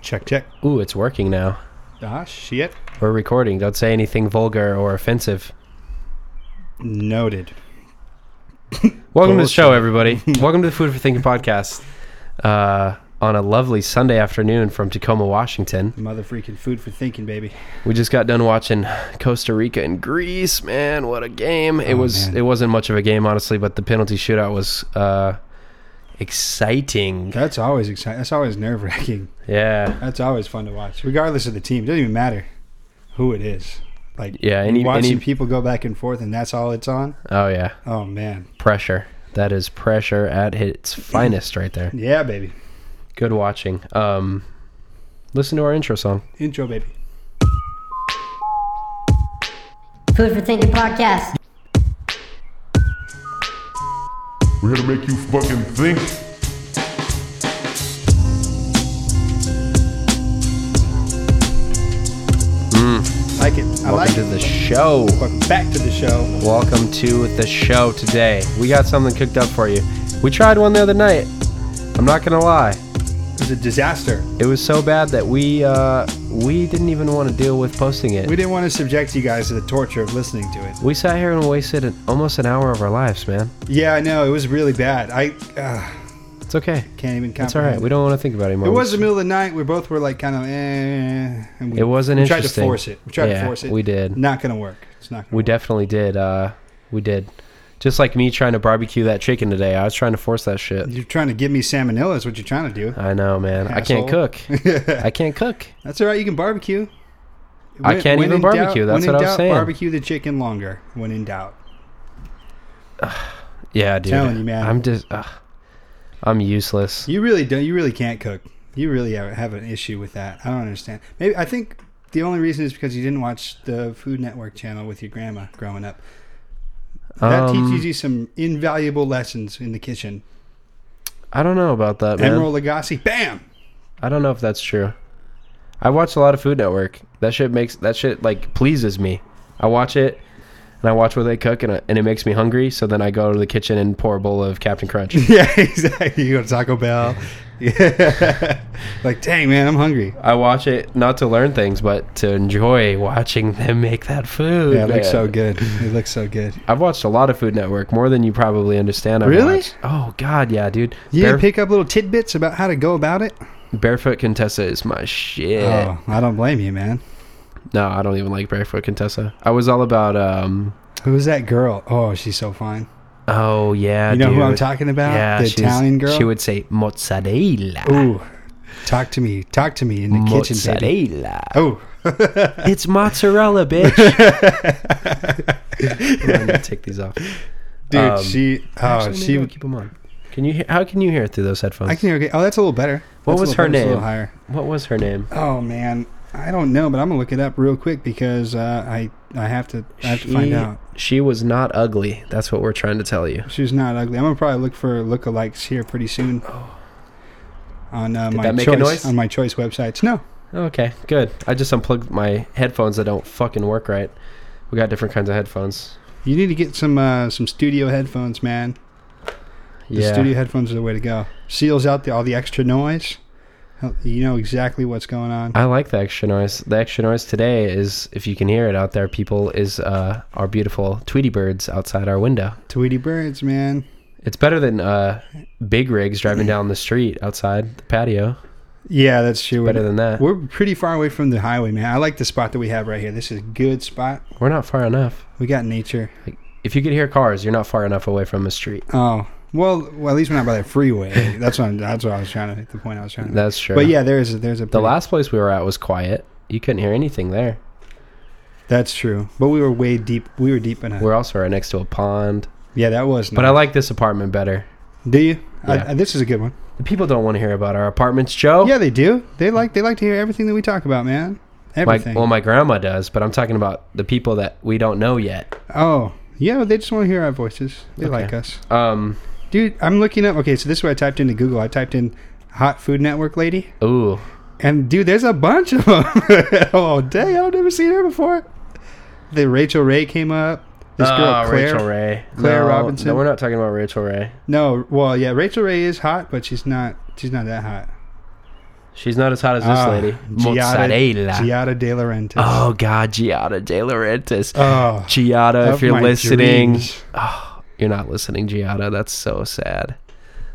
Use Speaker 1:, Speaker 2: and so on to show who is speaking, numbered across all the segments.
Speaker 1: Check, check.
Speaker 2: Ooh, it's working now.
Speaker 1: Ah, shit.
Speaker 2: We're recording. Don't say anything vulgar or offensive.
Speaker 1: Noted.
Speaker 2: Welcome to the
Speaker 1: Bullshit.
Speaker 2: show, everybody. Welcome to the Food for Thinking podcast uh, on a lovely Sunday afternoon from Tacoma, Washington.
Speaker 1: Mother freaking food for thinking, baby.
Speaker 2: We just got done watching Costa Rica and Greece. Man, what a game! It
Speaker 1: Oh,
Speaker 2: was.
Speaker 1: man.
Speaker 2: It wasn't much of a game, honestly, but the penalty shootout was uh, exciting.
Speaker 1: That's always exciting. That's always nerve wracking.
Speaker 2: Yeah,
Speaker 1: That's always fun to watch, regardless of the team. doesn't even matter who it is. Like,
Speaker 2: yeah. Any,
Speaker 1: watching
Speaker 2: any.
Speaker 1: people go back and forth, and that's all it's on.
Speaker 2: Oh yeah,
Speaker 1: Oh man,
Speaker 2: pressure. That is pressure at its finest, right there.
Speaker 1: yeah, baby.
Speaker 2: Good watching. Um, listen to our intro song.
Speaker 1: Intro, baby.
Speaker 3: Food for Thinking podcast.
Speaker 4: We're here to make you fucking think.
Speaker 1: Like it. I like
Speaker 2: Welcome to
Speaker 1: it.
Speaker 2: the show.
Speaker 1: Welcome back to the show.
Speaker 2: Welcome to the show today. We got something cooked up for you. We tried one the other night. I'm not gonna lie.
Speaker 1: It was a disaster.
Speaker 2: It was so bad that we uh, we didn't even want to deal with posting
Speaker 1: We
Speaker 2: it.
Speaker 1: didn't want to subject you guys to the torture of listening to it.
Speaker 2: We sat here and wasted an, almost an hour of our lives, man.
Speaker 1: Yeah, I know. It was really bad. I uh,
Speaker 2: It's okay.
Speaker 1: can't even comprehend.
Speaker 2: It's all right. We don't want to think about it anymore.
Speaker 1: It was the middle of the night. We both were like kind of. Eh, and we,
Speaker 2: It wasn't
Speaker 1: we tried
Speaker 2: interesting.
Speaker 1: to force it. We tried
Speaker 2: Yeah,
Speaker 1: to force it.
Speaker 2: we did.
Speaker 1: Not gonna work. It's not. Gonna
Speaker 2: We
Speaker 1: work.
Speaker 2: definitely did. Uh, we did. Just like me trying to barbecue that chicken today. I was trying to force that shit.
Speaker 1: You're trying to give me salmonella. Is what you're trying to
Speaker 2: I know, man. I
Speaker 1: Asshole.
Speaker 2: can't cook.
Speaker 1: do.
Speaker 2: I can't cook.
Speaker 1: That's all right. You can barbecue.
Speaker 2: Uh, I can't even
Speaker 1: in
Speaker 2: barbecue,
Speaker 1: Doubt,
Speaker 2: that's
Speaker 1: when in
Speaker 2: what I was
Speaker 1: doubt,
Speaker 2: saying.
Speaker 1: Barbecue the chicken longer when in doubt.
Speaker 2: Yeah, dude.
Speaker 1: Telling you, man.
Speaker 2: I'm just. ugh. I'm useless.
Speaker 1: You really don't. You really can't cook. You really have, have an issue with that. I don't understand. Maybe I think the only reason is because you didn't watch the Food Network channel with your grandma growing up. That
Speaker 2: Um,
Speaker 1: teaches you some invaluable lessons in the kitchen.
Speaker 2: I don't know about that, man.
Speaker 1: Emerald Lagasse, bam.
Speaker 2: I don't know if that's true. I watch a lot of Food Network. That shit makes that shit like pleases me. I watch it and I watch what they cook and, I, and it makes me hungry. So then I go to the kitchen and pour a bowl of Captain Crunch.
Speaker 1: Yeah, exactly. You go to Taco Bell. Yeah. like, dang, man, I'm hungry.
Speaker 2: I watch it not to learn things, but to enjoy watching them make that food.
Speaker 1: Yeah, it looks
Speaker 2: man.
Speaker 1: so good. It looks so good.
Speaker 2: I've watched a lot of Food Network, more than you probably understand. I've
Speaker 1: Really?
Speaker 2: watched- Oh God, yeah, dude.
Speaker 1: You didn't
Speaker 2: Baref-
Speaker 1: pick up little tidbits about how to go about it?
Speaker 2: Barefoot Contessa is my shit.
Speaker 1: Oh, I don't blame you, man.
Speaker 2: No, I don't even like Barefoot Contessa. I was all about um.
Speaker 1: Who's that girl? Oh, she's so fine.
Speaker 2: Oh yeah,
Speaker 1: You know who I'm
Speaker 2: dude.
Speaker 1: talking about?
Speaker 2: Yeah,
Speaker 1: the
Speaker 2: she's-
Speaker 1: Italian girl.
Speaker 2: She would say mozzarella.
Speaker 1: Ooh, talk to me. Talk to me in the kitchen, baby.
Speaker 2: mozzarella.
Speaker 1: Oh,
Speaker 2: It's mozzarella, bitch. I'm gonna take these off.
Speaker 1: dude,
Speaker 2: Um,
Speaker 1: she. Oh,
Speaker 2: Actually, maybe
Speaker 1: she.
Speaker 2: I'll keep them on. Can you? Hear, how can you hear it through those headphones?
Speaker 1: I can hear. Okay. Oh, that's a little better.
Speaker 2: What
Speaker 1: That's a
Speaker 2: was
Speaker 1: little
Speaker 2: her
Speaker 1: better, it's a little
Speaker 2: name?
Speaker 1: higher.
Speaker 2: what was her name?
Speaker 1: Oh man, I don't know, but I'm gonna look it up real quick because uh, I I have to I have to find out.
Speaker 2: She was not ugly. That's what we're trying to tell you.
Speaker 1: She's not ugly. I'm gonna probably look for lookalikes here pretty soon. On uh, my
Speaker 2: Oh. that make a
Speaker 1: choice
Speaker 2: noise?
Speaker 1: on my choice websites. No,
Speaker 2: Okay, good. I just unplugged my headphones that don't fucking work right. We got different kinds of headphones.
Speaker 1: you need to get some uh, some studio headphones, man. The
Speaker 2: yeah.
Speaker 1: studio headphones are the way to go. Seals out the, all the extra noise. Hel- You know exactly what's going on.
Speaker 2: I like the extra noise. The extra noise today is, if you can hear it out there, people, is uh, our beautiful Tweety birds outside our window.
Speaker 1: Tweety birds, man.
Speaker 2: It's better than uh, big rigs driving down the street outside the patio.
Speaker 1: Yeah, that's true.
Speaker 2: Better
Speaker 1: We're,
Speaker 2: than that. We're,
Speaker 1: we're pretty far away from the highway, man. I like the spot that we have right here. This is a good spot.
Speaker 2: not far enough.
Speaker 1: We got nature.
Speaker 2: If you could hear cars, you're not far enough away from the street.
Speaker 1: Oh well, well at least we're not by that freeway. that's what I'm, that's what I was trying to the point I was trying to.
Speaker 2: That's true.
Speaker 1: But yeah, there's a, there's a
Speaker 2: the last place we were at was quiet. You couldn't hear anything there.
Speaker 1: That's true. But we were way deep. We were deep in it.
Speaker 2: We're also right next to a pond.
Speaker 1: Yeah, that was.
Speaker 2: But I
Speaker 1: nice.
Speaker 2: like this apartment better.
Speaker 1: do you? I-
Speaker 2: Yeah. Oh.
Speaker 1: I, this is a good one.
Speaker 2: The people don't want to hear about our apartments, Joe.
Speaker 1: Yeah, they do. They like they like to hear everything that we talk about, man.
Speaker 2: My,
Speaker 1: Everything.
Speaker 2: well, my grandma does, but I'm talking about the people that we don't know yet.
Speaker 1: oh yeah, they just want to hear our voices. They
Speaker 2: Okay.
Speaker 1: like us,
Speaker 2: Um,
Speaker 1: dude. I'm looking up. Okay, so this is what I typed into Google. I typed in "hot food network lady,"
Speaker 2: ooh,
Speaker 1: and dude, there's a bunch of them. oh dang, I've never seen her before. The Rachel Ray came up. This girl
Speaker 2: Ah,
Speaker 1: Claire.
Speaker 2: Rachel Ray,
Speaker 1: Claire
Speaker 2: No,
Speaker 1: Robinson.
Speaker 2: No, we're not talking about Rachel Ray.
Speaker 1: No, well, yeah, Rachel Ray is hot, but she's not. She's not that hot.
Speaker 2: She's not as hot as this
Speaker 1: Ah,
Speaker 2: lady.
Speaker 1: Giada,
Speaker 2: Mozzarella.
Speaker 1: Giada De Laurentiis.
Speaker 2: Oh God, Giada De Laurentiis.
Speaker 1: Oh,
Speaker 2: Giada,
Speaker 1: of
Speaker 2: if you're
Speaker 1: my
Speaker 2: listening,
Speaker 1: dreams.
Speaker 2: oh, you're not listening, Giada. That's so sad.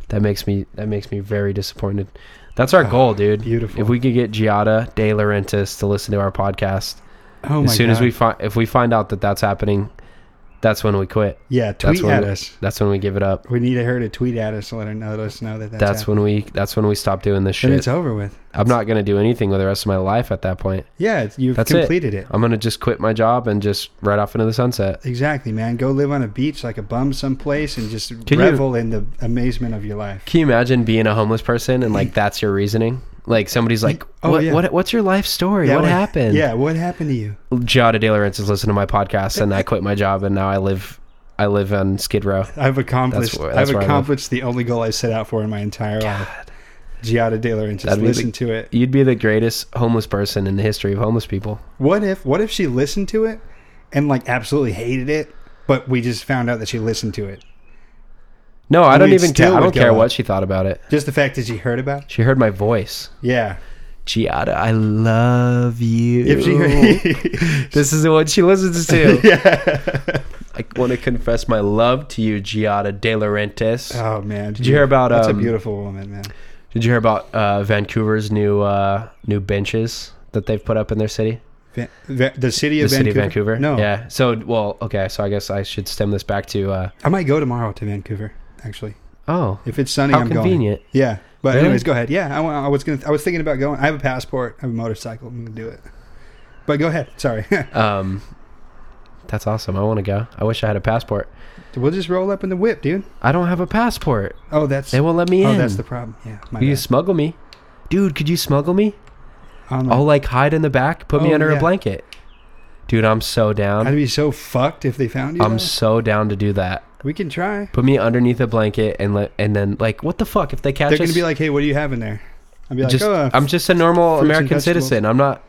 Speaker 2: That makes me that makes me very disappointed. That's our goal, dude.
Speaker 1: Ah, beautiful.
Speaker 2: If we could get Giada De Laurentiis to listen to our podcast,
Speaker 1: Oh my
Speaker 2: as soon as
Speaker 1: God.
Speaker 2: we find if we find out that that's happening, that's when we quit.
Speaker 1: yeah,
Speaker 2: That's
Speaker 1: tweet
Speaker 2: when
Speaker 1: at
Speaker 2: we,
Speaker 1: us.
Speaker 2: That's when we give it up.
Speaker 1: We need her to tweet at us to let her know, let us know that that's,
Speaker 2: That's,
Speaker 1: happening.
Speaker 2: when we that's when we stop doing this
Speaker 1: Then it's
Speaker 2: shit.
Speaker 1: over with.
Speaker 2: I'm not gonna do anything with the rest of my life at that point.
Speaker 1: Yeah, it's- you've
Speaker 2: That's it.
Speaker 1: completed it.
Speaker 2: I'm gonna just quit my job and just ride off into the sunset.
Speaker 1: Exactly, man. Go live on a beach like a bum someplace and just
Speaker 2: Can you-
Speaker 1: revel in the amazement of your life.
Speaker 2: Can you imagine being a homeless person and like that's your reasoning? Like somebody's like,
Speaker 1: Oh,
Speaker 2: what,
Speaker 1: yeah.
Speaker 2: what what's your life story?
Speaker 1: Yeah,
Speaker 2: what, happened?
Speaker 1: Yeah, what happened to you?
Speaker 2: Giada De Laurentiis listened to my podcast and I quit my job and now I live I live on Skid Row.
Speaker 1: I've accomplished.
Speaker 2: where- that's
Speaker 1: I've
Speaker 2: where I live.
Speaker 1: accomplished the only goal I set out for in my entire life. Giada De Laurentiis
Speaker 2: That'd be
Speaker 1: listened
Speaker 2: the-
Speaker 1: to it.
Speaker 2: You'd be the greatest homeless person in the history of homeless people.
Speaker 1: What if? What if she listened to it and like absolutely hated it, but we just found out that she listened to it.
Speaker 2: No, I don't
Speaker 1: mean,
Speaker 2: even
Speaker 1: still
Speaker 2: care. I
Speaker 1: would
Speaker 2: don't
Speaker 1: go
Speaker 2: care
Speaker 1: up.
Speaker 2: what she thought about it.
Speaker 1: Just the fact that she heard about. It?
Speaker 2: She heard my voice.
Speaker 1: Yeah.
Speaker 2: Giada, I love you.
Speaker 1: If she heard.
Speaker 2: This is the one she listens to.
Speaker 1: yeah.
Speaker 2: I want to confess my love to you, Giada De Laurentiis.
Speaker 1: Oh man. Did
Speaker 2: you hear about,
Speaker 1: That's
Speaker 2: um,
Speaker 1: a beautiful woman, man.
Speaker 2: Did you hear about uh, Vancouver's new uh, new benches that they've put up in their city?
Speaker 1: Va- Va- the city
Speaker 2: The
Speaker 1: of
Speaker 2: city
Speaker 1: Vancouver.
Speaker 2: of Vancouver.
Speaker 1: No.
Speaker 2: Yeah. So, well, okay. So I guess I should stem this back to. Uh,
Speaker 1: I might go tomorrow to Vancouver. Actually,
Speaker 2: oh,
Speaker 1: if it's sunny,
Speaker 2: How
Speaker 1: I'm
Speaker 2: convenient.
Speaker 1: going. Yeah. But
Speaker 2: Really?
Speaker 1: anyways, go ahead. Yeah, I, wa- I was gonna. I was thinking about going. I have a passport. I have a motorcycle. I'm gonna do it. But go ahead. Sorry.
Speaker 2: um, that's awesome. I want to go. I wish I had a passport.
Speaker 1: we'll just roll up in the whip, dude.
Speaker 2: I don't have a passport.
Speaker 1: Oh, that's.
Speaker 2: They won't let me
Speaker 1: oh,
Speaker 2: in.
Speaker 1: that's the problem. Yeah. My
Speaker 2: you
Speaker 1: bad.
Speaker 2: can smuggle me, dude. Could you smuggle me?
Speaker 1: I'm
Speaker 2: I'll
Speaker 1: like,
Speaker 2: like hide in the back, put me
Speaker 1: Oh,
Speaker 2: under
Speaker 1: yeah.
Speaker 2: a blanket. Dude, I'm so down.
Speaker 1: I'd be so fucked if they found you.
Speaker 2: I'm
Speaker 1: though.
Speaker 2: so down to do that.
Speaker 1: we can try.
Speaker 2: Put me underneath a blanket and let, and then like what the fuck if they catch
Speaker 1: They're
Speaker 2: us?
Speaker 1: gonna be like, "Hey, what do you have in there?" I'd be like,
Speaker 2: just
Speaker 1: "Oh, uh,
Speaker 2: I'm just a normal
Speaker 1: fruits and
Speaker 2: American
Speaker 1: vegetables.
Speaker 2: citizen. I'm not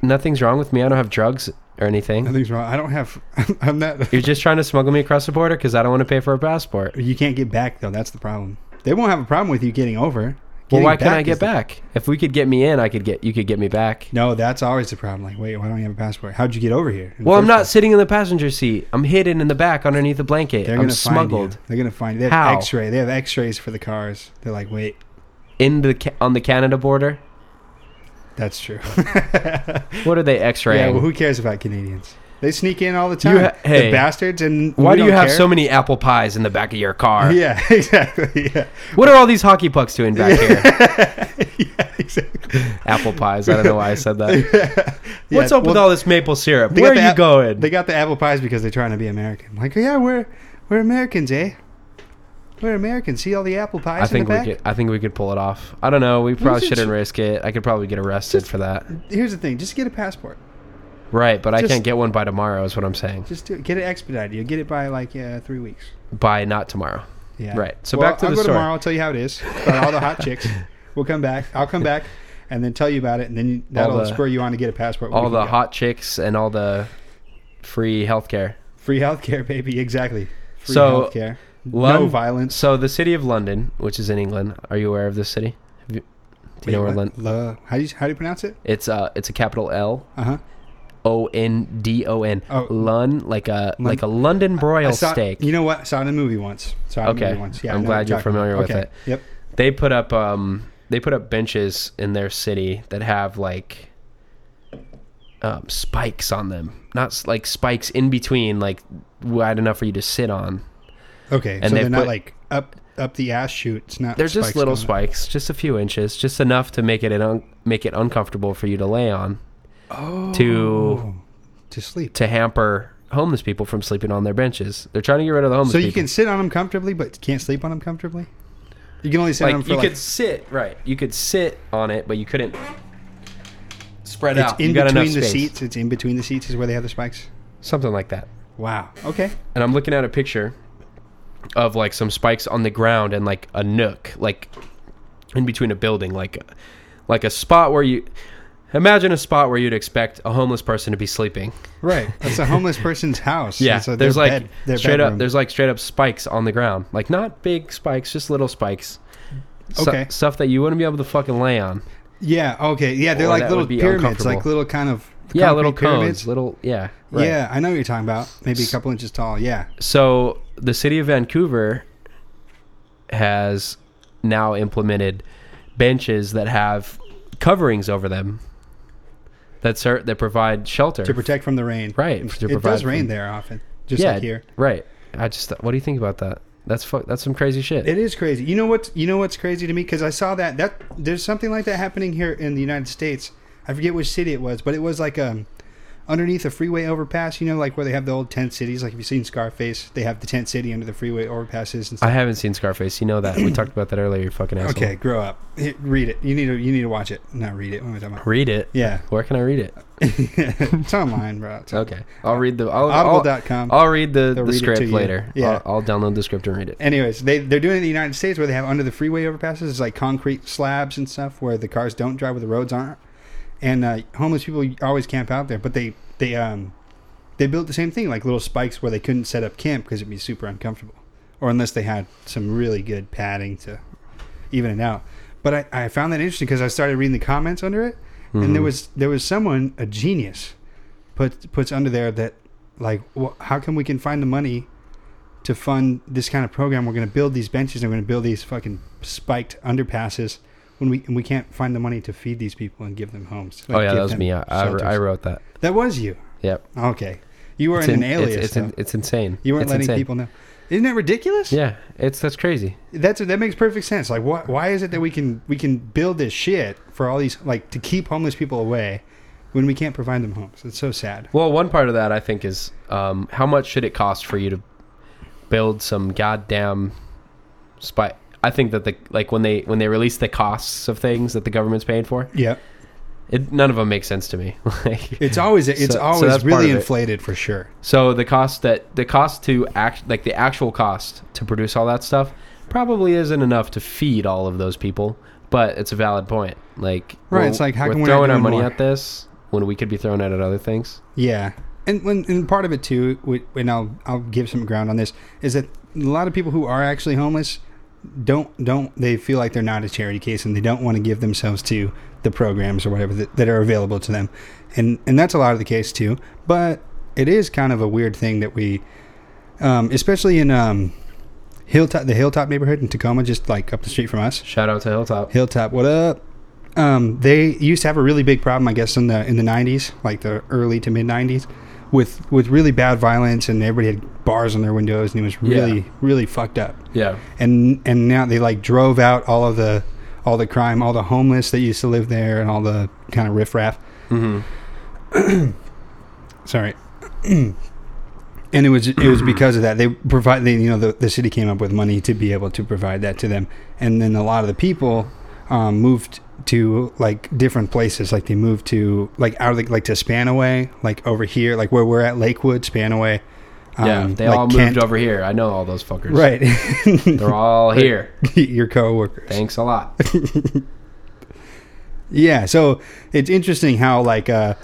Speaker 2: nothing's wrong with me. I don't have drugs or anything.
Speaker 1: nothing's wrong. I don't have. I'm not.
Speaker 2: You're just trying to smuggle me across the border because I don't want to pay for a passport.
Speaker 1: You can't get back though. That's the problem. They won't have a problem with you getting over.
Speaker 2: Well,
Speaker 1: Getting
Speaker 2: why can't I
Speaker 1: is
Speaker 2: get
Speaker 1: the-
Speaker 2: back? If we could get me in, I could get you could get me back.
Speaker 1: No, that's always the problem. Like, wait, why don't you have a passport? How'd you get over here? in the
Speaker 2: Well, I'm
Speaker 1: first
Speaker 2: not
Speaker 1: place?
Speaker 2: sitting in the passenger seat. I'm hidden in the back underneath a blanket.
Speaker 1: They're
Speaker 2: I'm
Speaker 1: gonna Find
Speaker 2: smuggled
Speaker 1: you. They're gonna find you. They have
Speaker 2: How?
Speaker 1: X-ray. They have X-rays for the cars. They're like, wait,
Speaker 2: in the ca- on the Canada border.
Speaker 1: that's true.
Speaker 2: What are they X-raying?
Speaker 1: yeah, well, who cares about Canadians? They sneak in all the time.
Speaker 2: ha- hey.
Speaker 1: the bastards! And
Speaker 2: why
Speaker 1: we
Speaker 2: do
Speaker 1: don't
Speaker 2: you have
Speaker 1: care?
Speaker 2: so many apple pies in the back of your car?
Speaker 1: Yeah, exactly. Yeah,
Speaker 2: What are all these hockey pucks doing back here?
Speaker 1: yeah exactly.
Speaker 2: Apple pies. I don't know why I said that.
Speaker 1: Yeah,
Speaker 2: What's up with
Speaker 1: well,
Speaker 2: all this maple syrup?
Speaker 1: they
Speaker 2: Where are
Speaker 1: got
Speaker 2: you
Speaker 1: the app-
Speaker 2: going?
Speaker 1: They got the apple pies because they're trying to be American. Like, yeah, we're we're Americans, eh? We're Americans. See all the apple pies
Speaker 2: I
Speaker 1: in
Speaker 2: think
Speaker 1: the
Speaker 2: we
Speaker 1: back.
Speaker 2: could. I think we could pull it off. I don't know. We probably
Speaker 1: should
Speaker 2: shouldn't
Speaker 1: ju-
Speaker 2: risk it. I could probably get arrested for that.
Speaker 1: Here's the thing: just get a passport.
Speaker 2: Right, but I
Speaker 1: just-
Speaker 2: can't get one by tomorrow. Is what I'm saying.
Speaker 1: Just do it. get it expedited. You'll get it by like uh, three weeks.
Speaker 2: By not tomorrow.
Speaker 1: Yeah.
Speaker 2: Right. So
Speaker 1: Well,
Speaker 2: back to
Speaker 1: I'll
Speaker 2: the
Speaker 1: go
Speaker 2: story.
Speaker 1: tomorrow. I'll tell you how it is. About all the hot chicks. We'll come back. I'll come back, and then tell you about it, and then you, that'll
Speaker 2: the-
Speaker 1: spur you on to get a passport. when
Speaker 2: All
Speaker 1: we can
Speaker 2: the
Speaker 1: go.
Speaker 2: hot chicks and all the free healthcare.
Speaker 1: free healthcare, baby. Exactly. Free
Speaker 2: So,
Speaker 1: healthcare. no
Speaker 2: Lon-
Speaker 1: violence.
Speaker 2: So the city of London, which is in England, are you aware of this city? Have you, do you know where
Speaker 1: Wait,
Speaker 2: London?
Speaker 1: what? Lo- how do you how do you pronounce it?
Speaker 2: It's uh, it's a capital L
Speaker 1: Uh huh.
Speaker 2: O N D O N.
Speaker 1: Oh.
Speaker 2: Lon, like a like a London broil steak.
Speaker 1: You know what? I saw it in a movie once. Saw it in a
Speaker 2: Okay.
Speaker 1: movie once. Yeah, I
Speaker 2: I'm
Speaker 1: know
Speaker 2: glad
Speaker 1: what
Speaker 2: you're
Speaker 1: talking
Speaker 2: familiar
Speaker 1: about.
Speaker 2: with
Speaker 1: Okay.
Speaker 2: it.
Speaker 1: Yep.
Speaker 2: they put up um they put up benches in their city that have like um, spikes on them not s- like spikes in between like wide enough for you to sit on
Speaker 1: Okay. so
Speaker 2: And they
Speaker 1: they're not
Speaker 2: put-
Speaker 1: like up up the ass shoot. It's not.
Speaker 2: they're just little
Speaker 1: going up.
Speaker 2: spikes just a few inches just enough to make it an un- make it uncomfortable for you to lay on
Speaker 1: Oh.
Speaker 2: to
Speaker 1: to sleep.
Speaker 2: to hamper homeless people from sleeping on their benches they're trying to get rid of the homeless
Speaker 1: So you
Speaker 2: people.
Speaker 1: can sit on them comfortably, but can't sleep on them comfortably. You can only sit
Speaker 2: like
Speaker 1: on them for
Speaker 2: you
Speaker 1: like
Speaker 2: could sit right you could sit on it but you couldn't spread
Speaker 1: it's
Speaker 2: out
Speaker 1: in
Speaker 2: you got enough
Speaker 1: between the
Speaker 2: space.
Speaker 1: seats. It's in between the seats is where they have the spikes.
Speaker 2: something like that
Speaker 1: Wow. Okay.
Speaker 2: and I'm looking at a picture of like some spikes on the ground and like a nook, like in between a building, like like a spot where you imagine a spot where you'd expect a homeless person to be sleeping.
Speaker 1: Right. That's a homeless person's house.
Speaker 2: Yeah,
Speaker 1: It's a-
Speaker 2: there's
Speaker 1: their
Speaker 2: like
Speaker 1: bed- their
Speaker 2: straight
Speaker 1: bedroom.
Speaker 2: up there's like straight up spikes on the ground, like not big spikes, just little spikes. Stu-
Speaker 1: Okay.
Speaker 2: stuff that you wouldn't be able to fucking lay on.
Speaker 1: Yeah. Okay. Yeah, they're
Speaker 2: Or
Speaker 1: like
Speaker 2: that
Speaker 1: little
Speaker 2: would be
Speaker 1: pyramids,
Speaker 2: uncomfortable.
Speaker 1: like little kind of
Speaker 2: yeah,
Speaker 1: concrete
Speaker 2: little
Speaker 1: pyramids.
Speaker 2: cones, little yeah. right.
Speaker 1: Yeah, I know what you're talking about. Maybe a couple inches tall. Yeah.
Speaker 2: So the city of Vancouver has now implemented benches that have coverings over them that ser- that provide shelter.
Speaker 1: to protect from the rain.
Speaker 2: Right,
Speaker 1: It,
Speaker 2: to
Speaker 1: it
Speaker 2: provide
Speaker 1: does
Speaker 2: from-
Speaker 1: rain there often, just like here.
Speaker 2: Right. I just thought, what do you think about that? That's fu- that's some crazy shit.
Speaker 1: It is crazy. You know what? You know what's crazy to me because I saw that that there's something like that happening here in the United States. I forget which city it was, but it was like um underneath a freeway overpass. You know, like where they have the old tent cities. Like if you've seen Scarface, they have the tent city under the freeway overpasses and
Speaker 2: I
Speaker 1: stuff.
Speaker 2: haven't seen Scarface. You know that. We talked about that earlier, you fucking asshole.
Speaker 1: okay, grow up. Here, read it. You need to you need to watch it. Not read it. What am I talking about?
Speaker 2: Read it.
Speaker 1: Yeah,
Speaker 2: Where can I read it?
Speaker 1: it's online, bro. It's on-
Speaker 2: Okay. I'll read the I'll, I'll,
Speaker 1: Audible.com.
Speaker 2: I'll read
Speaker 1: They'll
Speaker 2: the, the
Speaker 1: read it
Speaker 2: script
Speaker 1: to you.
Speaker 2: later.
Speaker 1: Yeah.
Speaker 2: I'll, I'll download the script and read it.
Speaker 1: Anyways, they they're doing it in the United States where they have under the freeway overpasses it's like concrete slabs and stuff where the cars don't drive where the roads aren't, and uh, homeless people always camp out there. But they they um they built the same thing like little spikes where they couldn't set up camp because it'd be super uncomfortable, or unless they had some really good padding to even it out. But I, I found that interesting because I started reading the comments under it, and
Speaker 2: Mm-hmm.
Speaker 1: there was there was someone a genius put puts under there that like wh- how come we can find the money to fund this kind of program? We're going to build these benches and we're going to build these fucking spiked underpasses when we and we can't find the money to feed these people and give them homes.
Speaker 2: oh
Speaker 1: like,
Speaker 2: yeah,
Speaker 1: give
Speaker 2: that was
Speaker 1: them
Speaker 2: me. I, I,
Speaker 1: shelters.
Speaker 2: I wrote that.
Speaker 1: that was you.
Speaker 2: Yep.
Speaker 1: Okay, you were
Speaker 2: It's
Speaker 1: in an
Speaker 2: in-
Speaker 1: alias.
Speaker 2: It's, it's,
Speaker 1: though.
Speaker 2: in- it's insane.
Speaker 1: you weren't
Speaker 2: It's
Speaker 1: letting
Speaker 2: insane.
Speaker 1: people know. Isn't that ridiculous?
Speaker 2: Yeah, it's that's crazy.
Speaker 1: that's that makes perfect sense. Like, what? Why is it that we can we can build this shit for all these like to keep homeless people away when we can't provide them homes? It's so sad.
Speaker 2: Well, one part of that I think is um, how much should it cost for you to build some goddamn spy. I think that the like when they when they release the costs of things that the government's paying for,
Speaker 1: Yeah,
Speaker 2: it, none of them make sense to me. like,
Speaker 1: it's always it's
Speaker 2: So- so
Speaker 1: always
Speaker 2: that's part
Speaker 1: really
Speaker 2: of it.
Speaker 1: inflated for sure.
Speaker 2: so the cost that the cost to act like the actual cost to produce all that stuff probably isn't enough to feed all of those people, but it's a valid point. Like
Speaker 1: Right,
Speaker 2: we're-
Speaker 1: it's like, how
Speaker 2: we're
Speaker 1: come we're not
Speaker 2: throwing our
Speaker 1: doing
Speaker 2: money
Speaker 1: more?
Speaker 2: at this when we could be throwing it at other things.
Speaker 1: Yeah, and when and part of it too, wi- and I'll I'll give some ground on this is that a lot of people who are actually homeless don't don't they feel like they're not a charity case and they don't want to give themselves to the programs or whatever that, that are available to them, and and that's a lot of the case too. But it is kind of a weird thing that we, um, especially in um, hilltop the hilltop neighborhood in Tacoma, just like up the street from us.
Speaker 2: Shout out to Hilltop.
Speaker 1: Hilltop, what up? Um, they used to have a really big problem, I guess, in the in the '90s, like the early to mid '90s, with with really bad violence, and everybody had bars on their windows, and it was really
Speaker 2: Yeah.
Speaker 1: really fucked up.
Speaker 2: Yeah.
Speaker 1: And and now they like drove out all of the all the crime, all the homeless that used to live there, and all the kind of riffraff.
Speaker 2: Mm-hmm.
Speaker 1: Sorry. and it was it was because of that they provide they, you know the, the city came up with money to be able to provide that to them and then a lot of the people um, moved to like different places like they moved to like out of the, like to Spanaway like over here like where we're at Lakewood Spanaway um,
Speaker 2: Yeah, they
Speaker 1: like
Speaker 2: all moved
Speaker 1: Kent.
Speaker 2: over here. I know all those fuckers.
Speaker 1: right
Speaker 2: They're all here.
Speaker 1: your coworkers
Speaker 2: Thanks a lot.
Speaker 1: Yeah, so it's interesting how like uh,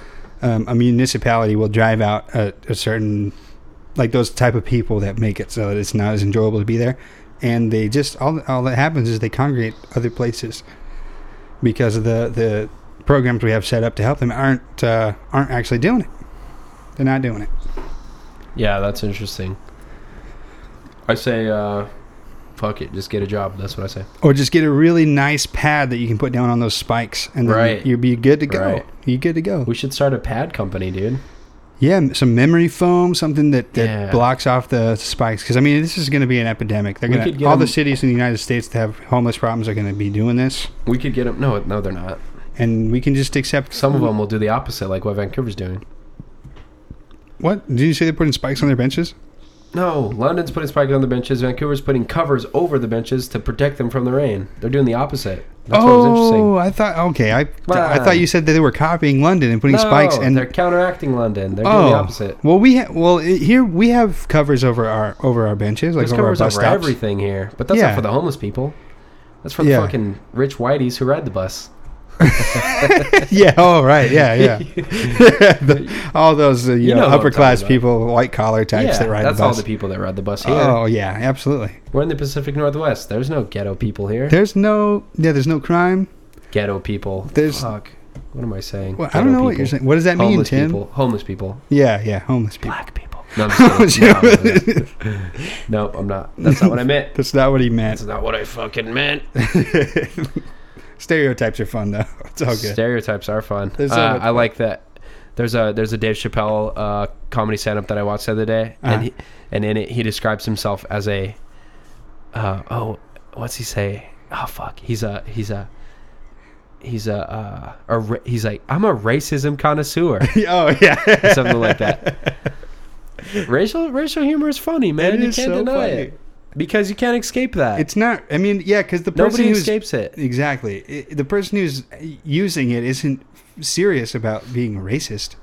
Speaker 1: um, a municipality will drive out a, a certain like those type of people that make it so that it's not as enjoyable to be there, and they just all all that happens is they congregate other places because of the the programs we have set up to help them aren't uh, aren't actually doing it. They're not doing it.
Speaker 2: Yeah, that's interesting. I say, uh, fuck it, just get a job. That's what I say.
Speaker 1: Or just get a really nice pad that you can put down on those spikes, and then
Speaker 2: Right.
Speaker 1: you'll be good to go.
Speaker 2: Right.
Speaker 1: You're good to go.
Speaker 2: We should start a pad company, dude.
Speaker 1: Yeah, m- some memory foam, something that, that
Speaker 2: Yeah.
Speaker 1: blocks off the spikes. Because I mean, this is going to be an epidemic. They're
Speaker 2: We
Speaker 1: going
Speaker 2: could
Speaker 1: to
Speaker 2: get
Speaker 1: all the
Speaker 2: them-
Speaker 1: cities in the United States that have homeless problems are going to be doing this,
Speaker 2: We could get them. No, no, they're not.
Speaker 1: and we can just accept
Speaker 2: Some of them will do the opposite, like what Vancouver's doing.
Speaker 1: What did you say? They're putting spikes on their benches.
Speaker 2: No, London's putting spikes on the benches. Vancouver's putting covers over the benches to protect them from the rain. They're doing the opposite. That's what was
Speaker 1: oh,
Speaker 2: interesting.
Speaker 1: I thought okay, I I
Speaker 2: Wow.
Speaker 1: thought you said that they were copying London and putting
Speaker 2: No,
Speaker 1: spikes and
Speaker 2: they're counteracting London. They're doing
Speaker 1: oh,
Speaker 2: the opposite.
Speaker 1: well we ha- well i here we have covers over our over our benches like
Speaker 2: There's
Speaker 1: over
Speaker 2: covers
Speaker 1: our
Speaker 2: over
Speaker 1: bus stops.
Speaker 2: everything here, but that's
Speaker 1: Yeah.
Speaker 2: not for the homeless people. That's for
Speaker 1: Yeah.
Speaker 2: the fucking rich whiteys who ride the bus.
Speaker 1: yeah. Oh, right. Yeah, yeah. The- all those uh, you,
Speaker 2: You know
Speaker 1: know,
Speaker 2: what I'm
Speaker 1: upper class
Speaker 2: talking
Speaker 1: people, white collar types that ride
Speaker 2: that's
Speaker 1: the
Speaker 2: all
Speaker 1: bus.
Speaker 2: the people that ride the bus here.
Speaker 1: Oh yeah, absolutely.
Speaker 2: We're in the Pacific Northwest. There's no ghetto people here.
Speaker 1: There's no yeah, there's no crime.
Speaker 2: ghetto people.
Speaker 1: There's-
Speaker 2: Fuck. What am I saying?
Speaker 1: Well, I don't
Speaker 2: Ghetto
Speaker 1: know what you're
Speaker 2: people.
Speaker 1: saying. What does that mean,
Speaker 2: homeless
Speaker 1: Tim?
Speaker 2: people. Homeless people.
Speaker 1: Yeah, yeah, homeless people.
Speaker 2: Black people. No, I'm just kidding. no, I'm not. No, I'm not. That's not what I meant.
Speaker 1: That's not what he meant.
Speaker 2: That's not what I fucking meant.
Speaker 1: Stereotypes are fun though. It's all good.
Speaker 2: Stereotypes are fun.
Speaker 1: There's so
Speaker 2: uh,
Speaker 1: much
Speaker 2: I like that. There's a there's a Dave Chappelle uh, comedy stand-up that I watched the other day,
Speaker 1: Uh-huh.
Speaker 2: and he, and in it he describes himself as a uh, oh what's he say oh fuck he's a he's a he's a, uh, a ra- he's like I'm a racism connoisseur
Speaker 1: oh yeah.
Speaker 2: or something like that. Racial racial humor is funny, man.
Speaker 1: It
Speaker 2: you
Speaker 1: is
Speaker 2: can't
Speaker 1: so
Speaker 2: deny
Speaker 1: funny.
Speaker 2: it because you can't escape that.
Speaker 1: It's not. I mean, yeah, because the person
Speaker 2: Nobody
Speaker 1: who's
Speaker 2: escapes it.
Speaker 1: exactly I- the person who's using it isn't serious about being racist.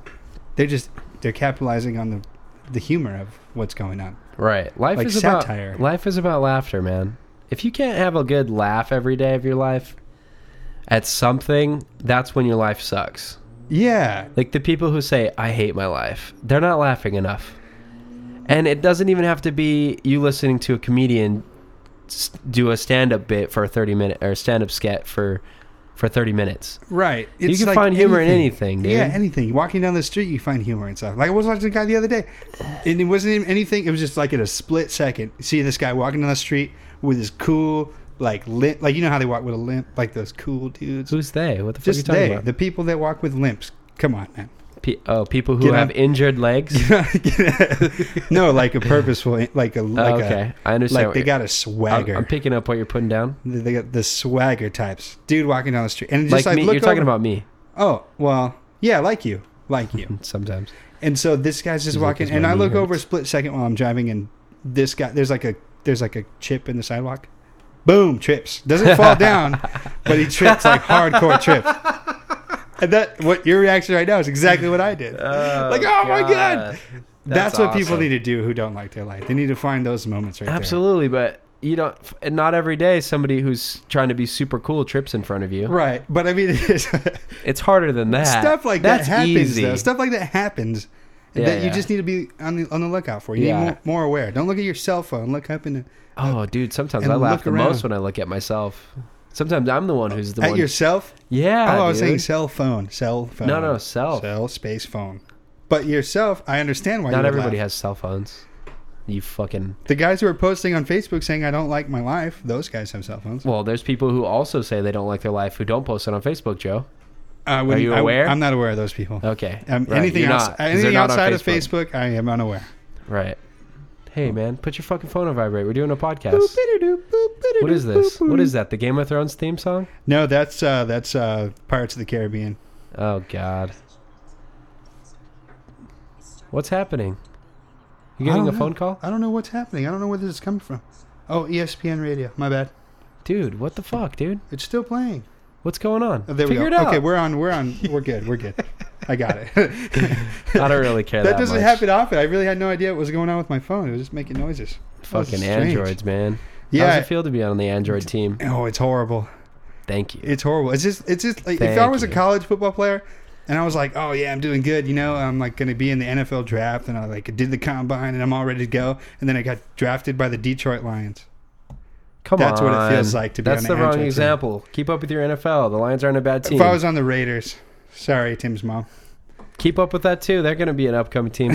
Speaker 1: They're just they're capitalizing on the the humor of what's going on.
Speaker 2: Right. Life
Speaker 1: Like
Speaker 2: is about
Speaker 1: satire.
Speaker 2: life is about laughter, man. If you can't have a good laugh every day of your life at something, that's when your life sucks.
Speaker 1: Yeah,
Speaker 2: Like the people who say I hate my life, they're not laughing enough. And it doesn't even have to be you listening to a comedian s- do a stand-up bit for a 30 minute or stand-up sketch for for 30 minutes.
Speaker 1: right.
Speaker 2: you can find humor in anything, dude.
Speaker 1: Yeah, anything. Walking down the street, you find humor and stuff. Like I was watching a guy the other day, and it wasn't even anything. It was just like in a split second, seeing this guy walking down the street with his cool, like limp, like you know how they walk with a limp, like those cool dudes.
Speaker 2: Who's they? What the fuck
Speaker 1: just
Speaker 2: are you talking
Speaker 1: they,
Speaker 2: about?
Speaker 1: the people that walk with limps. Come on, man.
Speaker 2: Pe- oh, people who
Speaker 1: Get
Speaker 2: have
Speaker 1: up.
Speaker 2: injured legs.
Speaker 1: no, like a purposeful, like a like
Speaker 2: Oh, okay.
Speaker 1: a
Speaker 2: I understand
Speaker 1: like
Speaker 2: what
Speaker 1: they
Speaker 2: you're-
Speaker 1: got a
Speaker 2: I'm,
Speaker 1: swagger.
Speaker 2: I'm picking up what you're putting down.
Speaker 1: they got the swagger types. Dude walking down the street and
Speaker 2: like
Speaker 1: just like,
Speaker 2: me,
Speaker 1: look
Speaker 2: you're talking
Speaker 1: over-
Speaker 2: about me
Speaker 1: Oh well, yeah, like you, like you.
Speaker 2: sometimes.
Speaker 1: and so this guy's just
Speaker 2: He's like,
Speaker 1: walking,
Speaker 2: "'Cause
Speaker 1: and
Speaker 2: my
Speaker 1: I
Speaker 2: knee
Speaker 1: look over a
Speaker 2: hurts."
Speaker 1: split second while I'm driving, and this guy there's like a there's like a chip in the sidewalk. Boom, trips. Doesn't fall down, but he trips like hardcore trips. And that what your reaction right now is exactly what I did. like, oh my god. That's, what people need to do who don't like their life. They need to find those moments right
Speaker 2: Absolutely, but you don't. f- And not every day somebody who's trying to be super cool trips in front of you.
Speaker 1: there. Right. But I mean, it's-
Speaker 2: It's harder than that.
Speaker 1: stuff like that
Speaker 2: That's
Speaker 1: happens,
Speaker 2: easy.
Speaker 1: though. Stuff like that happens
Speaker 2: Yeah,
Speaker 1: that you
Speaker 2: yeah.
Speaker 1: just need to be on the, on the lookout for. You
Speaker 2: Yeah.
Speaker 1: need more, more aware. Don't look at your cell phone. Look up in the,
Speaker 2: oh, dude. Sometimes
Speaker 1: And
Speaker 2: I laugh
Speaker 1: look
Speaker 2: the most
Speaker 1: around.
Speaker 2: when I look at myself. Sometimes I'm the one who's the
Speaker 1: at
Speaker 2: one.
Speaker 1: yourself.
Speaker 2: yeah.
Speaker 1: oh, I was
Speaker 2: dude.
Speaker 1: saying cell phone. Cell phone.
Speaker 2: No, no, self.
Speaker 1: Cell space phone. But yourself, I understand why you
Speaker 2: Not
Speaker 1: would
Speaker 2: everybody
Speaker 1: laugh.
Speaker 2: has cell phones. You fucking.
Speaker 1: The guys who are posting on Facebook saying, I don't like my life, those guys have cell phones.
Speaker 2: Well, there's people who also say they don't like their life who don't post it on Facebook, Joe.
Speaker 1: I wouldn't-
Speaker 2: you
Speaker 1: Uh, I-
Speaker 2: aware?
Speaker 1: I'm not aware of those people.
Speaker 2: Okay.
Speaker 1: Um,
Speaker 2: Right,
Speaker 1: anything
Speaker 2: you're
Speaker 1: else,
Speaker 2: not, 'cause they're
Speaker 1: anything
Speaker 2: not on
Speaker 1: outside of Facebook, I am unaware.
Speaker 2: Right. Hey man, put your fucking phone on vibrate. We're doing a podcast. What is this? What is that? The Game of Thrones theme song?
Speaker 1: No, that's uh, that's uh, Pirates of the Caribbean.
Speaker 2: Oh god. What's happening? You
Speaker 1: I
Speaker 2: getting
Speaker 1: don't
Speaker 2: a
Speaker 1: know.
Speaker 2: phone call?
Speaker 1: I don't know what's happening. I don't know where this is coming from. Oh, ESPN Radio. My bad.
Speaker 2: Dude, what the fuck, dude?
Speaker 1: It's still playing.
Speaker 2: What's going on?
Speaker 1: Oh, there
Speaker 2: Figure
Speaker 1: we
Speaker 2: it
Speaker 1: go.
Speaker 2: out.
Speaker 1: Okay, we're on. We're on. We're good. We're good. I got it.
Speaker 2: I don't really care that,
Speaker 1: that doesn't
Speaker 2: much.
Speaker 1: happen often. I really had no idea what was going on with my phone. It was just making noises. That was
Speaker 2: Fucking
Speaker 1: strange.
Speaker 2: androids, man.
Speaker 1: Yeah.
Speaker 2: How's it feel to be on the Android team?
Speaker 1: Oh, it's horrible.
Speaker 2: Thank you.
Speaker 1: It's horrible. It's just. It's just like if I
Speaker 2: Thank
Speaker 1: was a
Speaker 2: you.
Speaker 1: college football player. And I was like, "Oh yeah, I'm doing good. You know, I'm like going to be in the NFL draft, and I like did the combine, and I'm all ready to go." And then I got drafted by the Detroit Lions.
Speaker 2: Come
Speaker 1: that's
Speaker 2: on.
Speaker 1: what it feels like to be
Speaker 2: That's
Speaker 1: on
Speaker 2: the
Speaker 1: the
Speaker 2: wrong
Speaker 1: Android team.
Speaker 2: example. Keep up with your NFL. The Lions aren't a bad team.
Speaker 1: If I was on the Raiders, sorry, Tim's mom.
Speaker 2: Keep up with that too. They're going to be an upcoming team.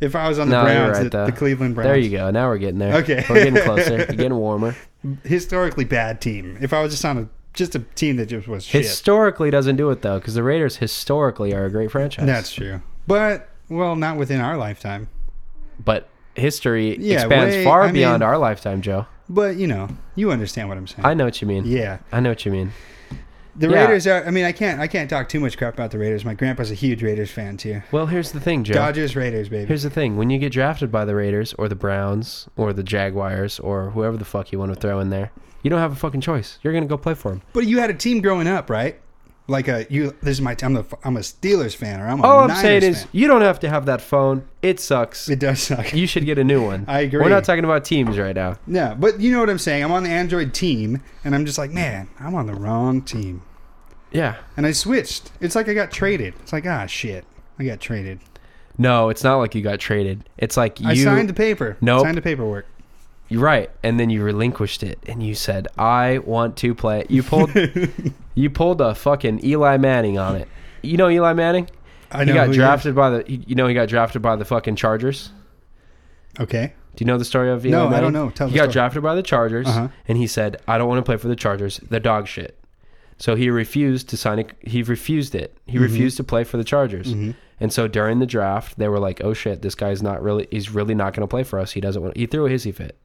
Speaker 1: If I was on the
Speaker 2: No, you're
Speaker 1: Browns,
Speaker 2: right,
Speaker 1: the,
Speaker 2: though.
Speaker 1: the Cleveland Browns,
Speaker 2: There you go. Now we're getting there.
Speaker 1: Okay.
Speaker 2: We're getting closer. You're getting warmer.
Speaker 1: historically bad team. If I was just on a just a team that just was shit,
Speaker 2: Historically doesn't do it though, because the Raiders historically are a great franchise.
Speaker 1: that's true. But well, not within our lifetime.
Speaker 2: but history
Speaker 1: Yeah,
Speaker 2: expands
Speaker 1: way-
Speaker 2: far
Speaker 1: I
Speaker 2: beyond
Speaker 1: mean-
Speaker 2: our lifetime, Joe.
Speaker 1: But you know, you understand what I'm saying.
Speaker 2: I know what you mean.
Speaker 1: yeah,
Speaker 2: I know what you mean.
Speaker 1: the
Speaker 2: Yeah.
Speaker 1: Raiders are. I mean, I can't. I can't talk too much crap about the Raiders. My grandpa's a huge Raiders fan too.
Speaker 2: Well, here's the thing, Joe.
Speaker 1: Dodgers Raiders, baby.
Speaker 2: Here's the thing: when you get drafted by the Raiders or the Browns or the Jaguars or whoever the fuck you want to throw in there, you don't have a fucking choice. You're gonna go play for them.
Speaker 1: but you had a team growing up, right? Like a you. This is my. I'm a. I'm a Steelers fan, or I'm a.
Speaker 2: All I'm
Speaker 1: Niners
Speaker 2: saying is,
Speaker 1: fan.
Speaker 2: you don't have to have that phone. It sucks.
Speaker 1: it does suck.
Speaker 2: you should get a new one.
Speaker 1: I agree.
Speaker 2: We're not talking about teams right now.
Speaker 1: No, but you know what I'm saying. I'm on the Android team, and I'm just like, man, I'm on the wrong team.
Speaker 2: Yeah.
Speaker 1: And I switched. It's like I got traded. It's like, ah, shit. I got traded.
Speaker 2: No, it's not like you got traded. It's like you
Speaker 1: I signed the paper.
Speaker 2: Nope.
Speaker 1: Signed the paperwork.
Speaker 2: You're right. And then you relinquished it and you said, I want to play. You pulled you pulled a fucking Eli Manning on it. You know Eli Manning?
Speaker 1: I
Speaker 2: he
Speaker 1: who
Speaker 2: got
Speaker 1: is.
Speaker 2: drafted by the you you know he got drafted by the fucking Chargers.
Speaker 1: Okay.
Speaker 2: Do you know the story of Eli
Speaker 1: No, I don't
Speaker 2: Manning?
Speaker 1: know. Tell
Speaker 2: he
Speaker 1: the
Speaker 2: got
Speaker 1: story.
Speaker 2: drafted by the Chargers,
Speaker 1: Uh-huh.
Speaker 2: and he said, "I don't want to play for the Chargers. They're dog shit." So he refused to sign. A, he refused it. He
Speaker 1: Mm-hmm.
Speaker 2: refused to play for the Chargers. And so during the draft, they were like, "Oh shit, this guy's not really. He's really not going to play for us. He doesn't want. He threw a hissy fit.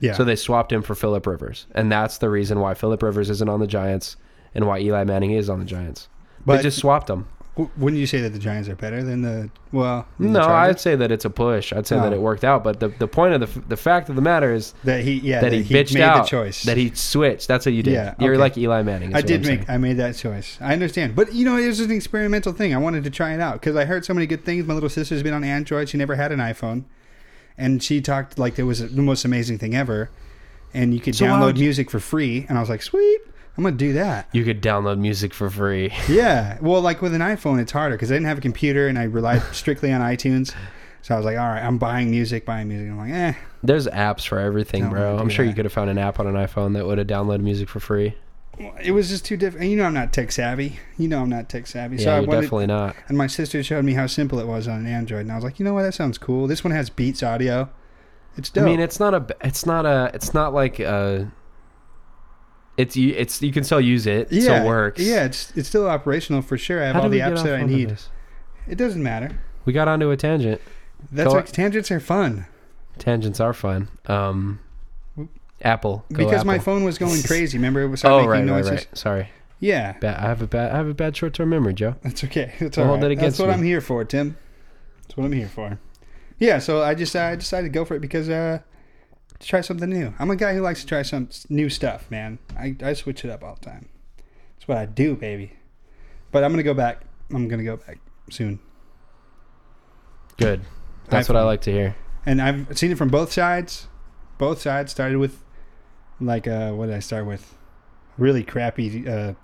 Speaker 1: Yeah.
Speaker 2: So they swapped him for Philip Rivers, and that's the reason why Philip Rivers isn't on the Giants, and why Eli Manning is on the Giants.
Speaker 1: But-
Speaker 2: they just swapped him.
Speaker 1: W- wouldn't you say that the Giants are better than the well? than the
Speaker 2: No,
Speaker 1: Chargers?
Speaker 2: I'd say that it's a push. I'd say that
Speaker 1: Oh.
Speaker 2: it worked out. But the, the point of the f- the fact of the matter is
Speaker 1: that he yeah
Speaker 2: that he, bitched
Speaker 1: made
Speaker 2: out.
Speaker 1: the choice
Speaker 2: That he switched. That's what you did.
Speaker 1: Yeah,
Speaker 2: You're
Speaker 1: okay.
Speaker 2: like Eli Manning. is
Speaker 1: I
Speaker 2: what
Speaker 1: did
Speaker 2: I'm
Speaker 1: make
Speaker 2: saying.
Speaker 1: I made that choice. I understand, but you know it was an experimental thing. I wanted to try it out because I heard so many good things. My little sister's been on Android. She never had an iPhone, and she talked like it was the most amazing thing ever. And you could
Speaker 2: So why
Speaker 1: download
Speaker 2: would you-
Speaker 1: music for free, and I was like, sweet, I'm gonna do that.
Speaker 2: You could download music for free.
Speaker 1: yeah, well, like with an iPhone, it's harder because I didn't have a computer and I relied strictly on iTunes. So I was like, all right, I'm buying music, buying music. I'm like, eh,
Speaker 2: There's apps for everything,
Speaker 1: Don't wanna
Speaker 2: bro.
Speaker 1: do
Speaker 2: I'm sure you
Speaker 1: that.
Speaker 2: could have found an app on an iPhone that would have downloaded music for free.
Speaker 1: it was just too different. And you know, I'm not tech savvy. You know, I'm not tech savvy.
Speaker 2: Yeah,
Speaker 1: so I
Speaker 2: you're
Speaker 1: wanted,
Speaker 2: definitely not.
Speaker 1: And my sister showed me how simple it was on an Android, and I was like, you know what, that sounds cool. This one has Beats audio. It's dope.
Speaker 2: I mean, it's not a. b- It's not a. It's not like a. It's you. It's you can still use it. It still works.
Speaker 1: Yeah, it's it's still operational for sure. I have
Speaker 2: How
Speaker 1: all
Speaker 2: did we
Speaker 1: the
Speaker 2: get
Speaker 1: apps
Speaker 2: off
Speaker 1: that I
Speaker 2: onto
Speaker 1: need.
Speaker 2: this?
Speaker 1: It doesn't matter.
Speaker 2: We got onto a tangent.
Speaker 1: That's
Speaker 2: Go
Speaker 1: why
Speaker 2: on.
Speaker 1: tangents are fun
Speaker 2: Tangents are fun. Um, Apple. Go
Speaker 1: because my
Speaker 2: Apple.
Speaker 1: phone was going crazy. Remember, it was started
Speaker 2: Oh
Speaker 1: making
Speaker 2: right, right,
Speaker 1: noises.
Speaker 2: right. Sorry.
Speaker 1: Yeah,
Speaker 2: Ba I have a bad. I have a bad short-term memory, Joe.
Speaker 1: that's okay. That's
Speaker 2: Don't
Speaker 1: all
Speaker 2: hold
Speaker 1: right.
Speaker 2: that
Speaker 1: That's
Speaker 2: against
Speaker 1: what
Speaker 2: me.
Speaker 1: I'm here for, Tim. That's what I'm here for. Yeah, so I just I decided to go for it because uh, to try something new. I'm a guy who likes to try some s- new stuff, man. I I switch it up all the time. That's what I do, baby. But I'm gonna go back. I'm gonna go back soon.
Speaker 2: Good. That's what I
Speaker 1: iPhone.
Speaker 2: like to hear.
Speaker 1: and I've seen it from both sides. Both sides started with, like, uh, what did I start with? Really crappy uh,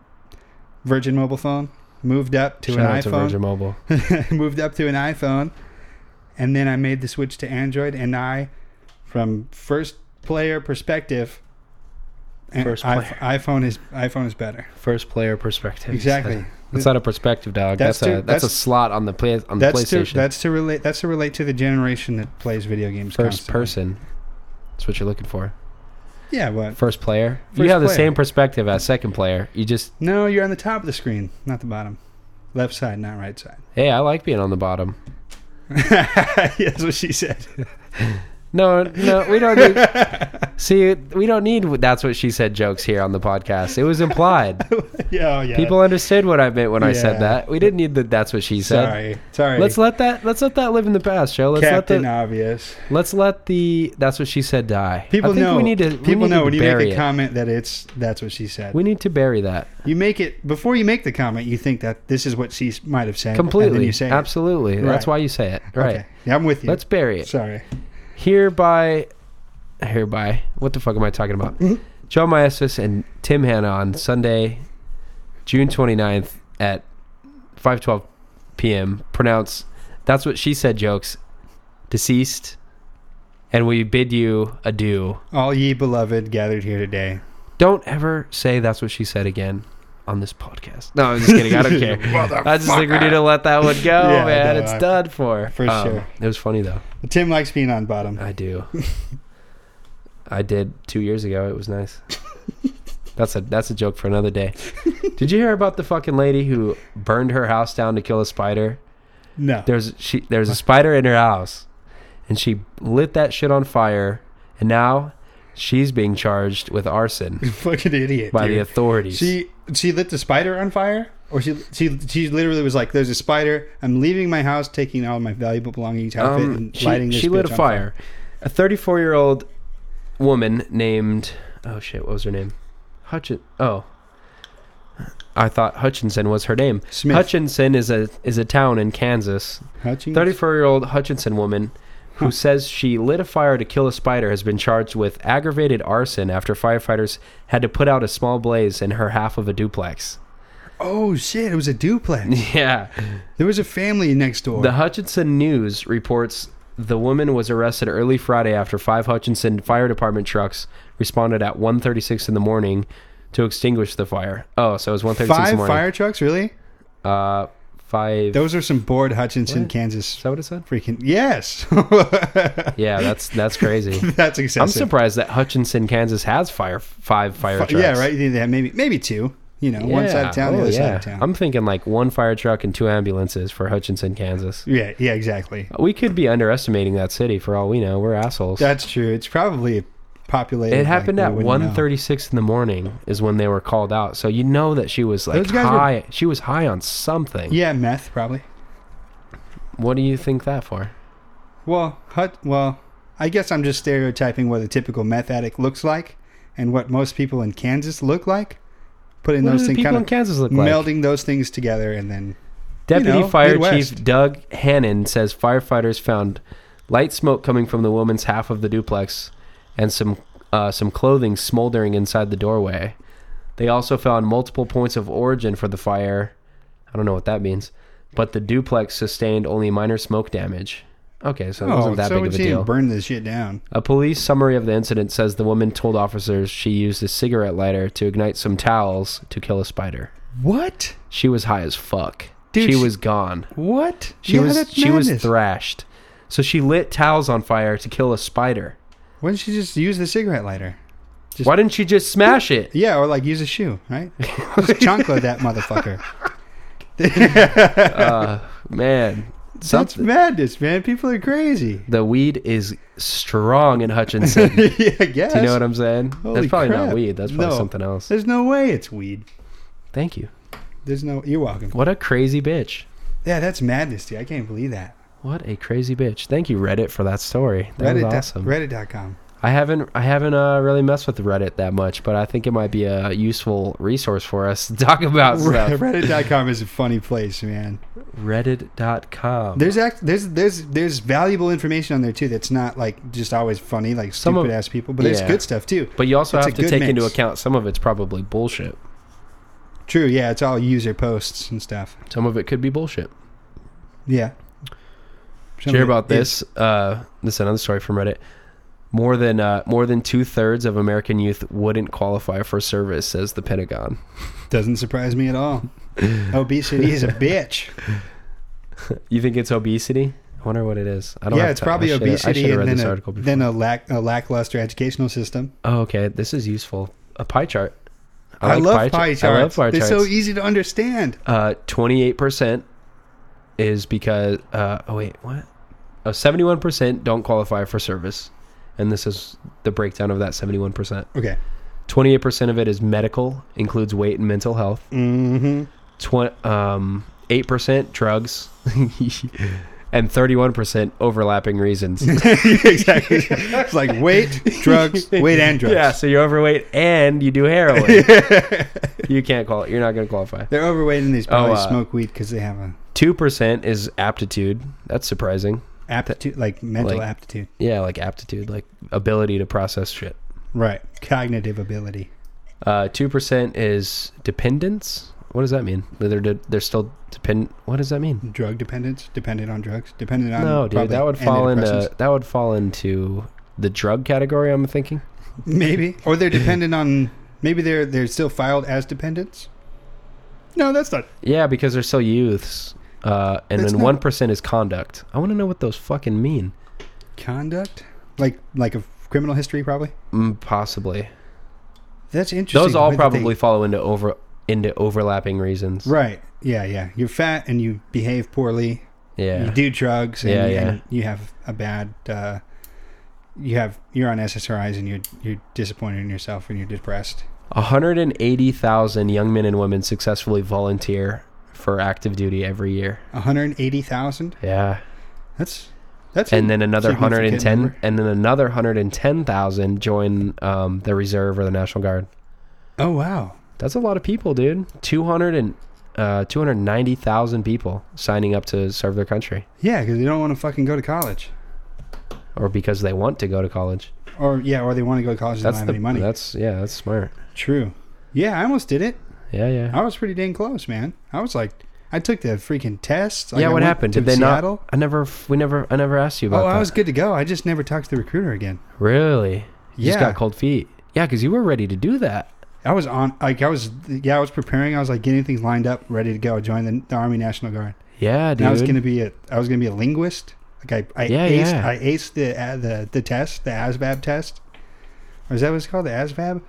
Speaker 1: Virgin mobile phone. Moved up to
Speaker 2: Shout out to
Speaker 1: an
Speaker 2: Virgin Mobile.
Speaker 1: iPhone. moved up to an iPhone, and then I made the switch to Android. And I, from first player perspective, and
Speaker 2: First
Speaker 1: i-
Speaker 2: player.
Speaker 1: iPhone is iPhone is better.
Speaker 2: First player perspective.
Speaker 1: Exactly.
Speaker 2: That's not a perspective, dog. That's,
Speaker 1: That's
Speaker 2: a
Speaker 1: to-
Speaker 2: that's, a
Speaker 1: that's-
Speaker 2: slot on the play on the
Speaker 1: That's to
Speaker 2: PlayStation.
Speaker 1: that's to relate that's to relate to the generation that plays video games.
Speaker 2: First
Speaker 1: constantly.
Speaker 2: person. That's what you're looking for.
Speaker 1: Yeah. What?
Speaker 2: First player. you
Speaker 1: First
Speaker 2: have the
Speaker 1: player.
Speaker 2: same perspective as second player. You just
Speaker 1: No, you're on the top of the screen, not the bottom. Left side, not right side.
Speaker 2: hey, I like being on the bottom.
Speaker 1: That's what she said.
Speaker 2: No, no, we don't need. see, we don't need. That's what she said. Jokes here on the podcast. It was implied.
Speaker 1: yeah, oh, yeah.
Speaker 2: People understood what I meant when I
Speaker 1: Yeah.
Speaker 2: said that. We didn't need that. That's what she said.
Speaker 1: sorry, sorry.
Speaker 2: Let's let that. Let's let that live in the past, Joe. Let's let
Speaker 1: Captain
Speaker 2: the.
Speaker 1: Obvious.
Speaker 2: Let's let the that's what she said die.
Speaker 1: People
Speaker 2: I think
Speaker 1: know.
Speaker 2: we need to we
Speaker 1: people
Speaker 2: need
Speaker 1: know
Speaker 2: to
Speaker 1: when you
Speaker 2: bury
Speaker 1: make a
Speaker 2: it.
Speaker 1: comment that it's that's what she said.
Speaker 2: We need to bury that
Speaker 1: you make it before you make the comment. You think that this is what she s- might have said.
Speaker 2: completely.
Speaker 1: And then you say it.
Speaker 2: Absolutely. That's
Speaker 1: Right.
Speaker 2: why you say it. Right.
Speaker 1: Okay. Yeah, I'm with you.
Speaker 2: Let's bury it.
Speaker 1: Sorry.
Speaker 2: Hereby hereby what the fuck am I talking about?
Speaker 1: Mm-hmm.
Speaker 2: Joe Maesis and Tim Hanna on Sunday, June 29th at 5:12 p.m. pronounce that's what she said jokes deceased and we bid you adieu.
Speaker 1: All ye beloved gathered here today.
Speaker 2: Don't ever say that's what she said again on this podcast. No, I'm just kidding. I don't care. I just think we need to let that one go,
Speaker 1: Yeah,
Speaker 2: man.
Speaker 1: no,
Speaker 2: it's
Speaker 1: I-
Speaker 2: done for. Um,
Speaker 1: for sure.
Speaker 2: It was funny though.
Speaker 1: Tim likes being on bottom.
Speaker 2: I do. I did two years ago. It was nice. That's a that's a joke for another day. Did you hear about the fucking lady who burned her house down to kill a spider?
Speaker 1: No.
Speaker 2: There's she there's a spider in her house, and she lit that shit on fire, and now she's being charged with arson
Speaker 1: Fucking idiot.
Speaker 2: by the
Speaker 1: dude.
Speaker 2: authorities.
Speaker 1: She she lit the spider on fire, or she she she literally was like, "There's a spider. I'm leaving my house, taking all my valuable belongings out of it,
Speaker 2: Um,
Speaker 1: and
Speaker 2: she,
Speaker 1: lighting this
Speaker 2: she lit
Speaker 1: bitch
Speaker 2: a
Speaker 1: on
Speaker 2: fire. A 34 year old woman named oh shit, what was her name? Hutchin. Oh, I thought Hutchinson was her name.
Speaker 1: Smith.
Speaker 2: Hutchinson is a is a town in Kansas.
Speaker 1: Hutchings?
Speaker 2: 34 year old Hutchinson woman who says she lit a fire to kill a spider has been charged with aggravated arson after firefighters had to put out a small blaze in her half of a duplex.
Speaker 1: Oh shit! It was a duplex.
Speaker 2: Yeah.
Speaker 1: There was a family next door.
Speaker 2: The Hutchinson News reports the woman was arrested early Friday after five Hutchinson Fire Department trucks responded at 1:36 in the morning to extinguish the fire. Oh, so it was 1:36 in the
Speaker 1: Five
Speaker 2: morning.
Speaker 1: fire trucks, really?
Speaker 2: Uh, five.
Speaker 1: Those are some bored Hutchinson,
Speaker 2: What?
Speaker 1: Kansas
Speaker 2: is that what it said?
Speaker 1: freaking. Yes.
Speaker 2: Yeah, that's that's crazy.
Speaker 1: That's excessive.
Speaker 2: I'm surprised that Hutchinson, Kansas, has fire five fire
Speaker 1: Fi-
Speaker 2: trucks.
Speaker 1: Yeah, right. you have Maybe maybe two. You know, one side of town, the
Speaker 2: Oh,
Speaker 1: other side
Speaker 2: yeah.
Speaker 1: of town.
Speaker 2: I'm thinking like one fire truck and two ambulances for Hutchinson, Kansas.
Speaker 1: yeah, yeah, exactly.
Speaker 2: We could be underestimating that city for all we know. We're assholes.
Speaker 1: That's true. It's probably populated.
Speaker 2: it happened
Speaker 1: like,
Speaker 2: at
Speaker 1: we wouldn't know.
Speaker 2: 1.36 in the morning is when they were called out. So you know that she was like
Speaker 1: Those guys were-
Speaker 2: high. She was high on something.
Speaker 1: Yeah, meth probably.
Speaker 2: What do you think that for?
Speaker 1: Well, hut. Well, I guess I'm just stereotyping what a typical meth addict looks like, and what most people in Kansas look like. Putting
Speaker 2: What do
Speaker 1: those
Speaker 2: the
Speaker 1: things
Speaker 2: people
Speaker 1: kind
Speaker 2: in
Speaker 1: of
Speaker 2: Kansas look like?
Speaker 1: melding those things together, and then
Speaker 2: Deputy
Speaker 1: you know,
Speaker 2: Fire
Speaker 1: Midwest.
Speaker 2: Chief Doug Hannon says firefighters found light smoke coming from the woman's half of the duplex and some uh, some clothing smoldering inside the doorway. They also found multiple points of origin for the fire. I don't know what that means, but the duplex sustained only minor smoke damage. Okay, so it wasn't that
Speaker 1: Oh, so
Speaker 2: big of a
Speaker 1: she didn't
Speaker 2: deal.
Speaker 1: burn this shit down.
Speaker 2: A police summary of the incident says the woman told officers she used a cigarette lighter to ignite some towels to kill a spider.
Speaker 1: What?
Speaker 2: She was high as fuck.
Speaker 1: Dude,
Speaker 2: she
Speaker 1: she-
Speaker 2: was gone.
Speaker 1: What?
Speaker 2: She
Speaker 1: Yeah,
Speaker 2: was
Speaker 1: that's
Speaker 2: she was
Speaker 1: madness.
Speaker 2: thrashed. So she lit towels on fire to kill a spider.
Speaker 1: Why didn't she just use the cigarette lighter? Just-
Speaker 2: Why didn't she just smash it?
Speaker 1: Yeah, or like use a shoe, right? Just chancla that motherfucker.
Speaker 2: Uh, man,
Speaker 1: That's
Speaker 2: something.
Speaker 1: madness, man. People are crazy.
Speaker 2: The weed is strong in Hutchinson.
Speaker 1: yeah,
Speaker 2: Do
Speaker 1: I guess.
Speaker 2: you know what I'm saying?
Speaker 1: Holy
Speaker 2: that's probably
Speaker 1: crap.
Speaker 2: not weed. That's probably
Speaker 1: No.
Speaker 2: something else.
Speaker 1: There's no way it's weed.
Speaker 2: Thank you.
Speaker 1: There's no. You're welcome.
Speaker 2: What a crazy bitch.
Speaker 1: Yeah, that's madness, dude. I can't believe that.
Speaker 2: What a crazy bitch. Thank you Reddit for that story. That
Speaker 1: Reddit.
Speaker 2: was awesome.
Speaker 1: Reddit.com.
Speaker 2: I haven't I haven't uh, really messed with Reddit that much, but I think it might be a useful resource for us to talk about stuff.
Speaker 1: Reddit.com is a funny place, man.
Speaker 2: Reddit.com.
Speaker 1: There's act. There's there's there's valuable information on there too. That's not like just always funny, like
Speaker 2: Some of-
Speaker 1: stupid ass people. But there's
Speaker 2: yeah.
Speaker 1: good stuff too.
Speaker 2: But you also
Speaker 1: It's
Speaker 2: have
Speaker 1: a
Speaker 2: to
Speaker 1: good
Speaker 2: take into
Speaker 1: mix.
Speaker 2: account some of it's probably bullshit.
Speaker 1: True. Yeah, it's all user posts and stuff.
Speaker 2: Some of it could be bullshit.
Speaker 1: Yeah.
Speaker 2: Did you hear about this? Uh, this is another story from Reddit. More than uh, more than two thirds of American youth wouldn't qualify for service, says the Pentagon.
Speaker 1: Doesn't surprise me at all. Obesity is a bitch.
Speaker 2: You think it's obesity? I wonder what it is. I don't.
Speaker 1: yeah,
Speaker 2: have
Speaker 1: it's
Speaker 2: time. I
Speaker 1: probably
Speaker 2: shoulda- I
Speaker 1: obesity
Speaker 2: shoulda read
Speaker 1: and
Speaker 2: this
Speaker 1: then a,
Speaker 2: article before.
Speaker 1: then a lack a lackluster educational system.
Speaker 2: oh, okay. This is useful. A pie chart.
Speaker 1: I,
Speaker 2: like
Speaker 1: love pie,
Speaker 2: chart-
Speaker 1: charts.
Speaker 2: I love pie charts. e-
Speaker 1: They're so easy to understand.
Speaker 2: Uh, twenty-eight percent is because. Uh, oh wait, what? Oh, 71 percent don't qualify for service, and this is the breakdown of that seventy-one percent.
Speaker 1: Okay.
Speaker 2: Twenty-eight percent of it is medical, includes weight and mental health.
Speaker 1: Mm-hmm.
Speaker 2: Tw- um, eight percent drugs, and thirty-one percent overlapping reasons.
Speaker 1: exactly. It's like weight, drugs, weight and drugs.
Speaker 2: yeah, so you're overweight and you do heroin. you can't qualify. You're not going to qualify.
Speaker 1: They're overweight and they probably
Speaker 2: uh,
Speaker 1: smoke weed because they have a
Speaker 2: Two percent is aptitude. That's surprising.
Speaker 1: aptitude, like mental
Speaker 2: like-
Speaker 1: aptitude.
Speaker 2: Yeah, like aptitude, like ability to process shit.
Speaker 1: Right. Cognitive ability.
Speaker 2: Uh, Two percent is dependence. What does that mean? That They're de- they're still depend. What does that mean?
Speaker 1: Drug dependence, dependent on drugs, dependent on
Speaker 2: no, dude,
Speaker 1: probably
Speaker 2: that would fall
Speaker 1: antidepressants.
Speaker 2: into that would fall into the drug category. I'm thinking.
Speaker 1: Maybe, or they're dependent on. Maybe they're they're still filed as dependents. No, that's not.
Speaker 2: Yeah, because they're still youths. Uh, and
Speaker 1: It's
Speaker 2: then
Speaker 1: not-
Speaker 2: one percent is conduct. I want to know what those fucking mean.
Speaker 1: conduct like like a criminal history probably
Speaker 2: Mm, possibly.
Speaker 1: that's interesting
Speaker 2: Those all
Speaker 1: the way that
Speaker 2: probably fall into over into overlapping reasons.
Speaker 1: they- right yeah yeah you're fat and you behave poorly you
Speaker 2: Yeah.
Speaker 1: do drugs and,
Speaker 2: Yeah, yeah.
Speaker 1: and you have a bad uh you have you're on ssris and you're you're disappointed in yourself and you're depressed
Speaker 2: 180,000 young men and women successfully volunteer for active duty every year.
Speaker 1: 180000
Speaker 2: Yeah.
Speaker 1: that's that's a
Speaker 2: And then another
Speaker 1: significant
Speaker 2: 110
Speaker 1: number.
Speaker 2: and then another 110,000 join um, the reserve or the National Guard.
Speaker 1: oh wow
Speaker 2: That's a lot of people, dude. 200 and uh, 290,000 people signing up to serve their country
Speaker 1: yeah because they don't want to fucking go to college
Speaker 2: or because they want to go to college.
Speaker 1: or yeah or they want to go to college and
Speaker 2: That's
Speaker 1: don't have
Speaker 2: the
Speaker 1: any money
Speaker 2: That's yeah, that's smart.
Speaker 1: true yeah i almost did it
Speaker 2: Yeah, yeah.
Speaker 1: i was pretty dang close man i was like I took the freaking test. Like,
Speaker 2: yeah,
Speaker 1: I
Speaker 2: what
Speaker 1: went
Speaker 2: happened?
Speaker 1: to
Speaker 2: Did they
Speaker 1: Seattle.
Speaker 2: not? I never. f- We never. I never asked you about
Speaker 1: Oh,
Speaker 2: that.
Speaker 1: I was good to go. I just never talked to the recruiter again.
Speaker 2: Really? You
Speaker 1: Yeah.
Speaker 2: just got cold feet. Yeah, because you were ready to do that.
Speaker 1: I was on, like, I was, yeah, I was preparing. I was like getting things lined up, ready to go. Join the, the Army National Guard.
Speaker 2: Yeah,
Speaker 1: And
Speaker 2: dude.
Speaker 1: I was gonna be a, I was gonna be a linguist. Like I, I
Speaker 2: Yeah,
Speaker 1: aced,
Speaker 2: yeah.
Speaker 1: I aced the uh, the the test, the ASVAB test, or is that what it's called, the ASVAB?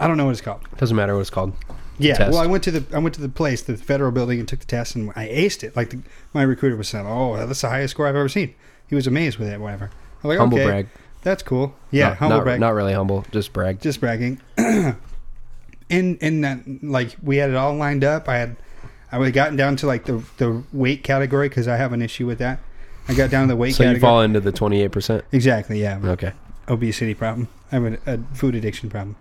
Speaker 1: I don't know what it's called.
Speaker 2: Doesn't matter what it's called.
Speaker 1: Yeah.
Speaker 2: Test.
Speaker 1: Well, I went to the I went to the place, the federal building, and took the test, and I aced it. Like the, my recruiter was saying, "Oh, that's the highest score I've ever seen." He was amazed with it. Whatever. I'm like,
Speaker 2: Humble
Speaker 1: okay,
Speaker 2: brag.
Speaker 1: that's cool. Yeah,
Speaker 2: not,
Speaker 1: humble
Speaker 2: not,
Speaker 1: brag
Speaker 2: Not really humble. Just brag.
Speaker 1: just bragging. and and that, like we had it all lined up. I had I had gotten down to like the the weight category because I have an issue with that. I got down to the weight
Speaker 2: so
Speaker 1: category.
Speaker 2: you fall into the twenty-eight percent.
Speaker 1: exactly, yeah.
Speaker 2: Okay.
Speaker 1: Obesity problem. I have a, a food addiction problem.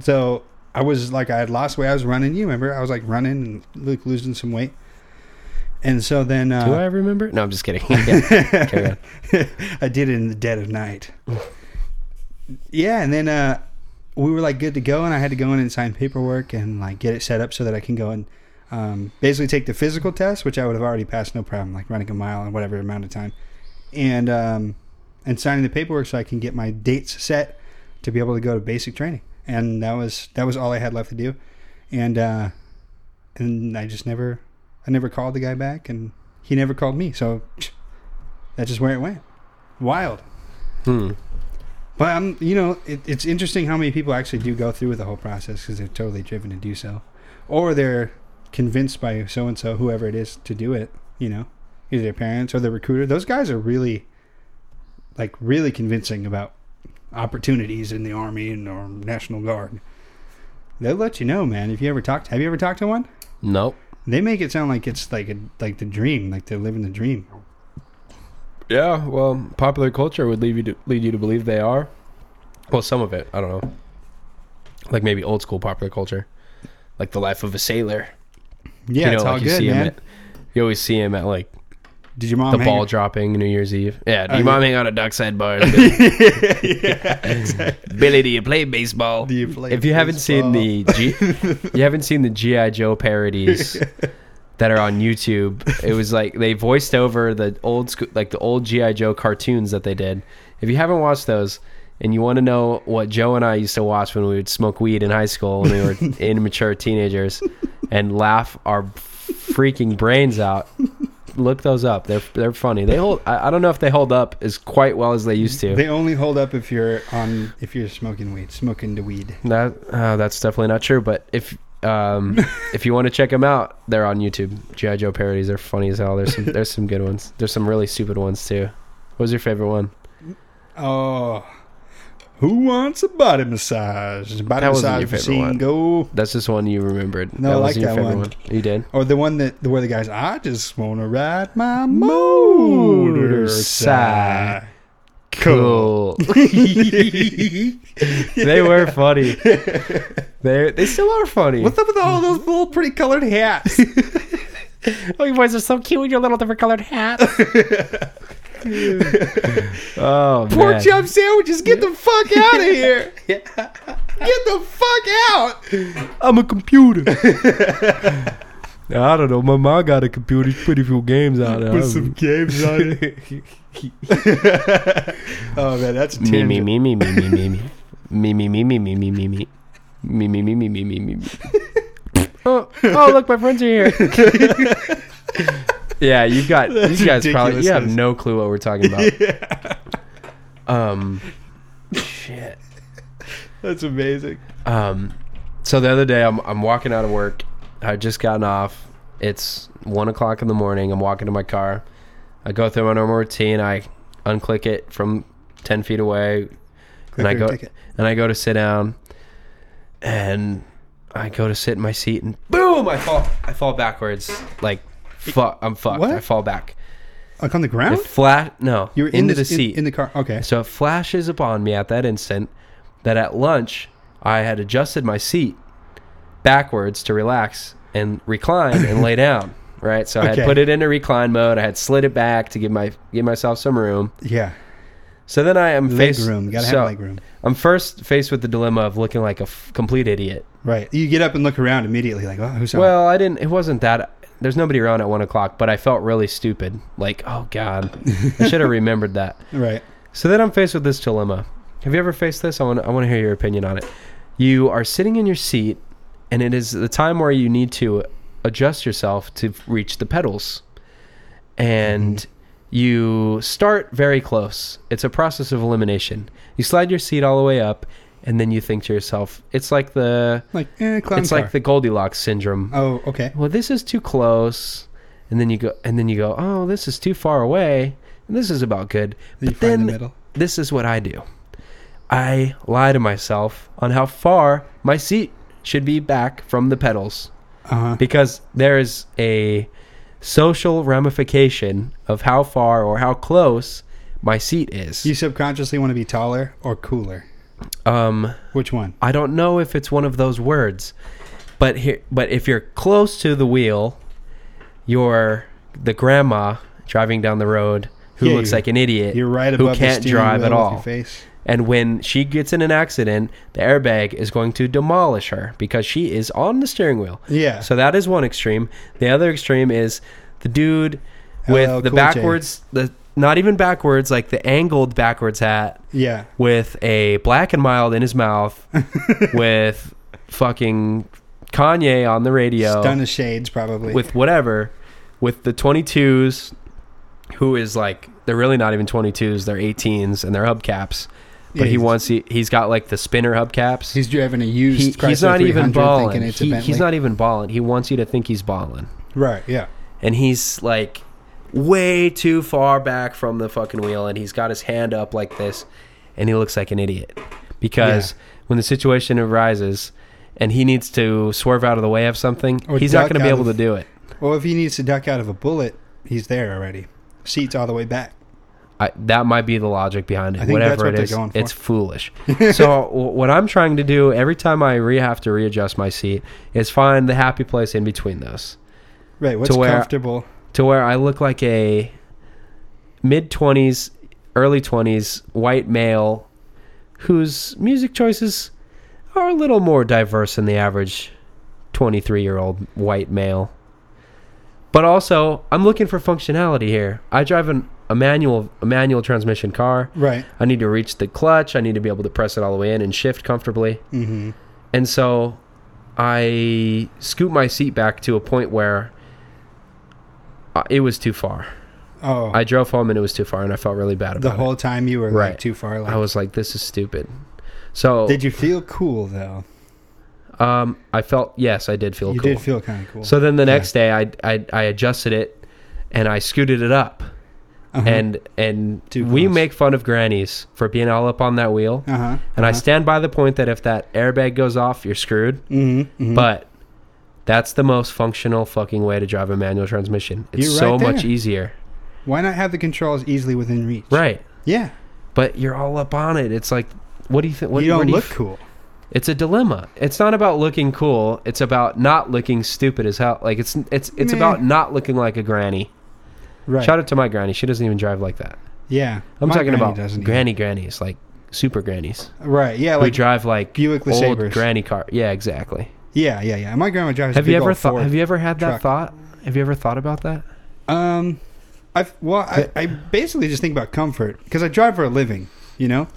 Speaker 1: So I was like, I had lost weight. I was running. You remember? I was like running and like losing some weight. And so then uh,
Speaker 2: Do I remember? No, I'm just kidding. Yeah. Carry on.
Speaker 1: I did it in the dead of night. yeah, and then uh, we were like good to go, and I had to go in and sign paperwork and like get it set up so that I can go and um, basically take the physical test, which I would have already passed no problem, like running a mile in whatever amount of time, and um, and signing the paperwork so I can get my dates set to be able to go to basic training. And that was that was all I had left to do, and uh, and I just never I never called the guy back, and he never called me. So that's just where it went. Wild.
Speaker 2: Hmm.
Speaker 1: But um, you know, it, it's interesting how many people actually do go through with the whole process because they're totally driven to do so, or they're convinced by so and so, whoever it is, to do it. You know, either their parents or the recruiter. Those guys are really, like, really convincing about opportunities in the army and or national guard. They'll let you know, man. If you ever talked, have you ever talked to one?
Speaker 2: Nope.
Speaker 1: They make it sound like it's like a like the dream, like they're living the dream.
Speaker 2: Yeah. Well, popular culture would lead you to lead you to believe they are. Well, some of it. I don't know. Like maybe old school popular culture, like the life of a sailor.
Speaker 1: Yeah, it's all good,
Speaker 2: see
Speaker 1: man.
Speaker 2: Him at, you always see him at like
Speaker 1: Did your mom
Speaker 2: the
Speaker 1: hang-
Speaker 2: ball dropping New Year's Eve. Yeah, do
Speaker 1: Oh,
Speaker 2: you
Speaker 1: yeah.
Speaker 2: mind hang out at Dockside Bar?
Speaker 1: yeah, exactly.
Speaker 2: Billy, do you play baseball?
Speaker 1: Do you play
Speaker 2: if you haven't seen
Speaker 1: baseball?
Speaker 2: the G, you haven't seen the GI Joe parodies that are on YouTube, it was like they voiced over the old school, like the old GI Joe cartoons that they did. If you haven't watched those. And you want to know what Joe and I used to watch when we would smoke weed in high school when we were immature teenagers and laugh our freaking brains out. Look those up. They're they're funny. They hold. I, I don't know if they hold up as quite well as they used to.
Speaker 1: They only hold up if you're on if you're smoking weed, smoking the weed.
Speaker 2: That uh, that's definitely not true. But if um, if you want to check them out, they're on YouTube. GI Joe parodies are funny as hell. There's some there's some good ones. There's some really stupid ones too. What was your favorite one?
Speaker 1: Oh, who wants a body massage? Body
Speaker 2: That wasn't
Speaker 1: massage
Speaker 2: your favorite
Speaker 1: machine,
Speaker 2: one.
Speaker 1: go.
Speaker 2: That's just one you remembered.
Speaker 1: No, I like
Speaker 2: wasn't
Speaker 1: that one.
Speaker 2: You did.
Speaker 1: Or the one that where the guys, I just want to ride my motorcycle.
Speaker 2: Cool. they were funny. They they still are funny.
Speaker 1: What's up with all those little pretty colored hats?
Speaker 2: Oh, you boys are so cute with your little different colored hats. oh
Speaker 1: Pork
Speaker 2: man.
Speaker 1: chop sandwiches, get the fuck out of here! Get the fuck out!
Speaker 2: I'm a computer. I don't know. My mom got a computer. She put a few games out.
Speaker 1: Put some games on it. oh man, that's a
Speaker 2: Me
Speaker 1: tangent.
Speaker 2: me me me me me me me me me me me me me me me me me me me me me me. Oh oh look, my friends are here. Yeah, you got
Speaker 1: That's
Speaker 2: you guys probably you have
Speaker 1: ridiculousness.
Speaker 2: no clue what we're talking about. Um, shit.
Speaker 1: That's amazing.
Speaker 2: Um, so the other day, I'm I'm walking out of work. I had just gotten off. It's one o'clock in the morning. I'm walking to my car. I go through my normal routine. I unclick it from ten feet away, and I
Speaker 1: your
Speaker 2: go
Speaker 1: ticket.
Speaker 2: and I go to sit down, and I go to sit in my seat, and boom! I fall. I fall backwards. Like fuck. I'm fucked.
Speaker 1: What?
Speaker 2: I fall back.
Speaker 1: Like on the
Speaker 2: It
Speaker 1: ground?
Speaker 2: flat. No.
Speaker 1: You were in
Speaker 2: into
Speaker 1: this-
Speaker 2: the
Speaker 1: in-
Speaker 2: seat
Speaker 1: in, the car. Okay.
Speaker 2: so it flashes upon me at that instant that at lunch I had adjusted my seat backwards to relax and recline and lay down. Right, so I
Speaker 1: Okay.
Speaker 2: had put it into recline mode. I had slid it back to give my give myself some room,
Speaker 1: Yeah.
Speaker 2: So then I am
Speaker 1: Leg
Speaker 2: faced.
Speaker 1: room. Gotta have
Speaker 2: so
Speaker 1: leg room.
Speaker 2: I'm first faced with the dilemma of looking like a f- complete idiot.
Speaker 1: Right. You get up and look around immediately, like, oh, who's on?
Speaker 2: Well, I didn't. It wasn't that. There's nobody around at one o'clock, but I felt really stupid. Like, oh god, I should have remembered that.
Speaker 1: right.
Speaker 2: So then I'm faced with this dilemma. Have you ever faced this? I want I want to hear your opinion on it. You are sitting in your seat, and it is the time where you need to adjust yourself to reach the pedals, and
Speaker 1: Mm-hmm.
Speaker 2: you start very close. It's a process of elimination. You slide your seat all the way up, and then you think to yourself, "It's like the
Speaker 1: Like, eh, clown
Speaker 2: it's
Speaker 1: car.
Speaker 2: like the Goldilocks syndrome."
Speaker 1: oh, okay.
Speaker 2: well this is too close and then you go and then you go oh this is too far away and this is about good
Speaker 1: Then you
Speaker 2: but
Speaker 1: find the
Speaker 2: then
Speaker 1: middle.
Speaker 2: this is what i do i lie to myself on how far my seat should be back from the pedals
Speaker 1: Uh huh.
Speaker 2: because there is a social ramification of how far or how close my seat is
Speaker 1: You subconsciously want to be taller or cooler.
Speaker 2: um
Speaker 1: Which one?
Speaker 2: I don't know if it's one of those words, but here, but if you're close to the wheel, you're the grandma driving down the road who
Speaker 1: Yeah,
Speaker 2: looks
Speaker 1: you're-
Speaker 2: like an idiot
Speaker 1: You're right
Speaker 2: who
Speaker 1: above
Speaker 2: can't
Speaker 1: the steering
Speaker 2: drive
Speaker 1: wheel
Speaker 2: at
Speaker 1: with
Speaker 2: all.
Speaker 1: Your face.
Speaker 2: And when she gets in an accident, the airbag is going to demolish her because she is on the steering wheel.
Speaker 1: Yeah.
Speaker 2: So that is one extreme. The other extreme is the dude with
Speaker 1: LL Oh, Cool
Speaker 2: the
Speaker 1: J.
Speaker 2: backwards, the not even backwards, like the angled backwards hat
Speaker 1: Yeah.
Speaker 2: with a black and mild in his mouth with fucking Kanye on the radio
Speaker 1: Stun of shades, probably.
Speaker 2: with whatever with the 22s who is like they're really not even 22s they're 18s and they're hubcaps but
Speaker 1: Yeah,
Speaker 2: he
Speaker 1: he's-
Speaker 2: wants he, he's got like the spinner hubcaps
Speaker 1: he's driving a
Speaker 2: He-
Speaker 1: used Chrysler
Speaker 2: he's not
Speaker 1: 300
Speaker 2: even balling
Speaker 1: thinking it's a
Speaker 2: He-
Speaker 1: Bentley.
Speaker 2: he's not even balling he wants you to think he's balling
Speaker 1: Right. Yeah.
Speaker 2: and he's like way too far back from the fucking wheel and he's got his hand up like this and he looks like an idiot because when the situation arises and he needs to swerve out of the way of something
Speaker 1: Or
Speaker 2: he's not
Speaker 1: duck
Speaker 2: going to be
Speaker 1: out
Speaker 2: able
Speaker 1: of-
Speaker 2: to do it
Speaker 1: Well, if he needs to duck out of a bullet, he's there already. Seats all the way back.
Speaker 2: I, that might be the logic behind it.
Speaker 1: I think
Speaker 2: Whatever
Speaker 1: that's what
Speaker 2: it
Speaker 1: they're
Speaker 2: is,
Speaker 1: going for.
Speaker 2: it's foolish. so w- what I'm trying to do every time I re- have to readjust my seat is find the happy place in between those,
Speaker 1: Right. What's
Speaker 2: where-
Speaker 1: comfortable?
Speaker 2: to where I look like a mid 20s, early 20s white male whose music choices are a little more diverse than the average 23 year old white male. But also, I'm looking for functionality here. I drive an, a manual a manual transmission car.
Speaker 1: Right.
Speaker 2: I need to reach the clutch. I need to be able to press it all the way in and shift comfortably.
Speaker 1: Mm-hmm.
Speaker 2: And so I scoot my seat back to a point where uh, it was too far.
Speaker 1: Oh.
Speaker 2: I drove home and it was too far, and I felt really bad about
Speaker 1: the
Speaker 2: it.
Speaker 1: whole time you were
Speaker 2: Right.
Speaker 1: like too far. Like,
Speaker 2: I was like, "This is stupid." So
Speaker 1: Did you feel cool though?
Speaker 2: um, I felt yes, I did feel
Speaker 1: You
Speaker 2: cool.
Speaker 1: did feel kind of cool.
Speaker 2: so then the next day, I, I I adjusted it, and I scooted it up,
Speaker 1: Uh-huh.
Speaker 2: and and
Speaker 1: Too
Speaker 2: we
Speaker 1: close.
Speaker 2: make fun of grannies for being all up on that wheel.
Speaker 1: Uh-huh.
Speaker 2: And I stand by the point that if that airbag goes off, you're screwed.
Speaker 1: Mm-hmm.
Speaker 2: But that's the most functional fucking way to drive a manual transmission. It's
Speaker 1: You're
Speaker 2: so
Speaker 1: right
Speaker 2: much
Speaker 1: there.
Speaker 2: easier.
Speaker 1: Why not have the controls easily within reach?
Speaker 2: Right.
Speaker 1: Yeah.
Speaker 2: But you're all up on it. It's like, what do you think? What,
Speaker 1: you
Speaker 2: where
Speaker 1: don't
Speaker 2: do
Speaker 1: look
Speaker 2: f-
Speaker 1: cool.
Speaker 2: It's a dilemma. It's not about looking cool. It's about not looking stupid as hell. Like it's it's it's
Speaker 1: Meh.
Speaker 2: about not looking like a granny.
Speaker 1: Right.
Speaker 2: Shout out to my granny. She doesn't even drive like that.
Speaker 1: Yeah.
Speaker 2: I'm
Speaker 1: My
Speaker 2: talking
Speaker 1: granny
Speaker 2: about
Speaker 1: doesn't
Speaker 2: granny grannies, like super grannies.
Speaker 1: either. Right. Yeah.
Speaker 2: who
Speaker 1: Like.
Speaker 2: drive like
Speaker 1: Buick
Speaker 2: old
Speaker 1: LeSabres.
Speaker 2: granny car. Yeah, exactly.
Speaker 1: yeah. Yeah. Yeah. My grandma drives. a
Speaker 2: Have you
Speaker 1: big
Speaker 2: ever
Speaker 1: old
Speaker 2: thought?
Speaker 1: Ford.
Speaker 2: Have you ever had that
Speaker 1: truck.
Speaker 2: thought? Have you ever thought about that?
Speaker 1: Um, I've well, I, I basically just think about comfort because I drive for a living, you know.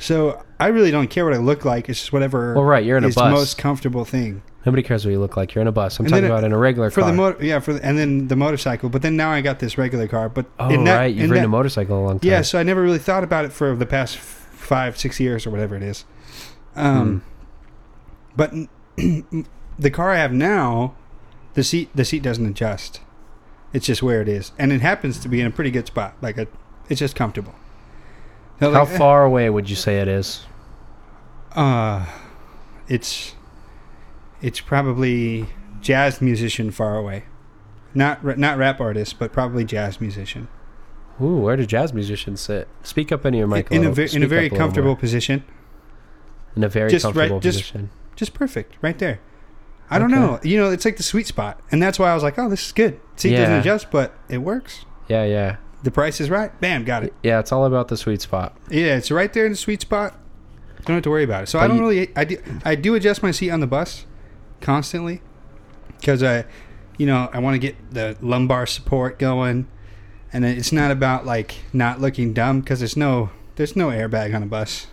Speaker 1: So I really don't care what I look like. It's just whatever.
Speaker 2: Well, right, you're in a
Speaker 1: is
Speaker 2: bus.
Speaker 1: most comfortable thing
Speaker 2: Nobody cares what you look like. You're in a bus. I'm
Speaker 1: And
Speaker 2: talking
Speaker 1: then it-
Speaker 2: about in a regular
Speaker 1: for
Speaker 2: car.
Speaker 1: the motor. Yeah, for the, and then the motorcycle. But then now I got this regular car. But
Speaker 2: oh,
Speaker 1: in that,
Speaker 2: right. You've
Speaker 1: in
Speaker 2: ridden
Speaker 1: that-
Speaker 2: a motorcycle a long time.
Speaker 1: Yeah, so I never really thought about it for the past f- five, six years or whatever it is. Um,
Speaker 2: Hmm.
Speaker 1: but n- the car I have now, the seat the seat doesn't adjust. It's just where it is, and it happens to be in a pretty good spot. Like a, it's just comfortable. Now,
Speaker 2: How
Speaker 1: like, eh,
Speaker 2: far away would you say it is?
Speaker 1: Uh, it's it's probably jazz musician far away. Not ra- not rap artist, but probably jazz musician.
Speaker 2: Ooh, where do jazz musicians sit? Speak up into your mic.
Speaker 1: in a,
Speaker 2: little-
Speaker 1: ve- in
Speaker 2: speak
Speaker 1: a
Speaker 2: up
Speaker 1: very
Speaker 2: little
Speaker 1: comfortable
Speaker 2: more.
Speaker 1: position.
Speaker 2: In a very
Speaker 1: just right-
Speaker 2: comfortable
Speaker 1: just-
Speaker 2: position.
Speaker 1: just perfect right there. I don't
Speaker 2: Okay.
Speaker 1: know. You know, it's like the sweet spot, and that's why I was like, "Oh, this is good." Seat
Speaker 2: Yeah.
Speaker 1: doesn't adjust, but it works.
Speaker 2: Yeah, yeah.
Speaker 1: The price is right. Bam, got it.
Speaker 2: Yeah, it's all about the sweet spot.
Speaker 1: Yeah, it's right there in the sweet spot. Don't have to worry about it. So I
Speaker 2: But
Speaker 1: don't
Speaker 2: you-
Speaker 1: really. I do. I do adjust my seat on the bus constantly because I, you know, I want to get the lumbar support going, and then it's not about like not looking dumb because there's no there's no airbag on a bus.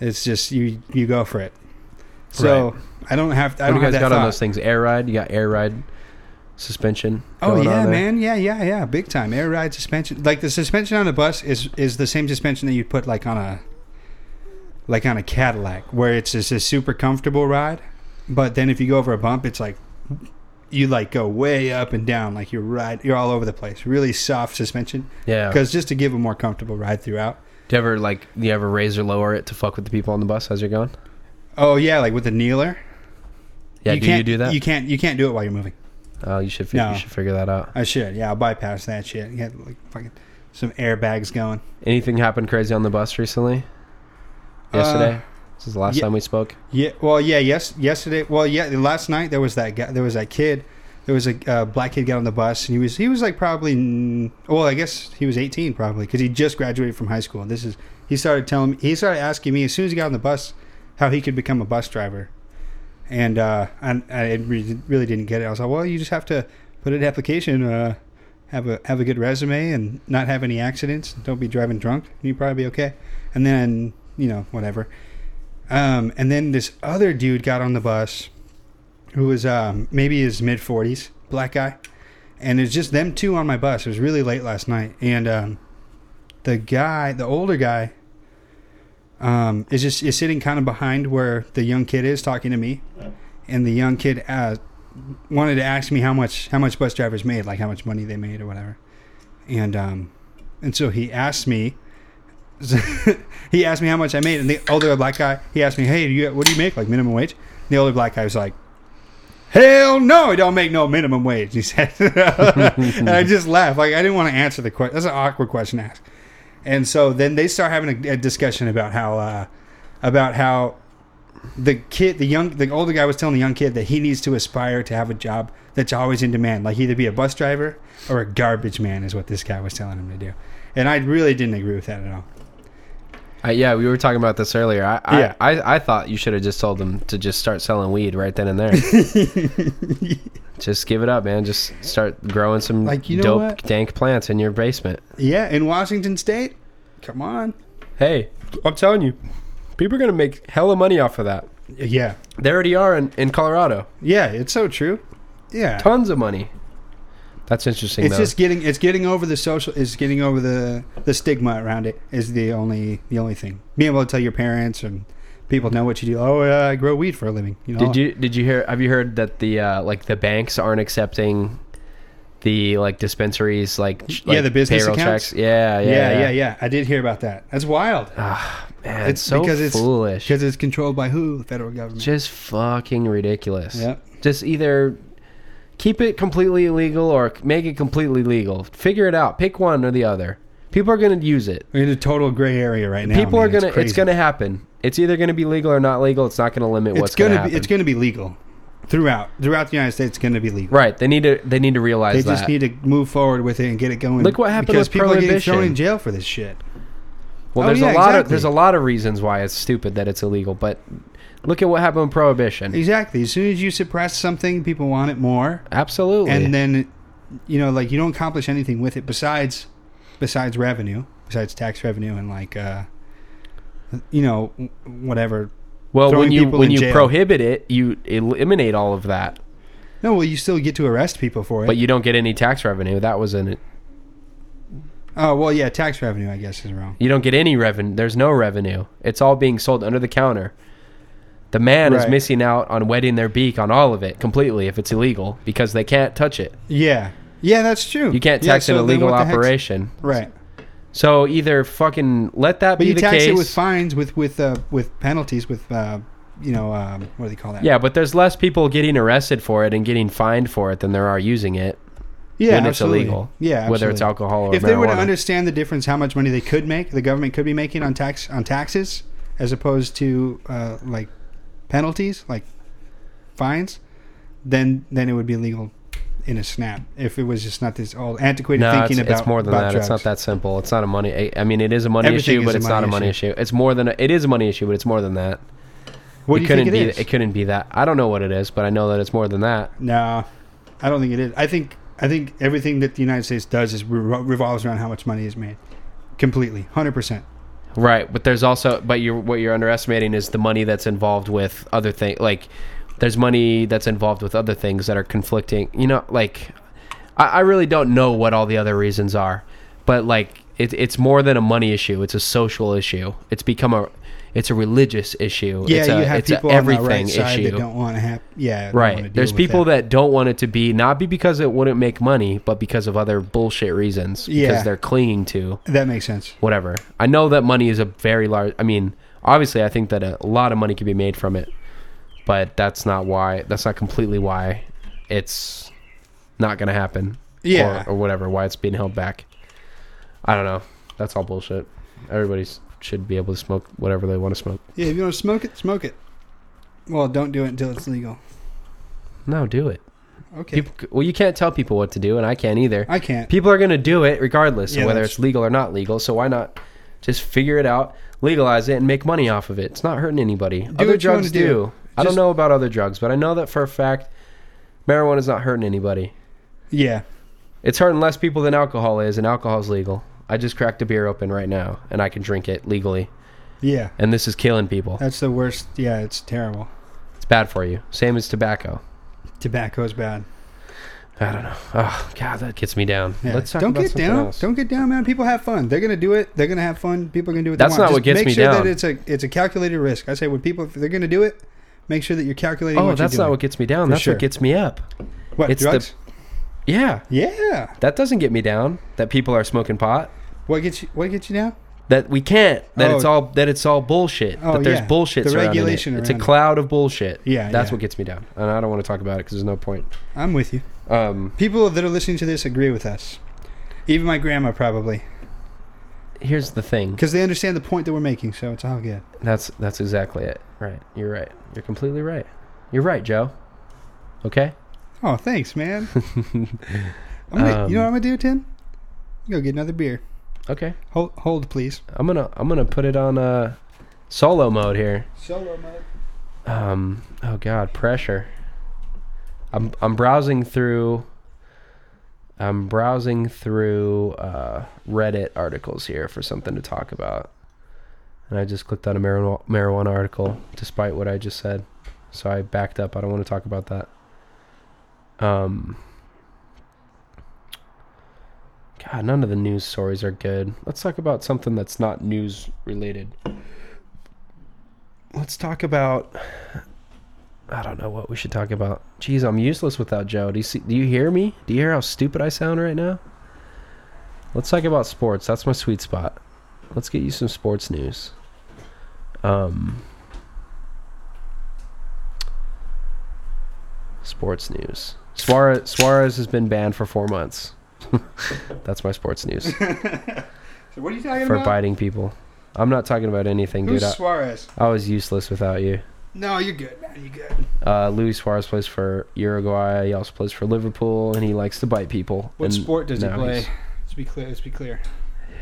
Speaker 1: It's just you you go for it. So I don't have. I don't
Speaker 2: What do you
Speaker 1: have
Speaker 2: guys
Speaker 1: that
Speaker 2: got
Speaker 1: thought.
Speaker 2: on those things? Air ride. You got air ride suspension.
Speaker 1: Oh
Speaker 2: going on
Speaker 1: yeah,
Speaker 2: there.
Speaker 1: man. Yeah, yeah, yeah. Big time. Air ride suspension. Like the suspension on a bus is is the same suspension that you put like on a like on a Cadillac, where it's just a super comfortable ride. But then if you go over a bump, it's like you like go way up and down, like you're right, you're all over the place. Really soft suspension,
Speaker 2: Yeah.
Speaker 1: because just to give a more comfortable ride throughout.
Speaker 2: Do you ever like do you ever raise or lower it to fuck with the people on the bus as you're going?
Speaker 1: Oh yeah, like with the kneeler.
Speaker 2: Yeah. do
Speaker 1: can't,
Speaker 2: you do that?
Speaker 1: You can't. You can't do it while you're moving.
Speaker 2: oh, you should. Fi-
Speaker 1: No.
Speaker 2: You should figure that out.
Speaker 1: I should. Yeah, I'll bypass that shit. Get like fucking some airbags going.
Speaker 2: Anything happened crazy on the bus recently?
Speaker 1: Uh,
Speaker 2: Yesterday. this is the last
Speaker 1: yeah.
Speaker 2: time we spoke.
Speaker 1: Yeah. Well, yeah. Yes. Yesterday. Well, yeah. Last night there was that guy. There was that kid. There was a uh, black kid got on the bus, and he was he was like probably mm, well, I guess he was eighteen probably because he just graduated from high school. This is he started telling me he started asking me as soon as he got on the bus how he could become a bus driver, and uh, and I re- really didn't get it. I was like, well, you just have to put in an application, uh, have a have a good resume, and not have any accidents. Don't be driving drunk, and you probably be okay. And then you know whatever. Um, and then this other dude got on the bus who was um, maybe his mid 40s, black guy. And it's just them two on my bus. It was really late last night. And um, the guy, the older guy, um, is just is sitting kind of behind where the young kid is talking to me. And the young kid uh, wanted to ask me how much how much bus drivers made, like how much money they made or whatever. And um, and so he asked me he asked me how much I made, and the older black guy, he asked me, "Hey, do you, what do you make, like minimum wage?" And the older black guy was like, "Hell no, I don't make no minimum wage." He said, and I just laughed, like I didn't want to answer the question. That's an awkward question to ask. And so then they start having a, a discussion about how, uh, about how the kid, the young, the older guy was telling the young kid that he needs to aspire to have a job that's always in demand, like either be a bus driver or a garbage man, is what this guy was telling him to do. And I really didn't agree with that at all.
Speaker 2: I, Uh, yeah, we were talking about this earlier. I, I,
Speaker 1: Yeah.
Speaker 2: I, I thought you should have just told them to just start selling weed right then and there. just give it up, man. Just start growing some
Speaker 1: Like, you know
Speaker 2: dope,
Speaker 1: what?
Speaker 2: dank plants in your basement.
Speaker 1: Yeah, in Washington State. Come on.
Speaker 2: Hey, I'm telling you, people are going to make hella money off of that.
Speaker 1: Yeah,
Speaker 2: They already are in, in Colorado.
Speaker 1: yeah, it's so true. Yeah,
Speaker 2: Tons of money. That's interesting,
Speaker 1: it's
Speaker 2: though.
Speaker 1: just getting it's getting over the social it's getting over the the stigma around it is the only the only thing. Being able to tell your parents and people know what you do. Oh, uh, I grow weed for a living. You know.
Speaker 2: Did you did you hear? Have you heard that the uh, like the banks aren't accepting the like dispensaries like ch-
Speaker 1: Yeah,
Speaker 2: like
Speaker 1: the business
Speaker 2: payroll
Speaker 1: accounts?
Speaker 2: checks? Yeah, yeah,
Speaker 1: Yeah, yeah, yeah, I did hear about that. That's wild.
Speaker 2: Man, it's so foolish.
Speaker 1: because it's controlled by who? The federal government.
Speaker 2: just fucking ridiculous.
Speaker 1: Yep.
Speaker 2: Just either keep it completely illegal or make it completely legal. Figure it out. Pick one or the other. People are going to use it.
Speaker 1: We're in a total gray area right now.
Speaker 2: People
Speaker 1: man.
Speaker 2: are going to it's
Speaker 1: crazy.
Speaker 2: going to happen. It's either going to be legal or not legal. It's not going to limit
Speaker 1: it's
Speaker 2: what's going to
Speaker 1: gonna
Speaker 2: happen.
Speaker 1: be it's gonna be legal throughout throughout the United States. It's gonna be legal.
Speaker 2: right. They need to they need to realize
Speaker 1: They
Speaker 2: that.
Speaker 1: just need to move forward with it and get it going.
Speaker 2: Look what happened
Speaker 1: because
Speaker 2: with
Speaker 1: people are getting
Speaker 2: prohibition.
Speaker 1: thrown in jail for this shit.
Speaker 2: Well,
Speaker 1: Oh,
Speaker 2: there's
Speaker 1: yeah,
Speaker 2: a lot of
Speaker 1: exactly.
Speaker 2: there's a lot of reasons why it's stupid that it's illegal, but look at what happened with prohibition.
Speaker 1: Exactly. As soon as you suppress something, people want it more,
Speaker 2: Oh, Absolutely.
Speaker 1: and then you know, like you don't accomplish anything with it besides besides revenue, besides tax revenue, and like uh, you know, w- whatever.
Speaker 2: well,
Speaker 1: throwing
Speaker 2: when you
Speaker 1: people
Speaker 2: when
Speaker 1: in
Speaker 2: you
Speaker 1: jail.
Speaker 2: prohibit it, you eliminate all of that,
Speaker 1: No, well, you still get to arrest people for it.
Speaker 2: but you don't get any tax revenue. That was in it.
Speaker 1: oh well, yeah, tax revenue, I guess, is wrong.
Speaker 2: You don't get any revenue. There's no revenue. It's all being sold under the counter. The man is
Speaker 1: Right.
Speaker 2: missing out on wetting their beak on all of it completely if it's illegal because they can't touch it.
Speaker 1: Yeah, yeah, that's true.
Speaker 2: You can't
Speaker 1: Yeah,
Speaker 2: tax
Speaker 1: so
Speaker 2: an
Speaker 1: then
Speaker 2: illegal
Speaker 1: what the heck's-
Speaker 2: operation.
Speaker 1: right?
Speaker 2: So either fucking let that
Speaker 1: But
Speaker 2: be
Speaker 1: you
Speaker 2: the
Speaker 1: tax
Speaker 2: case.
Speaker 1: it with fines, with with uh, with penalties, with uh, you know, um, what do they call that?
Speaker 2: Yeah, but there's less people getting arrested for it and getting fined for it than there are using it.
Speaker 1: yeah,
Speaker 2: when it's illegal,
Speaker 1: Yeah,
Speaker 2: whether it's
Speaker 1: absolutely.
Speaker 2: alcohol or
Speaker 1: if they were to
Speaker 2: marijuana.
Speaker 1: understand the difference, how much money they could make, the government could be making on tax on taxes, as opposed to uh, like penalties, like fines, then then it would be legal in a snap if it was just not this old antiquated
Speaker 2: No, it's,
Speaker 1: thinking about.
Speaker 2: it's more than
Speaker 1: about
Speaker 2: that. It's
Speaker 1: drugs.
Speaker 2: not that simple. It's not a money. I- I mean, it is a money
Speaker 1: Everything
Speaker 2: issue,
Speaker 1: is
Speaker 2: but
Speaker 1: a
Speaker 2: it's
Speaker 1: money
Speaker 2: not a money issue. It's more than a, it is a money issue, but it's more than that.
Speaker 1: What
Speaker 2: it
Speaker 1: do you
Speaker 2: couldn't
Speaker 1: think it
Speaker 2: be.
Speaker 1: is?
Speaker 2: It couldn't be that. I don't know what it is, but I know that it's more than that.
Speaker 1: No, I don't think it is. I think I think everything that the United States does is re- revolves around how much money is made, completely, hundred percent.
Speaker 2: Right, but there's also but you're what you're underestimating is the money that's involved with other things. Like there's money that's involved with other things that are conflicting. You know, like I, I really don't know what all the other reasons are, but like it, it's more than a money issue. It's a social issue. It's become a it's a religious issue.
Speaker 1: Yeah,
Speaker 2: it's a,
Speaker 1: you have
Speaker 2: it's a
Speaker 1: people on the
Speaker 2: everything
Speaker 1: right side
Speaker 2: issue.
Speaker 1: that don't want to have. Yeah, don't wanna deal
Speaker 2: Right. There's
Speaker 1: with
Speaker 2: people that. don't want it to be not be because it wouldn't make money, but because of other bullshit reasons. Because
Speaker 1: Yeah.
Speaker 2: they're clinging to
Speaker 1: that. makes sense.
Speaker 2: whatever. I know that money is a very large. I mean, obviously, I think that a lot of money can be made from it, but that's not why. That's not completely why it's not going to happen.
Speaker 1: Yeah.
Speaker 2: Or, or whatever. Why it's being held back. I don't know. That's all bullshit. Everybody s- should be able to smoke whatever they want to smoke.
Speaker 1: Yeah, if you want to smoke it, smoke it. Well, don't do it until it's legal.
Speaker 2: No, do it.
Speaker 1: Okay,
Speaker 2: People, c- well, you can't tell people what to do, and I can't either.
Speaker 1: I can't.
Speaker 2: people are going to do it regardless
Speaker 1: Yeah,
Speaker 2: of whether
Speaker 1: that's-
Speaker 2: it's legal or not legal. So why not just figure it out, legalize it, and make money off of it? It's not hurting anybody. other
Speaker 1: what you wanna
Speaker 2: drugs
Speaker 1: do.
Speaker 2: do. I don't
Speaker 1: Just-
Speaker 2: know about other drugs, but I know that for a fact, marijuana is not hurting anybody.
Speaker 1: Yeah,
Speaker 2: It's hurting less people than alcohol is, and alcohol's legal. I just cracked a beer open right now, and I can drink it legally.
Speaker 1: yeah.
Speaker 2: And this is killing people.
Speaker 1: That's the worst. Yeah, it's terrible.
Speaker 2: It's bad for you. Same as tobacco.
Speaker 1: Tobacco's bad.
Speaker 2: I don't know. Oh God, that gets me down.
Speaker 1: Yeah.
Speaker 2: Let's talk
Speaker 1: don't
Speaker 2: about
Speaker 1: get
Speaker 2: something
Speaker 1: down.
Speaker 2: else.
Speaker 1: Don't get down, man. People have fun. They're gonna do it. They're gonna have fun. People are gonna do what
Speaker 2: That's
Speaker 1: they want.
Speaker 2: not what gets
Speaker 1: make
Speaker 2: me
Speaker 1: sure
Speaker 2: down.
Speaker 1: That it's a it's a calculated risk. I say when people if they're gonna do it, make sure that you're calculating.
Speaker 2: oh,
Speaker 1: what
Speaker 2: that's
Speaker 1: you're
Speaker 2: not
Speaker 1: doing.
Speaker 2: what gets me down.
Speaker 1: For
Speaker 2: That's
Speaker 1: sure.
Speaker 2: what gets me up.
Speaker 1: What
Speaker 2: it's the-
Speaker 1: drugs?
Speaker 2: Yeah.
Speaker 1: yeah.
Speaker 2: That doesn't get me down. That people are smoking pot.
Speaker 1: What gets you? What gets you down?
Speaker 2: That we can't. That it's
Speaker 1: Oh.
Speaker 2: all. That it's all bullshit.
Speaker 1: Oh,
Speaker 2: that there's
Speaker 1: yeah.
Speaker 2: bullshit.
Speaker 1: The
Speaker 2: surrounding
Speaker 1: regulation
Speaker 2: It. It's a
Speaker 1: around it.
Speaker 2: cloud of bullshit.
Speaker 1: Yeah,
Speaker 2: that's
Speaker 1: yeah.
Speaker 2: what gets me down, and I don't want to talk about it because there's no point.
Speaker 1: I'm with you.
Speaker 2: Um,
Speaker 1: People that are listening to this agree with us. Even my grandma probably,
Speaker 2: here's the thing.
Speaker 1: because they understand the point that we're making. So it's all good.
Speaker 2: That's that's exactly it. Right. You're right. You're completely right. You're right, Joe. Okay.
Speaker 1: Oh, thanks, man. I'm gonna, you know what I'm
Speaker 2: Um,
Speaker 1: gonna do, Tim? I'm gonna Go get another beer.
Speaker 2: Okay.
Speaker 1: Hold, hold, please.
Speaker 2: I'm gonna I'm gonna put it on uh, solo mode here.
Speaker 1: Solo mode.
Speaker 2: um oh god pressure i'm i'm browsing through i'm browsing through uh reddit articles here for something to talk about and i just clicked on a marijuana, marijuana article despite what i just said so i backed up i don't want to talk about that um god none of the news stories are good let's talk about something that's not news related let's talk about I don't know what we should talk about. Jeez, I'm useless without Joe. Do you see, do you hear me? Do you hear how stupid I sound right now? Let's talk about sports. That's my sweet spot. Let's get you some sports news. Um Sports news. Suarez Suarez has been banned for 4 months. That's my sports news
Speaker 1: So what are you talking
Speaker 2: for
Speaker 1: about?
Speaker 2: biting people. I'm not talking about anything,
Speaker 1: Who's
Speaker 2: dude. I,
Speaker 1: Suarez?
Speaker 2: I was useless without you.
Speaker 1: No, you're good, man. You're good.
Speaker 2: Uh, Luis Suarez plays for Uruguay. He also plays for Liverpool, and he likes to bite people.
Speaker 1: What
Speaker 2: And
Speaker 1: sport does he
Speaker 2: now
Speaker 1: play?
Speaker 2: he's-
Speaker 1: Let's be clear. Let's be clear.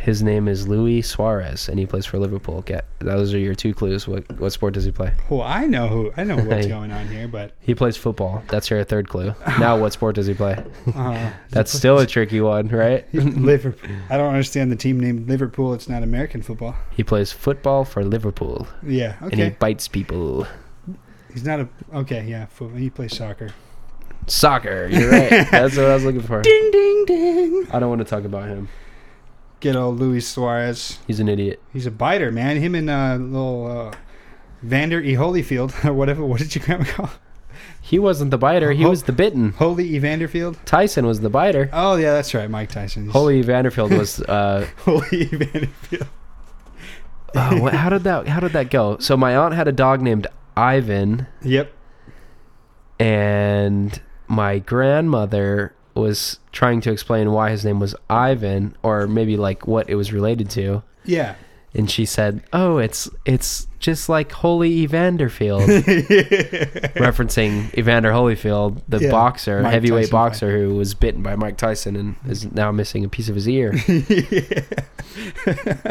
Speaker 2: His name is Luis Suarez, and he plays for Liverpool. Get those are your two clues. What what sport does he play?
Speaker 1: Well, I know who. I know what's going on here, but
Speaker 2: He plays football. That's your third clue. Now, what sport does he play?
Speaker 1: uh,
Speaker 2: That's still a tricky one, right?
Speaker 1: Liverpool. I don't understand the team named Liverpool. It's not American football.
Speaker 2: He plays football for Liverpool,
Speaker 1: Yeah.
Speaker 2: and he
Speaker 1: Okay.
Speaker 2: bites people.
Speaker 1: He's not a. Okay. Yeah. Fo- he plays soccer.
Speaker 2: Soccer. You're right. That's what I was looking for.
Speaker 1: Ding ding ding.
Speaker 2: I don't want to talk about him.
Speaker 1: Get old Luis Suarez.
Speaker 2: He's an idiot.
Speaker 1: He's a biter, man. Him and uh, little uh, Vander E Holyfield or whatever. What did you grandma call? him?
Speaker 2: He wasn't the biter. He
Speaker 1: Ho-
Speaker 2: was the bitten.
Speaker 1: Holy E Vanderfield.
Speaker 2: Tyson was the biter.
Speaker 1: Oh yeah, that's right. Mike Tyson. He's-
Speaker 2: Holy Vanderfield was uh,
Speaker 1: Holy E Vanderfield.
Speaker 2: oh, what, how did that how did that go? So my aunt had a dog named Ivan,
Speaker 1: Yep.
Speaker 2: and my grandmother was trying to explain why his name was Ivan, or maybe like what it was related to.
Speaker 1: Yeah.
Speaker 2: and she said, "Oh, it's it's just like Holy Evanderfield," referencing Evander Holyfield, the
Speaker 1: Yeah,
Speaker 2: boxer,
Speaker 1: Mike
Speaker 2: heavyweight
Speaker 1: Tyson fight.
Speaker 2: boxer who was bitten by Mike Tyson and is now missing a piece of his ear.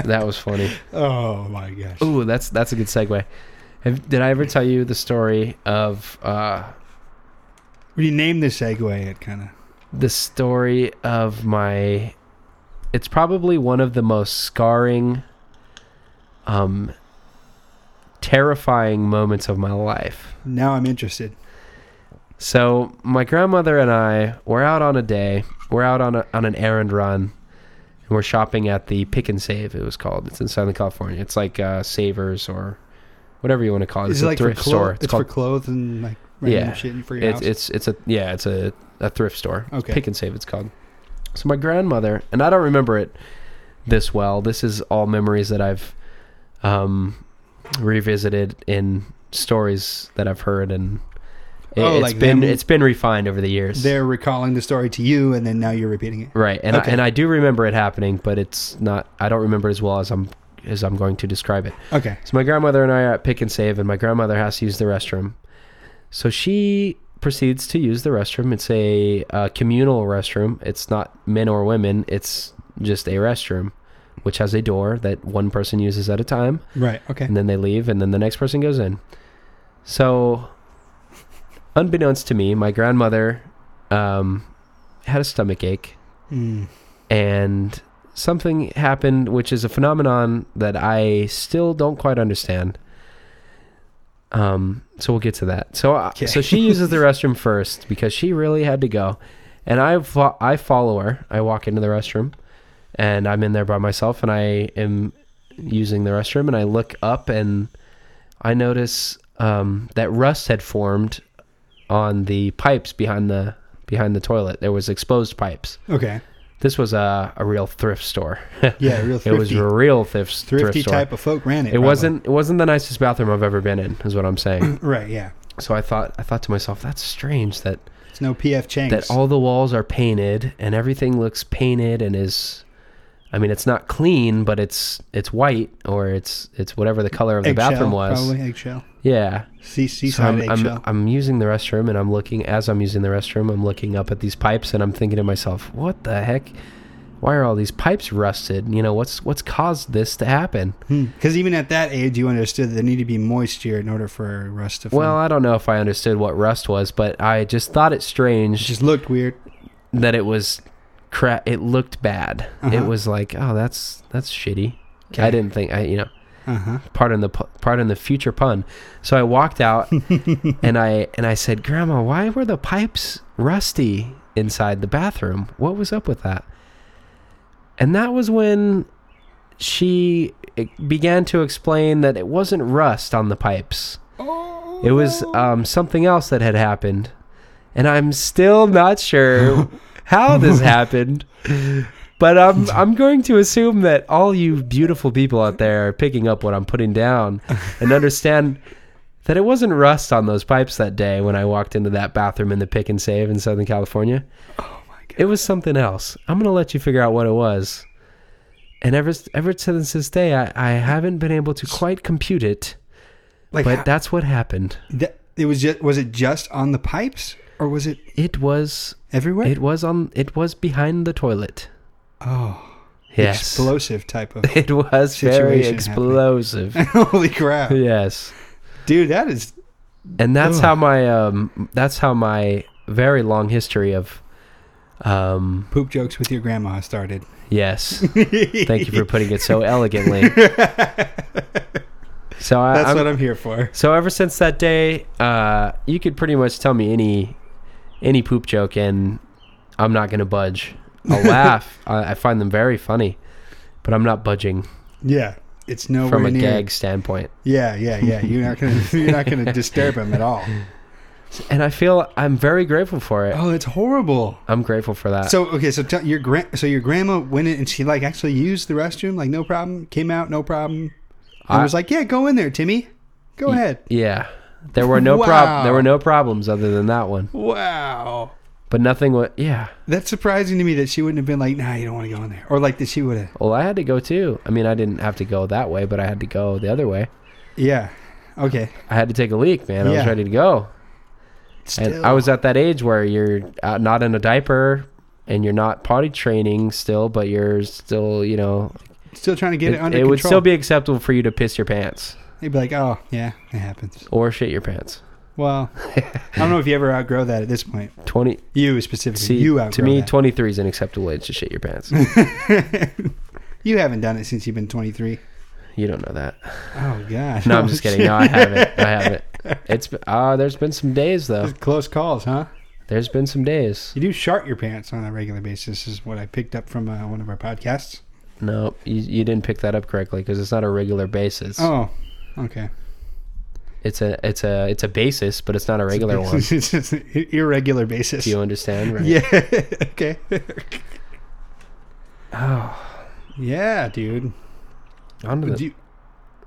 Speaker 2: that was funny.
Speaker 1: oh my gosh.
Speaker 2: Ooh, that's that's a good segue. Have, did I ever tell you the story of uh,
Speaker 1: We named this segue. It kind of.
Speaker 2: the story of my it's probably one of the most scarring um terrifying moments of my life
Speaker 1: Now I'm interested.
Speaker 2: so my grandmother and i were out on a day we're out on, a, on an errand run and we're shopping at the pick and save it was called it's in southern california it's like uh savers or whatever you want to call it
Speaker 1: Is
Speaker 2: Oh, it's
Speaker 1: it
Speaker 2: a
Speaker 1: like for
Speaker 2: thrift
Speaker 1: clothes?
Speaker 2: store
Speaker 1: It's, for clothes and like random
Speaker 2: Yeah.
Speaker 1: shit for your
Speaker 2: it's,
Speaker 1: house.
Speaker 2: it's it's a yeah it's a, a thrift store It's
Speaker 1: Okay.
Speaker 2: pick and save it's called so my grandmother and i don't remember it this well this is all memories that i've um revisited in stories that i've heard and it,
Speaker 1: Oh,
Speaker 2: has
Speaker 1: like
Speaker 2: been
Speaker 1: them-
Speaker 2: it's been refined over the years
Speaker 1: They're recalling the story to you, and then now you're repeating it.
Speaker 2: right and,
Speaker 1: Okay.
Speaker 2: I, and i do remember it happening but it's not i don't remember as well as i'm as i'm going to describe it
Speaker 1: Okay.
Speaker 2: so my grandmother and I are at Pick and Save, and my grandmother has to use the restroom. So she proceeds to use the restroom. It's a, uh communal restroom. It's not men or women. It's just a restroom, which has a door that one person uses at a time,
Speaker 1: Right. Okay.
Speaker 2: and then they leave, and then the next person goes in. So, unbeknownst to me, my grandmother um, had a stomach ache
Speaker 1: Mm.
Speaker 2: and something happened which is a phenomenon that I still don't quite understand. Um, so we'll get to that. So I
Speaker 1: Okay.
Speaker 2: so she uses the restroom first because she really had to go. And I fo- I follow her. I walk into the restroom and I'm in there by myself and I am using the restroom and I look up and I notice um, that rust had formed on the pipes behind the behind the toilet. There was exposed pipes
Speaker 1: Okay.
Speaker 2: this was a, a real thrift store.
Speaker 1: Yeah. Real
Speaker 2: it
Speaker 1: thrifty,
Speaker 2: was a real thrift
Speaker 1: thrifty
Speaker 2: thrift store.
Speaker 1: type of folk ran it.
Speaker 2: it
Speaker 1: probably.
Speaker 2: wasn't it wasn't the nicest bathroom I've ever been in, is what I'm saying.
Speaker 1: Right. Yeah.
Speaker 2: so I thought I thought to myself, that's strange that
Speaker 1: It's no PF Chang's.
Speaker 2: that all the walls are painted and everything looks painted and is I mean it's not clean, but it's it's white or it's it's whatever the color of the
Speaker 1: Eggshell,
Speaker 2: bathroom was.
Speaker 1: Probably eggshell.
Speaker 2: Yeah.
Speaker 1: Sea
Speaker 2: So
Speaker 1: seaside
Speaker 2: I'm, I'm,
Speaker 1: eggshell.
Speaker 2: I'm using the restroom and I'm looking, as I'm using the restroom, I'm looking up at these pipes and I'm thinking to myself, what the heck? Why are all these pipes rusted? You know, what's what's caused this to happen?
Speaker 1: Because Hmm. even at that age, you understood there needed to be moisture in order for rust to form.
Speaker 2: Well, I don't know if I understood what rust was, but I just thought it
Speaker 1: it
Speaker 2: strange
Speaker 1: just looked weird.
Speaker 2: that it was crap. It looked bad. It
Speaker 1: Uh-huh.
Speaker 2: was like, oh, that's that's shitty. I
Speaker 1: Okay.
Speaker 2: didn't think I, you know,
Speaker 1: Uh huh.
Speaker 2: pardon the pu- pardon the future pun. So I walked out and I and I said, "Grandma, why were the pipes rusty inside the bathroom? What was up with that?" And that was when she eh, began to explain that it wasn't rust on the pipes. It was um, something else that had happened. And I'm still not sure how this happened. But I'm I'm going to assume that all you beautiful people out there are picking up what I'm putting down and understand that it wasn't rust on those pipes that day when I walked into that bathroom in the pick and save in Southern California. Oh my god. It was something else. I'm gonna let you figure out what it was. And ever ever since this day I, I haven't been able to quite compute it,
Speaker 1: Like
Speaker 2: but
Speaker 1: but
Speaker 2: that's what happened.
Speaker 1: it was just was it just on the pipes or was it
Speaker 2: It was
Speaker 1: everywhere?
Speaker 2: it was on it was behind the toilet.
Speaker 1: oh,
Speaker 2: Yes.
Speaker 1: explosive type of.
Speaker 2: it was
Speaker 1: Situation
Speaker 2: very
Speaker 1: happening.
Speaker 2: explosive.
Speaker 1: Holy crap,
Speaker 2: yes.
Speaker 1: dude! That is
Speaker 2: and that's
Speaker 1: Ugh.
Speaker 2: how my um that's how my very long history of um
Speaker 1: poop jokes with your grandma started.
Speaker 2: yes thank you for putting it so elegantly so I,
Speaker 1: That's
Speaker 2: I'm-
Speaker 1: what I'm here for.
Speaker 2: so ever since that day uh you could pretty much tell me any any poop joke and i'm not gonna budge i'll laugh I, I find them very funny but i'm not budging
Speaker 1: Yeah, it's nowhere
Speaker 2: from a
Speaker 1: near.
Speaker 2: gag standpoint
Speaker 1: Yeah, yeah, yeah. You're not gonna you're not gonna disturb him at all.
Speaker 2: and i feel i'm very grateful for it
Speaker 1: Oh, it's horrible.
Speaker 2: i'm grateful for that
Speaker 1: So okay, so tell your grand, so your grandma went in and she like actually used the restroom, like no problem. Came out, no problem. And
Speaker 2: I-
Speaker 1: was like, yeah, go in there, Timmy. Go ahead.
Speaker 2: yeah there were no prob-
Speaker 1: Wow.
Speaker 2: there were no problems other than that one
Speaker 1: Wow.
Speaker 2: But nothing was. Yeah.
Speaker 1: That's surprising to me that she wouldn't have been like, nah, you don't want to go in there. Or like that she would have.
Speaker 2: Well, I had to go too. I mean, I didn't have to go that way, but I had to go the other way.
Speaker 1: Yeah. Okay.
Speaker 2: I had to take a leak, man. I was
Speaker 1: Yeah.
Speaker 2: ready to go. And I was at that age where you're uh, not in a diaper and you're not potty training still, but you're still, you know,
Speaker 1: still trying to get it, under
Speaker 2: would
Speaker 1: control.
Speaker 2: still be acceptable for you to piss your pants
Speaker 1: They'd be like, oh, yeah, it happens.
Speaker 2: or shit your pants.
Speaker 1: Well, I don't know if you ever outgrow that at this point.
Speaker 2: 20
Speaker 1: You specifically.
Speaker 2: see
Speaker 1: you outgrow
Speaker 2: to me
Speaker 1: that.
Speaker 2: 23 is an acceptable age to shit your pants.
Speaker 1: you haven't done it since you've been 23.
Speaker 2: you don't know that.
Speaker 1: Oh, God.
Speaker 2: No, I'm just kidding. No, I haven't. I haven't. It's been- ah, there's been some days though.
Speaker 1: Close calls, huh?
Speaker 2: There's been some days.
Speaker 1: You do shart your pants on a regular basis, is what I picked up from uh, one of our podcasts.
Speaker 2: No, you, you didn't pick that up correctly because it's not a regular basis.
Speaker 1: Oh, okay.
Speaker 2: It's a it's a it's a basis, but it's not a regular one.
Speaker 1: it's, it's an ir- irregular basis.
Speaker 2: Do you understand? Right?
Speaker 1: Yeah. okay.
Speaker 2: Oh,
Speaker 1: yeah, dude.
Speaker 2: onto the,
Speaker 1: Do you-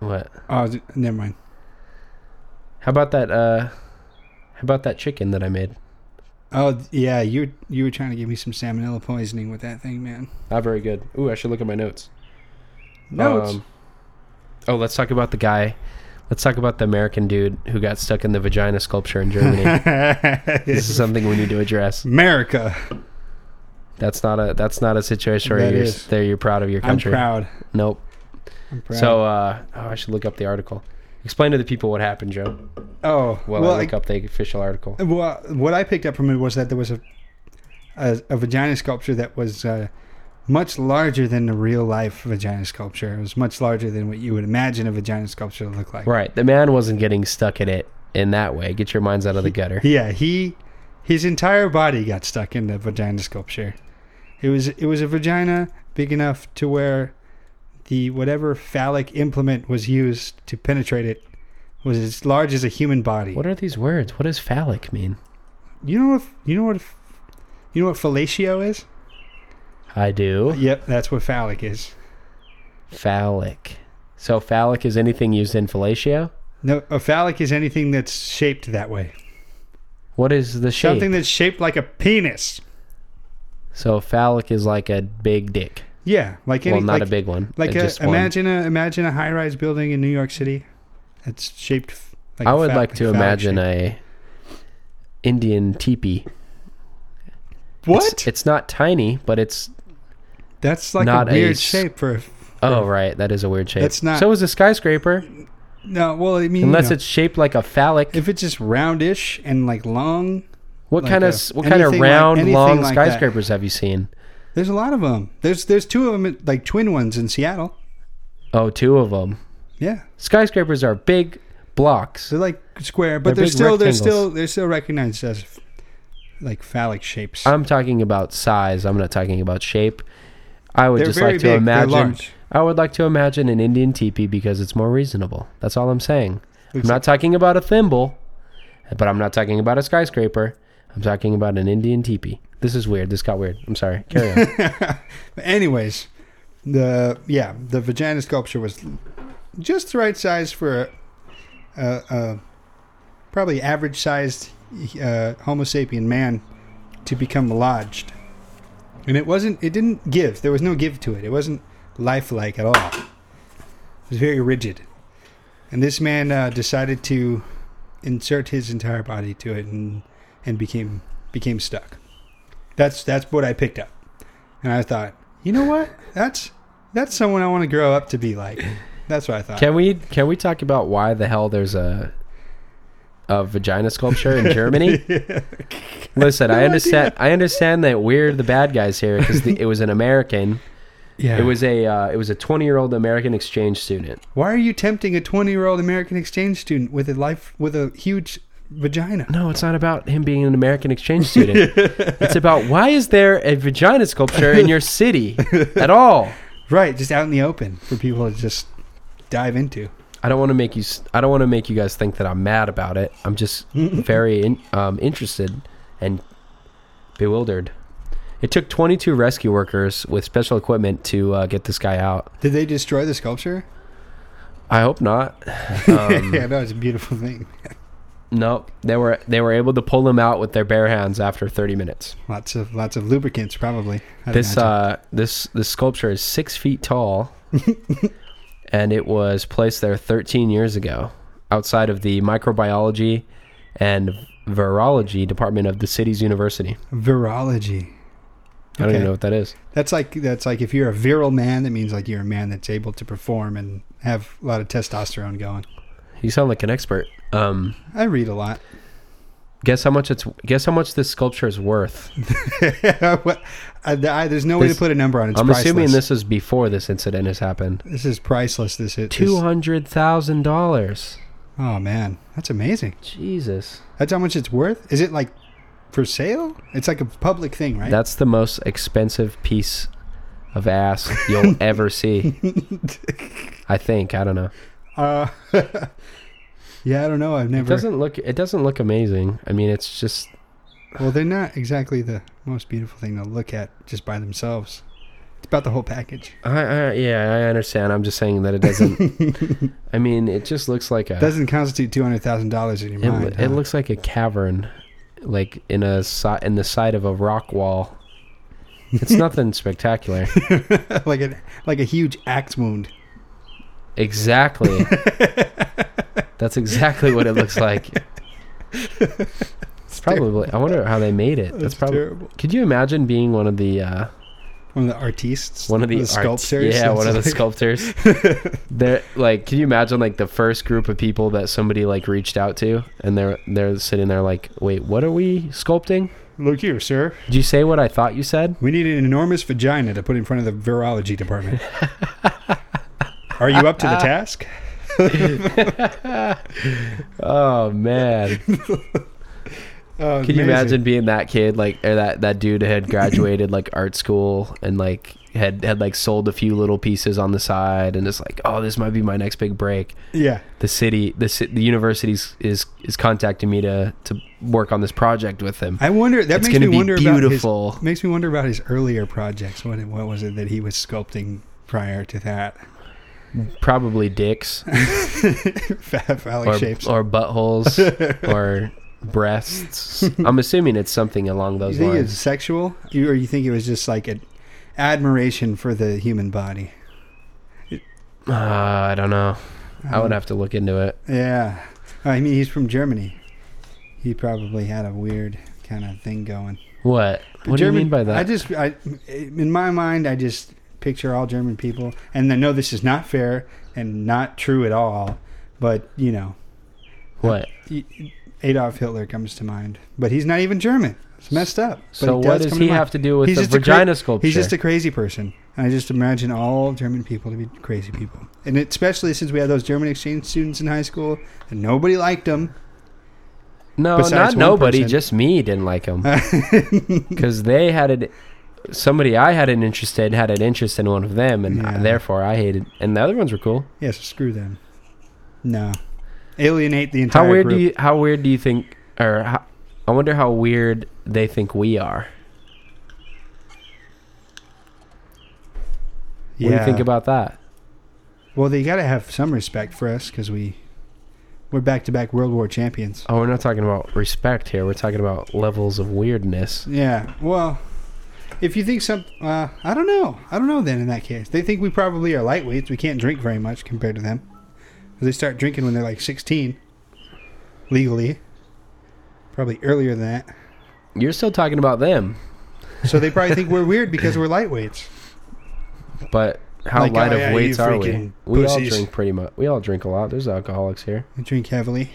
Speaker 2: what?
Speaker 1: oh, is it- never mind.
Speaker 2: How about that? Uh, how about that chicken that I made?
Speaker 1: Oh, th- yeah. You you were trying to give me some salmonella poisoning with that thing, man.
Speaker 2: Not very good. Ooh, I should look at my notes.
Speaker 1: No, it's-
Speaker 2: Um, oh, let's talk about the guy. Let's talk about the American dude who got stuck in the vagina sculpture in Germany. this is something we need to address.
Speaker 1: America.
Speaker 2: That's not a that's not a situation where
Speaker 1: That
Speaker 2: you're
Speaker 1: is.
Speaker 2: there. You're proud of your country.
Speaker 1: I'm proud.
Speaker 2: Nope.
Speaker 1: I'm proud.
Speaker 2: So, uh, oh, I should look up the article. Explain to the people what happened, Joe.
Speaker 1: oh,
Speaker 2: While
Speaker 1: well,
Speaker 2: I look up the official article.
Speaker 1: Well, what I picked up from it was that there was a a, a vagina sculpture that was uh, much larger than the real life vagina sculpture. It was much larger than what you would imagine a vagina sculpture to look like.
Speaker 2: Right, the man wasn't getting stuck in it in that way. Get your minds out of the gutter.
Speaker 1: Yeah, he his entire body got stuck in the vagina sculpture. It was it was a vagina big enough to where the whatever phallic implement was used to penetrate it was as large as a human body.
Speaker 2: What are these words? What does phallic mean?
Speaker 1: you know if you know what if- you know what fellatio is?
Speaker 2: I do.
Speaker 1: Yep, that's what phallic is.
Speaker 2: Phallic. So phallic is anything used in fellatio?
Speaker 1: No, a phallic is anything that's shaped that way.
Speaker 2: What is the shape?
Speaker 1: Something that's shaped like a penis.
Speaker 2: so phallic is like a big dick.
Speaker 1: Yeah, like any,
Speaker 2: well, not
Speaker 1: like,
Speaker 2: a big one.
Speaker 1: like
Speaker 2: uh,
Speaker 1: a,
Speaker 2: just one.
Speaker 1: imagine a imagine a high rise building in New York City that's shaped. f- Like
Speaker 2: I
Speaker 1: a
Speaker 2: would
Speaker 1: phallic-
Speaker 2: like to
Speaker 1: phallic
Speaker 2: imagine
Speaker 1: shape.
Speaker 2: a Indian teepee.
Speaker 1: what?
Speaker 2: It's, it's not tiny, but it's
Speaker 1: that's like
Speaker 2: not
Speaker 1: a
Speaker 2: a
Speaker 1: weird
Speaker 2: s-
Speaker 1: shape for. a f-
Speaker 2: oh right, that is a weird shape.
Speaker 1: That's not-
Speaker 2: So is a skyscraper,
Speaker 1: No, well, I mean,
Speaker 2: unless
Speaker 1: you know,
Speaker 2: it's shaped like a phallic.
Speaker 1: if it's just roundish and like long.
Speaker 2: what
Speaker 1: like
Speaker 2: kind
Speaker 1: a-
Speaker 2: of s- what kind of
Speaker 1: anything like-
Speaker 2: round,
Speaker 1: anything
Speaker 2: long
Speaker 1: like that.
Speaker 2: skyscrapers have you seen?
Speaker 1: There's a lot of them. There's there's two of them like twin ones in Seattle.
Speaker 2: Oh, two of them.
Speaker 1: Yeah,
Speaker 2: Skyscrapers are big blocks.
Speaker 1: they're like square, but they're,
Speaker 2: They're big
Speaker 1: still
Speaker 2: rectangles.
Speaker 1: they're still they're still recognized as f- like phallic shapes.
Speaker 2: I'm talking about size. I'm not talking about shape. I would
Speaker 1: They're
Speaker 2: just
Speaker 1: very
Speaker 2: like to
Speaker 1: big. They're
Speaker 2: imagine.
Speaker 1: large.
Speaker 2: I would like to imagine an Indian teepee because it's more reasonable. That's all I'm saying. I'm not talking about a thimble, but I'm not talking about a skyscraper. I'm talking about an Indian teepee. This is weird. This got weird. I'm sorry. Carry on.
Speaker 1: But anyways, the yeah, the vagina sculpture was just the right size for a, a, a uh, probably average sized uh, Homo sapien man to become lodged, and it wasn't. It didn't give. There was no give to it. It wasn't lifelike at all. It was very rigid, and this man uh, decided to insert his entire body to it and and became became stuck. That's that's what I picked up. And I thought, you know what? That's that's someone I want to grow up to be like. That's what I thought.
Speaker 2: Can we can we talk about why the hell there's a a vagina sculpture in Germany? Listen, I understand. I understand that we're the bad guys here because it was an American.
Speaker 1: yeah.
Speaker 2: It was a uh, it was a 20 year old American exchange student.
Speaker 1: Why are you tempting a 20-year-old American exchange student with a life with a huge vagina?
Speaker 2: No, it's not about him being an American exchange student. it's about why is there a vagina sculpture in your city at all?
Speaker 1: Right, just out in the open for people to just dive into.
Speaker 2: I don't want to make you. s- I don't want to make you guys think that I'm mad about it. I'm just very in, um, interested and bewildered. It took 22 rescue workers with special equipment to uh, get this guy out.
Speaker 1: Did they destroy the sculpture?
Speaker 2: I hope not. Um,
Speaker 1: yeah, no, it's a beautiful thing.
Speaker 2: Nope. They were they were able to pull him out with their bare hands after 30 minutes.
Speaker 1: Lots of lots of lubricants, probably. I'd
Speaker 2: This
Speaker 1: imagine.
Speaker 2: uh this this sculpture is six feet tall, and it was placed there 13 years ago, outside of the microbiology and virology department of the city's university.
Speaker 1: virology.
Speaker 2: I don't
Speaker 1: Okay.
Speaker 2: even know what that is.
Speaker 1: That's like that's like if you're a virile man, that means like you're a man that's able to perform and have a lot of testosterone going.
Speaker 2: You sound like an expert. Um,
Speaker 1: I read a lot.
Speaker 2: guess how much it's guess how much this sculpture is worth.
Speaker 1: What- I- I- there's no way
Speaker 2: This-
Speaker 1: to put a number on it. It's
Speaker 2: I'm
Speaker 1: priceless.
Speaker 2: assuming this is before this incident has happened.
Speaker 1: This is priceless. This hit.
Speaker 2: Two
Speaker 1: Two.
Speaker 2: hundred thousand dollars.
Speaker 1: Oh man, that's amazing.
Speaker 2: Jesus.
Speaker 1: That's how much it's worth. Is it like for sale? It's like a public thing, right?
Speaker 2: That's the most expensive piece of ass you'll ever see. I think. I don't know.
Speaker 1: Uh, yeah, I don't know. I've
Speaker 2: It
Speaker 1: never.
Speaker 2: doesn't look it doesn't look amazing. I mean it's just
Speaker 1: Well, they're not exactly the most beautiful thing to look at just by themselves. It's about the whole package.
Speaker 2: I, I yeah, I understand. I'm just saying that it doesn't I mean it just looks like a
Speaker 1: Doesn't constitute two hundred thousand dollars in your
Speaker 2: it,
Speaker 1: mind.
Speaker 2: lo- it
Speaker 1: huh?
Speaker 2: looks like a cavern like in a si- in the side of a rock wall. It's nothing spectacular.
Speaker 1: like a like a huge axe wound.
Speaker 2: Exactly. That's exactly what it looks like. It's probably. I wonder how they made it. That's, probably.
Speaker 1: terrible.
Speaker 2: Could you imagine being one of the uh,
Speaker 1: One of the artists.
Speaker 2: one of the, arts-
Speaker 1: sculptors.
Speaker 2: yeah, one of the
Speaker 1: That's like-
Speaker 2: sculptors. they're like, can you imagine like the first group of people that somebody like reached out to, and they're they're sitting there like, wait, what are we sculpting?
Speaker 1: Look here, sir.
Speaker 2: Did you say what I thought you said?
Speaker 1: We need an enormous vagina to put in front of the virology department. Are you up to the task?
Speaker 2: Oh man, can
Speaker 1: Oh,
Speaker 2: you
Speaker 1: amazing.
Speaker 2: imagine being that kid like or that that dude had graduated like art school and like had had like sold a few little pieces on the side and it's like, oh, this might be my next big break.
Speaker 1: Yeah.
Speaker 2: the city the ci- the university is is contacting me to to work on this project with him.
Speaker 1: I wonder. That
Speaker 2: It's
Speaker 1: makes
Speaker 2: gonna
Speaker 1: me
Speaker 2: be
Speaker 1: wonder
Speaker 2: beautiful.
Speaker 1: about his. Makes me wonder about his earlier projects. What it- what was it that he was sculpting prior to that?
Speaker 2: Probably dicks
Speaker 1: Fat phallic
Speaker 2: or
Speaker 1: shapes.
Speaker 2: or buttholes or breasts. I'm assuming it's something along
Speaker 1: you
Speaker 2: those
Speaker 1: think it was
Speaker 2: lines.
Speaker 1: sexual, you, or you think it was just like an admiration for the human body?
Speaker 2: Uh, I don't know. I would have to look into it.
Speaker 1: Yeah. I mean, he's from Germany. He probably had a weird kind of thing going.
Speaker 2: What? What do you mean by that?
Speaker 1: I just, I, in my mind, I just picture all German people, and I know this is not fair and not true at all, but you know,
Speaker 2: what?
Speaker 1: he- Adolf Hitler comes to mind, but he's not even German. It's messed up. But
Speaker 2: So what does
Speaker 1: come to
Speaker 2: he
Speaker 1: mind.
Speaker 2: have to do with
Speaker 1: He's
Speaker 2: the
Speaker 1: just a
Speaker 2: vagina
Speaker 1: cra-
Speaker 2: sculpture?
Speaker 1: He's just a crazy person, and I just imagine all German people to be crazy people, and especially since we had those German exchange students in high school, and nobody liked them.
Speaker 2: no,
Speaker 1: besides
Speaker 2: not
Speaker 1: one
Speaker 2: nobody.
Speaker 1: person.
Speaker 2: Just me didn't like him because they had it. Somebody I had an interest in had an interest in one of them, and I-
Speaker 1: Yeah.
Speaker 2: therefore I hated. And the other ones were cool.
Speaker 1: Yeah, so screw them. No, alienate the entire.
Speaker 2: How weird
Speaker 1: group.
Speaker 2: do you? How weird do you think? Or how, I wonder how weird they think we are. What do you think about that?
Speaker 1: Well, they got to have some respect for us because we we're back to back World War champions.
Speaker 2: Oh, we're not talking about respect here. We're talking about levels of weirdness.
Speaker 1: Yeah. Well, if you think some, uh, I don't know. I don't know. Then in that case, they think we probably are lightweights. We can't drink very much compared to them. They start drinking when they're like 16, legally. Probably earlier than that.
Speaker 2: You're still talking about them,
Speaker 1: So they probably think we're weird because we're lightweights.
Speaker 2: but how
Speaker 1: Like,
Speaker 2: light
Speaker 1: oh,
Speaker 2: of
Speaker 1: yeah,
Speaker 2: weights
Speaker 1: you
Speaker 2: are we?
Speaker 1: freaking
Speaker 2: We all
Speaker 1: pussies.
Speaker 2: drink pretty much. We all drink a lot. There's alcoholics here.
Speaker 1: We drink heavily.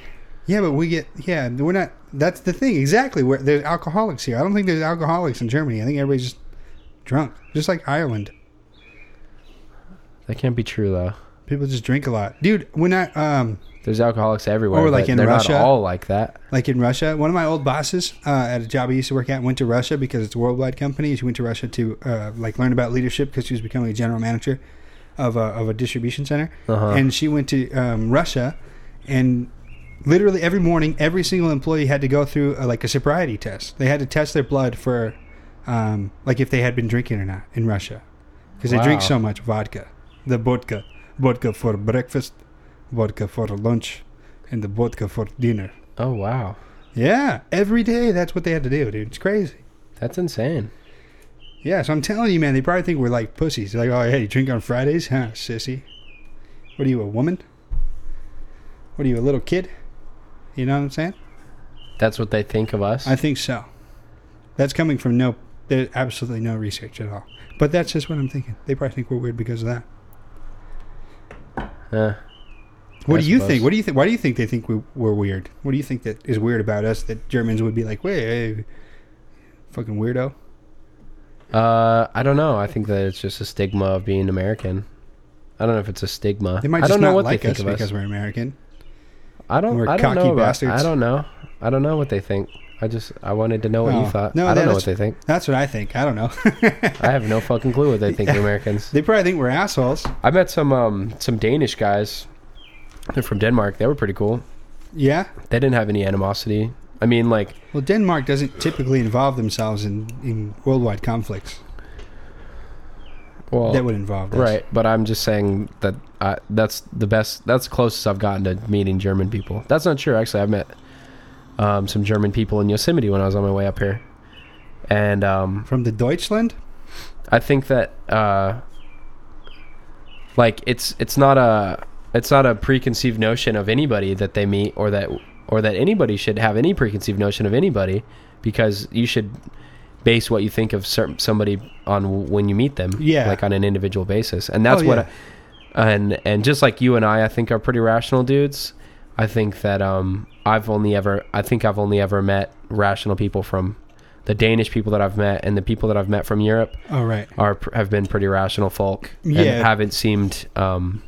Speaker 1: Yeah, but we get yeah. We're not. That's the thing exactly. Where there's alcoholics here. I don't think there's alcoholics in Germany. I think everybody's just drunk, just like Ireland.
Speaker 2: That can't be true though.
Speaker 1: People just drink a lot, dude. When I um
Speaker 2: There's alcoholics everywhere.
Speaker 1: Or
Speaker 2: Oh, like
Speaker 1: like in
Speaker 2: they're
Speaker 1: Russia.
Speaker 2: not all like that.
Speaker 1: like in Russia. One of my old bosses uh, at a job I used to work at went to Russia because it's a worldwide company. She went to Russia to uh, like learn about leadership because she was becoming a general manager of a, of a distribution center.
Speaker 2: Uh-huh.
Speaker 1: And she went to um, Russia, and literally every morning, every single employee had to go through uh like a sobriety test. They had to test their blood for um, like if they had been drinking or not in Russia because they drink
Speaker 2: Wow.
Speaker 1: so much vodka, the vodka, vodka for breakfast, vodka for lunch, and the vodka for dinner.
Speaker 2: Oh wow,
Speaker 1: Yeah, every day that's what they had to do, dude. It's crazy.
Speaker 2: that's insane.
Speaker 1: Yeah, so I'm telling you, man, they probably think we're like pussies. They're like, oh, hey, you drink on Fridays? Huh, sissy. What are you, a woman? What are you, a little kid? You know what I'm saying?
Speaker 2: That's what they think of us.
Speaker 1: I think so. That's coming from no, there's absolutely no research at all. But that's just what I'm thinking. They probably think we're weird because of that.
Speaker 2: Uh,
Speaker 1: What
Speaker 2: I
Speaker 1: do you
Speaker 2: suppose.
Speaker 1: think? What do you think? Why do you think they think we, we're weird? What do you think that is weird about us that Germans would be like, wait, hey, fucking weirdo?
Speaker 2: uh, I don't know. I think that it's just a stigma of being American. I don't know if it's a stigma.
Speaker 1: They might
Speaker 2: I
Speaker 1: just
Speaker 2: don't know
Speaker 1: not
Speaker 2: what
Speaker 1: like
Speaker 2: they
Speaker 1: us
Speaker 2: think of
Speaker 1: because
Speaker 2: us.
Speaker 1: we're American.
Speaker 2: I don't.
Speaker 1: we're
Speaker 2: I don't
Speaker 1: cocky
Speaker 2: know. about-
Speaker 1: bastards.
Speaker 2: I don't know. I don't know what they think. I just. I wanted to know what
Speaker 1: Oh,
Speaker 2: you thought.
Speaker 1: no,
Speaker 2: I don't know
Speaker 1: that's-
Speaker 2: what they think.
Speaker 1: That's what I think. I don't know.
Speaker 2: I have no fucking clue what they think of Americans.
Speaker 1: they probably think we're assholes.
Speaker 2: I met some um some Danish guys. They're from Denmark. They were pretty cool.
Speaker 1: Yeah.
Speaker 2: They didn't have any animosity. I mean, like,
Speaker 1: Well, Denmark doesn't typically involve themselves in, in worldwide conflicts
Speaker 2: well,
Speaker 1: that would involve us.
Speaker 2: Oh. right. But I'm just saying that I, that's the best. That's the closest I've gotten to meeting German people. That's not true. Actually, I've met um, some German people in Yosemite when I was on my way up here, and um,
Speaker 1: From the Deutschland?
Speaker 2: I think that uh, like it's it's not a it's not a preconceived notion of anybody that they meet or that or that anybody should have any preconceived notion of anybody because you should base what you think of certain somebody on w- when you meet them
Speaker 1: Yeah.
Speaker 2: like on an individual basis and that's
Speaker 1: Oh,
Speaker 2: what
Speaker 1: yeah.
Speaker 2: I, and and just like you and I I think are pretty rational dudes I think that um I've only ever I think I've only ever met rational people from the Danish people that I've met and the people that I've met from Europe
Speaker 1: Oh, right.
Speaker 2: are have been pretty rational folk and
Speaker 1: Yeah.
Speaker 2: haven't seemed um,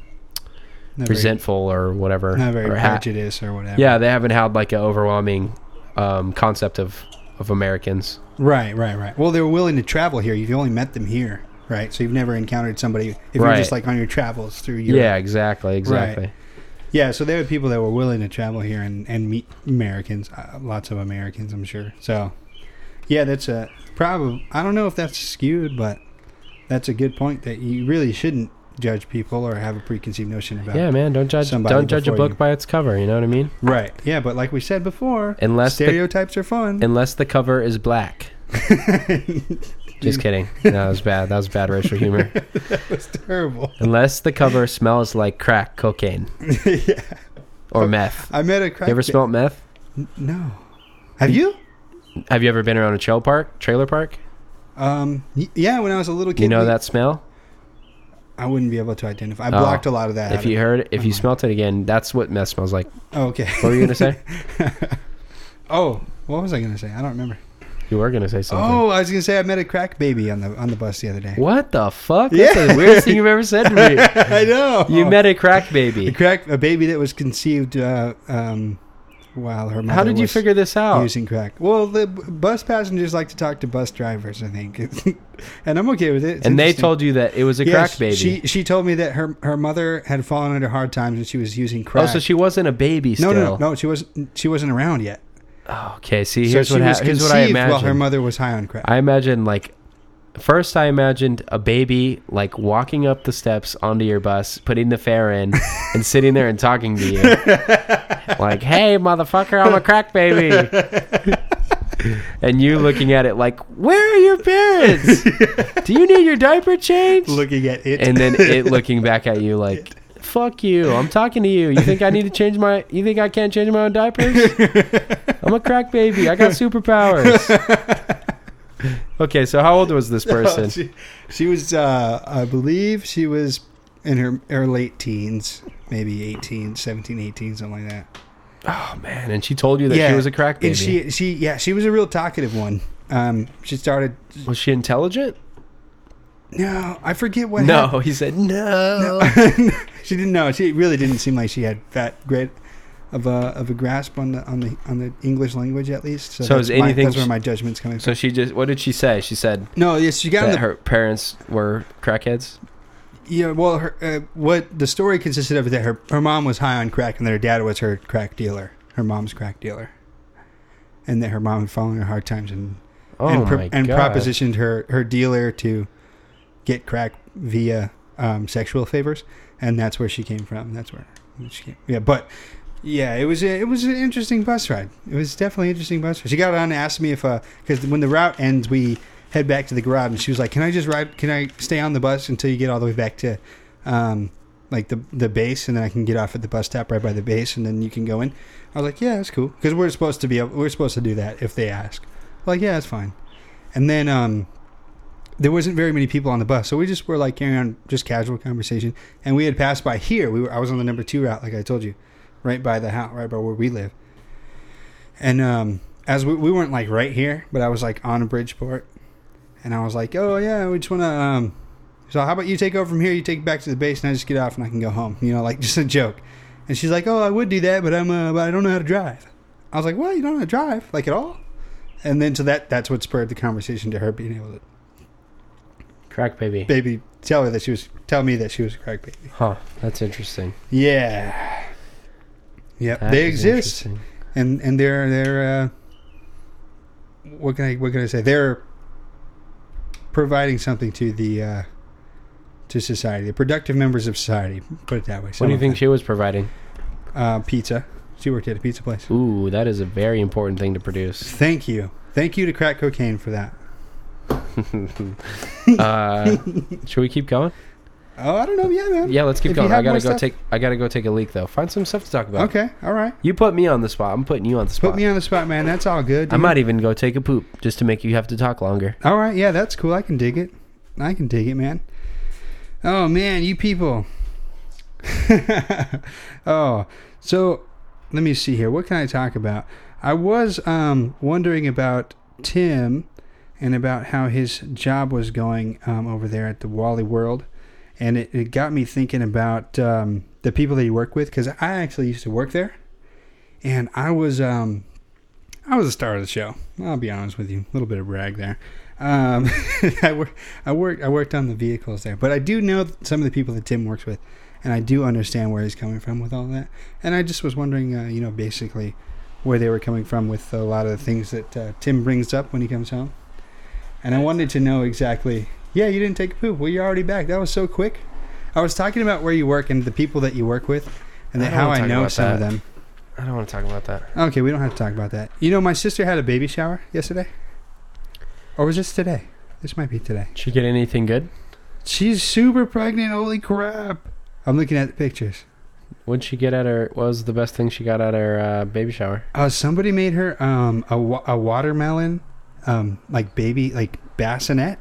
Speaker 1: Not
Speaker 2: resentful or whatever.
Speaker 1: very, not very
Speaker 2: or ha-
Speaker 1: prejudice or whatever.
Speaker 2: yeah, they haven't had like an overwhelming um, concept of of Americans.
Speaker 1: Right, right, right. Well, they were willing to travel here. You've only met them here, right? So you've never encountered somebody if you're
Speaker 2: Right.
Speaker 1: just like on your travels through Europe.
Speaker 2: Yeah, exactly, exactly.
Speaker 1: Yeah, so there were people that were willing to travel here and, and meet Americans, uh, lots of Americans, I'm sure. So, yeah, that's a probably. I don't know if that's skewed, but that's a good point that you really shouldn't judge people or have a preconceived notion about.
Speaker 2: Yeah, man, don't judge
Speaker 1: Somebody
Speaker 2: don't judge a
Speaker 1: before
Speaker 2: book
Speaker 1: you.
Speaker 2: by its cover. You know what I mean?
Speaker 1: Right. Yeah, but like we said before,
Speaker 2: Unless the-
Speaker 1: stereotypes are fun.
Speaker 2: Unless the cover is black. Just kidding. No, that was bad. That was bad racial humor.
Speaker 1: It's terrible.
Speaker 2: Unless the cover smells like crack cocaine
Speaker 1: yeah.
Speaker 2: or meth.
Speaker 1: I met a
Speaker 2: You
Speaker 1: crack.
Speaker 2: ever smelt meth?
Speaker 1: No. Have you?
Speaker 2: Have you ever been around a trail park, trailer park?
Speaker 1: Um. y- Yeah, when I was a little kid,
Speaker 2: You know
Speaker 1: we-
Speaker 2: that smell?
Speaker 1: I wouldn't be able to identify. I blocked a lot of that. out
Speaker 2: If
Speaker 1: of-
Speaker 2: you heard, if
Speaker 1: I'm
Speaker 2: you
Speaker 1: like-
Speaker 2: smelt it again, that's what meth smells like.
Speaker 1: Oh, okay.
Speaker 2: What were you gonna say?
Speaker 1: Oh, what was I gonna say? I don't remember.
Speaker 2: you were gonna say something.
Speaker 1: Oh, I was gonna say I met a crack baby on the on the bus the other day.
Speaker 2: What the fuck? That's the weirdest thing you've ever said to me.
Speaker 1: I know.
Speaker 2: You met a crack
Speaker 1: a
Speaker 2: baby.
Speaker 1: crack a baby that was conceived uh, um, while her mother.
Speaker 2: How did you
Speaker 1: was
Speaker 2: figure this out?
Speaker 1: using crack? Well, the b- bus passengers like to talk to bus drivers, I think, and I'm okay with it. It's
Speaker 2: and they
Speaker 1: interesting.
Speaker 2: told you that it was a
Speaker 1: Yes,
Speaker 2: crack baby.
Speaker 1: She she told me that her her mother had fallen under hard times and she was using
Speaker 2: oh,
Speaker 1: crack.
Speaker 2: so she wasn't a baby
Speaker 1: no,
Speaker 2: still.
Speaker 1: no, no, no, she wasn't she wasn't around yet.
Speaker 2: Okay, see,
Speaker 1: So
Speaker 2: here's
Speaker 1: she
Speaker 2: what
Speaker 1: was
Speaker 2: ha- here's what I
Speaker 1: conceived while her
Speaker 2: imagine.
Speaker 1: mother was high on crack.
Speaker 2: I imagine like first I imagined a baby like walking up the steps onto your bus, putting the fare in, and sitting there and talking to you. like, hey motherfucker, I'm a crack baby. and you looking at it like, Where are your parents? Do you need your diaper change?
Speaker 1: Looking at it,
Speaker 2: and then it looking back at you like Fuck you! I'm talking to you. You think I need to change my? You think I can't change my own diapers? I'm a crack baby. I got superpowers. Okay, so how old was this person?
Speaker 1: She, she was, uh, I believe, she was in her, her late teens, maybe 18, 17, 18, something like that.
Speaker 2: Oh man! And she told you that she was a crack baby.
Speaker 1: And she, she, yeah, she was a real talkative one. Um, she started.
Speaker 2: was she intelligent?
Speaker 1: No, I forget what.
Speaker 2: No, he said no.
Speaker 1: happened. she didn't know. She really didn't seem like she had that great of a of a grasp on the on the on the English language at least. So,
Speaker 2: So is
Speaker 1: that's my-
Speaker 2: anything
Speaker 1: that's where
Speaker 2: sh-
Speaker 1: my judgment's coming from.
Speaker 2: So she just. What did she say? She said
Speaker 1: no, yes, she got on
Speaker 2: that
Speaker 1: the
Speaker 2: her parents were crackheads.
Speaker 1: Yeah, well, her, uh, what the story consisted of is that her, her mom was high on crack and that her dad was her crack dealer, her mom's crack dealer, and that her mom had fallen in hard times and
Speaker 2: Oh
Speaker 1: and, pro-
Speaker 2: my
Speaker 1: and
Speaker 2: god!
Speaker 1: propositioned her her dealer to get crack via um, sexual favors, and that's where she came from. That's where she came. Yeah, but Yeah, it was a, it was an interesting bus ride. It was definitely an interesting bus ride. She got on and asked me if uh because when the route ends, we head back to the garage, and she was like, "Can I just ride? Can I stay on the bus until you get all the way back to, um, like the the base, and then I can get off at the bus stop right by the base, and then you can go in." I was like, "Yeah, that's cool," because we're supposed to be able, we're supposed to do that if they ask. Like, yeah, that's fine. And then um, there wasn't very many people on the bus, so we just were like carrying on just casual conversation. And we had passed by here. We were I was on the number two route, like I told you, right by the house, right by where we live. And um, as we, we weren't like right here, but I was like on a Bridgeport, and I was like, oh yeah, we just want to. Um, so how about you take over from here? You take it back to the base, and I just get off and I can go home. You know, like just a joke. And she's like, oh, I would do that, but I'm uh, but I don't know how to drive. I was like, what? You don't know how to drive like at all? And then so that that's what spurred the conversation to her being able to
Speaker 2: Crack baby.
Speaker 1: baby tell her that she was tell me that she was a crack baby.
Speaker 2: Huh. That's interesting.
Speaker 1: Yeah. Yep,
Speaker 2: That
Speaker 1: they
Speaker 2: is
Speaker 1: exist,
Speaker 2: interesting.
Speaker 1: and and they're they're uh, what can I what can I say? They're providing something to the uh, to society, the productive members of society. Put it that way.
Speaker 2: What
Speaker 1: Some
Speaker 2: do you
Speaker 1: of
Speaker 2: think
Speaker 1: them.
Speaker 2: she was providing?
Speaker 1: Uh, pizza. She worked at a pizza place.
Speaker 2: Ooh, that is a very important thing to produce.
Speaker 1: Thank you, thank you to crack cocaine for that.
Speaker 2: Uh, should we keep going?
Speaker 1: Oh, I don't know. Yeah, man.
Speaker 2: Yeah, let's keep
Speaker 1: If you
Speaker 2: going.
Speaker 1: have
Speaker 2: I gotta
Speaker 1: more
Speaker 2: go
Speaker 1: stuff-
Speaker 2: take. I gotta go take a leak though. Find some stuff to talk about.
Speaker 1: Okay, all right.
Speaker 2: You put me on the spot. I'm putting you on the spot.
Speaker 1: Put me on the spot, man. That's all good.
Speaker 2: I
Speaker 1: dude.
Speaker 2: might even go take a poop just to make you have to talk longer.
Speaker 1: All right, yeah, that's cool. I can dig it. I can dig it, man. Oh man, you people. oh, so let me see here. What can I talk about? I was um, wondering about Tim and about how his job was going um, over there at the Wally World, and it, it got me thinking about um, the people that you work with because I actually used to work there, and I was um, I was the star of the show. I'll be honest with you, a little bit of brag there. Um, I, wor- I worked I worked on the vehicles there, but I do know some of the people that Tim works with, and I do understand where he's coming from with all that. And I just was wondering, uh, you know, basically where they were coming from with a lot of the things that uh, Tim brings up when he comes home. And I wanted to know exactly. Yeah, you didn't take a poop. Well, you're already back. That was so quick. I was talking about where you work and the people that you work with, and
Speaker 2: I
Speaker 1: that
Speaker 2: don't
Speaker 1: how
Speaker 2: wanna
Speaker 1: I
Speaker 2: talk
Speaker 1: know
Speaker 2: about
Speaker 1: some of
Speaker 2: that.
Speaker 1: them.
Speaker 2: I don't want to talk about that.
Speaker 1: Okay, we don't have to talk about that. You know, my sister had a baby shower yesterday. Or was this today? This might be today.
Speaker 2: Did you get anything good?
Speaker 1: She's super pregnant. Holy crap. I'm looking at the pictures.
Speaker 2: What'd she get at her? What was the best thing she got at her uh, baby shower?
Speaker 1: Uh, somebody made her um, a, wa- a watermelon, um, like baby, like bassinet,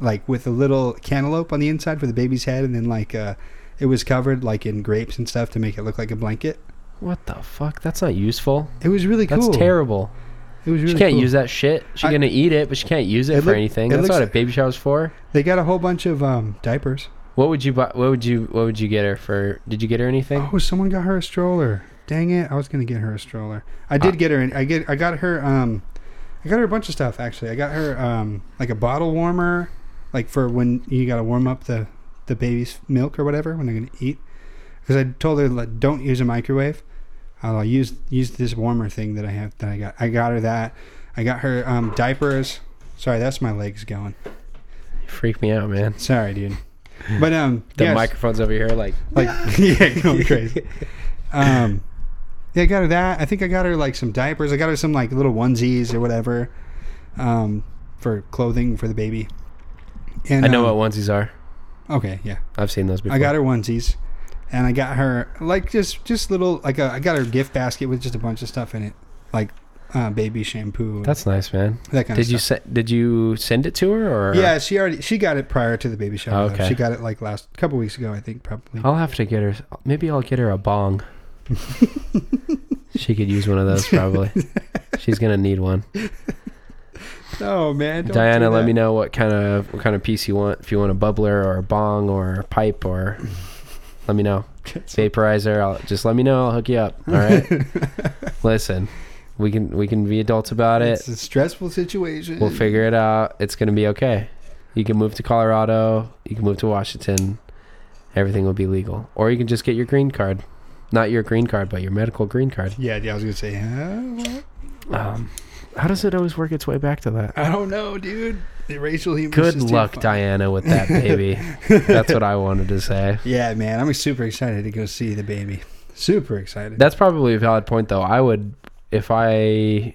Speaker 1: like with a little cantaloupe on the inside for the baby's head. And then, like, uh, it was covered, like, in grapes and stuff to make it look like a blanket.
Speaker 2: What the fuck? That's not useful.
Speaker 1: It was really cool.
Speaker 2: That's terrible.
Speaker 1: It was really
Speaker 2: She can't
Speaker 1: cool.
Speaker 2: use that shit. She's
Speaker 1: I-
Speaker 2: gonna eat it, but she can't use it,
Speaker 1: It
Speaker 2: for
Speaker 1: look-
Speaker 2: anything.
Speaker 1: it
Speaker 2: That's
Speaker 1: looks-
Speaker 2: what a baby shower's for.
Speaker 1: They got a whole bunch of um, diapers.
Speaker 2: What would you buy? What would you? What would you get her for? Did you get her anything?
Speaker 1: Oh, someone got her a stroller. Dang it! I was gonna get her a stroller. I did
Speaker 2: Ah.
Speaker 1: get her. An, I get. I got her. Um, I got her a bunch of stuff actually. I got her um like a bottle warmer, like for when you gotta warm up the the baby's milk or whatever when they're gonna eat. Because I told her like, don't use a microwave. I'll use use this warmer thing that I have that I got. I got her that. I got her um diapers. Sorry, that's my legs going.
Speaker 2: You freak me out, man.
Speaker 1: Sorry, dude. But um,
Speaker 2: The
Speaker 1: yes.
Speaker 2: microphone's over here, like
Speaker 1: Like yeah, going crazy. Um, yeah, I got her that. I think I got her like some diapers. I got her some like little onesies or whatever, um, for clothing for the baby. And
Speaker 2: I know
Speaker 1: um,
Speaker 2: what onesies are.
Speaker 1: Okay, yeah,
Speaker 2: I've seen those before.
Speaker 1: I got her onesies, and I got her like just just little like a, I got her gift basket with just a bunch of stuff in it, like uh, baby shampoo. and
Speaker 2: That's nice, man.
Speaker 1: that kind
Speaker 2: Did you
Speaker 1: of stuff.
Speaker 2: se- did you send it to her or?
Speaker 1: yeah, she already she got it prior to the baby shower.
Speaker 2: Oh,
Speaker 1: though.
Speaker 2: okay.
Speaker 1: She got it like last couple weeks ago, I think probably.
Speaker 2: I'll have to get her. Maybe I'll get her a bong. she could use one of those probably. She's gonna need one.
Speaker 1: Oh man, don't
Speaker 2: Diana,
Speaker 1: do
Speaker 2: let
Speaker 1: that.
Speaker 2: me know what kind of what kind of piece you want. If you want a bubbler or a bong or a pipe or, let me know. Vaporizer. I'll just let me know. I'll hook you up. All right. Listen, we can we can be adults about it.
Speaker 1: It's a stressful situation.
Speaker 2: We'll figure it out. It's gonna be okay. You can move to Colorado. You can move to Washington. Everything will be legal, or you can just get your green card. Not your green card, but your medical green card.
Speaker 1: Yeah, yeah, I was gonna say. huh?
Speaker 2: Um, how does it always work its way back to that?
Speaker 1: I don't know, dude. The racial humor.
Speaker 2: Good luck, Diana, with that baby. That's what I wanted to say.
Speaker 1: Yeah, man, I'm super excited to go see the baby. Super excited.
Speaker 2: That's probably a valid point, though. I would, if I,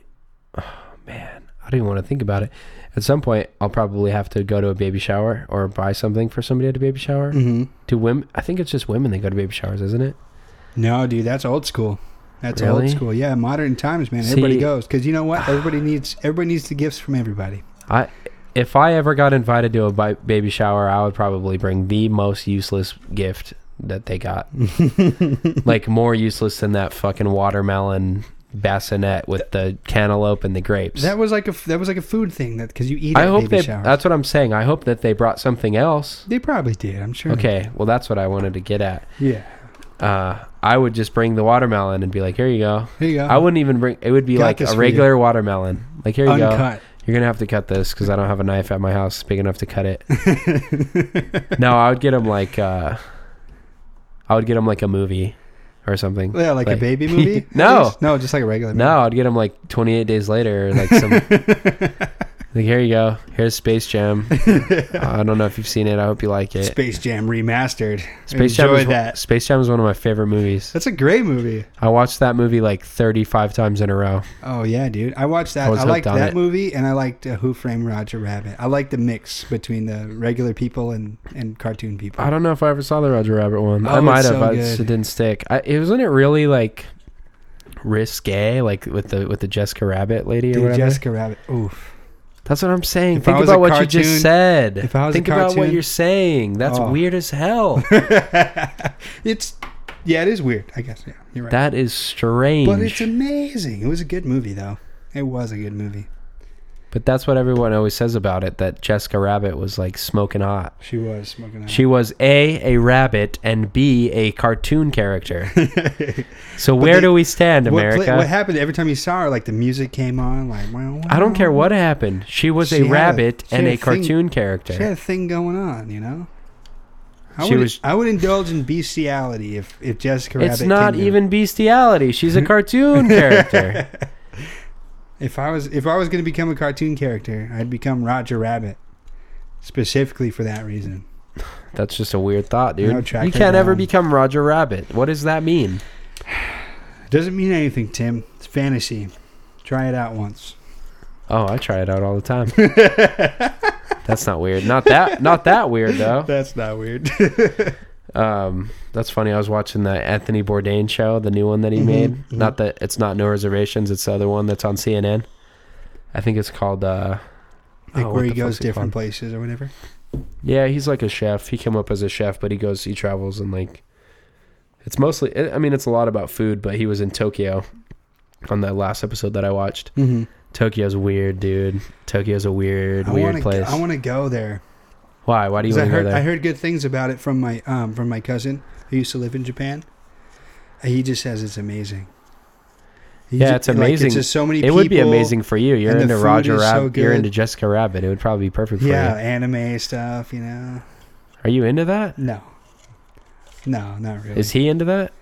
Speaker 2: oh, man, I don't even want to think about it. At some point, I'll probably have to go to a baby shower or buy something for somebody at a baby shower.
Speaker 1: hmm
Speaker 2: Do women? I think it's just women that go to baby showers, isn't it?
Speaker 1: No, dude, that's old school. That's
Speaker 2: Really?
Speaker 1: old school. Yeah, modern times, man. Everybody
Speaker 2: See-
Speaker 1: goes because you know what? Everybody needs everybody needs the gifts from everybody.
Speaker 2: I, if I ever got invited to a bi- baby shower, I would probably bring the most useless gift that they got, like more useless than that fucking watermelon bassinet with the cantaloupe and the grapes.
Speaker 1: That was like a f- that was like a food thing that because you eat.
Speaker 2: I
Speaker 1: at
Speaker 2: hope
Speaker 1: baby
Speaker 2: they.
Speaker 1: showers.
Speaker 2: That's what I'm saying. I hope that they brought something else.
Speaker 1: they probably did. I'm sure.
Speaker 2: Okay, well that's what I wanted to get at.
Speaker 1: Yeah.
Speaker 2: Uh, I would just bring the watermelon and be like, "Here you go."
Speaker 1: Here you go.
Speaker 2: I wouldn't even bring. It would be
Speaker 1: Uh-huh. Got
Speaker 2: like
Speaker 1: this
Speaker 2: a
Speaker 1: for
Speaker 2: regular watermelon. Like here you go.
Speaker 1: uncut.
Speaker 2: You're gonna have to cut this because I don't have a knife at my house big enough to cut it. no, I would get them like. Uh, I would get them like a movie, or something.
Speaker 1: Yeah, like,
Speaker 2: Like-
Speaker 1: a baby movie. at
Speaker 2: No.
Speaker 1: least? no, just like a regular.
Speaker 2: No, I'd get them like 28 days later, or like some. like here you go. Here's Space Jam. I don't know if you've seen it. I hope you like it.
Speaker 1: movie. Space Jam remastered.
Speaker 2: Space Jam
Speaker 1: Enjoy
Speaker 2: is,
Speaker 1: that.
Speaker 2: Space Jam is one of my favorite movies.
Speaker 1: That's a great movie.
Speaker 2: I watched that movie like 35 times in a row.
Speaker 1: Oh yeah, dude. I watched that.
Speaker 2: I was
Speaker 1: I,
Speaker 2: hooked
Speaker 1: liked
Speaker 2: on
Speaker 1: that
Speaker 2: it.
Speaker 1: movie, and I liked uh, Who Framed Roger Rabbit. I liked the mix between the regular people and and cartoon people.
Speaker 2: I don't know if I ever saw the Roger Rabbit one.
Speaker 1: Oh,
Speaker 2: I might
Speaker 1: it's
Speaker 2: have,
Speaker 1: so
Speaker 2: but it
Speaker 1: good.
Speaker 2: just didn't stick. I, it wasn't it really like risque, like with the with the Jessica Rabbit lady or
Speaker 1: Dude,
Speaker 2: whatever.
Speaker 1: Jessica Rabbit. Oof.
Speaker 2: That's what I'm saying.
Speaker 1: If I
Speaker 2: Think
Speaker 1: was a
Speaker 2: about what you
Speaker 1: cartoon-
Speaker 2: just said.
Speaker 1: if I was a
Speaker 2: Think about what
Speaker 1: cartoon-
Speaker 2: you're saying. That's
Speaker 1: Oh.
Speaker 2: weird as hell.
Speaker 1: It's yeah, it is weird. I guess yeah, you're right.
Speaker 2: that is strange.
Speaker 1: but it's amazing. It was a good movie though. It was a good movie.
Speaker 2: but that's what everyone always says about it. That Jessica Rabbit was like smoking hot.
Speaker 1: She was smoking. out.
Speaker 2: She was A, a rabbit, and B, a cartoon character. so where
Speaker 1: they-
Speaker 2: do we stand,
Speaker 1: what,
Speaker 2: America?
Speaker 1: pla- what happened every time you saw her? Like the music came on. Like wow, wow.
Speaker 2: I don't care what happened. She was
Speaker 1: She
Speaker 2: a
Speaker 1: had a-
Speaker 2: rabbit
Speaker 1: she
Speaker 2: and
Speaker 1: had
Speaker 2: a
Speaker 1: a thing-
Speaker 2: cartoon
Speaker 1: She
Speaker 2: character.
Speaker 1: had a thing going on, you know. I
Speaker 2: She
Speaker 1: would,
Speaker 2: was-
Speaker 1: I would indulge in bestiality if, if Jessica
Speaker 2: it's
Speaker 1: Rabbit.
Speaker 2: not
Speaker 1: came to-
Speaker 2: even bestiality. She's a cartoon character.
Speaker 1: If I was if I was going to become a cartoon character, I'd become Roger Rabbit, specifically for that reason.
Speaker 2: That's just a weird thought, dude.
Speaker 1: No, track
Speaker 2: you
Speaker 1: her
Speaker 2: can't ever
Speaker 1: down.
Speaker 2: become Roger Rabbit. What does that mean?
Speaker 1: It doesn't mean anything, Tim. It's fantasy. Try it out once.
Speaker 2: Oh, I try it out all the time. That's not weird. Not that. Not that weird though.
Speaker 1: That's not weird.
Speaker 2: Um, that's funny. I was watching the Anthony Bourdain show, the new one that he
Speaker 1: Mhm,
Speaker 2: made.
Speaker 1: mhm.
Speaker 2: Not that it's not No Reservations. It's the other one that's on CNN. I think it's called. Uh,
Speaker 1: like
Speaker 2: oh, what
Speaker 1: where he
Speaker 2: the fuck's
Speaker 1: goes
Speaker 2: it
Speaker 1: different
Speaker 2: called?
Speaker 1: places or whatever.
Speaker 2: Yeah, he's like a chef. He came up as a chef, but he goes, he travels and like, it's mostly. I mean, it's a lot about food, but he was in Tokyo on the last episode that I watched.
Speaker 1: Mm-hmm.
Speaker 2: Tokyo's weird, dude. Tokyo's a weird,
Speaker 1: I
Speaker 2: weird
Speaker 1: wanna,
Speaker 2: place.
Speaker 1: I want to go there.
Speaker 2: Why? Why do you
Speaker 1: 'Cause I
Speaker 2: want to go
Speaker 1: heard
Speaker 2: there?
Speaker 1: I heard good things about it from my um from my cousin who used to live in Japan. He just says it's amazing. He
Speaker 2: Yeah,
Speaker 1: ju-
Speaker 2: it's
Speaker 1: like,
Speaker 2: amazing.
Speaker 1: it's just so many.
Speaker 2: it would be
Speaker 1: people.
Speaker 2: amazing for you. You're
Speaker 1: and the
Speaker 2: into
Speaker 1: food
Speaker 2: Roger
Speaker 1: is so
Speaker 2: Rabbit. you're
Speaker 1: good.
Speaker 2: into Jessica Rabbit. It would probably be perfect for
Speaker 1: Yeah,
Speaker 2: you.
Speaker 1: anime stuff. You know,
Speaker 2: Are you into that?
Speaker 1: no, no, not really.
Speaker 2: Is he into that?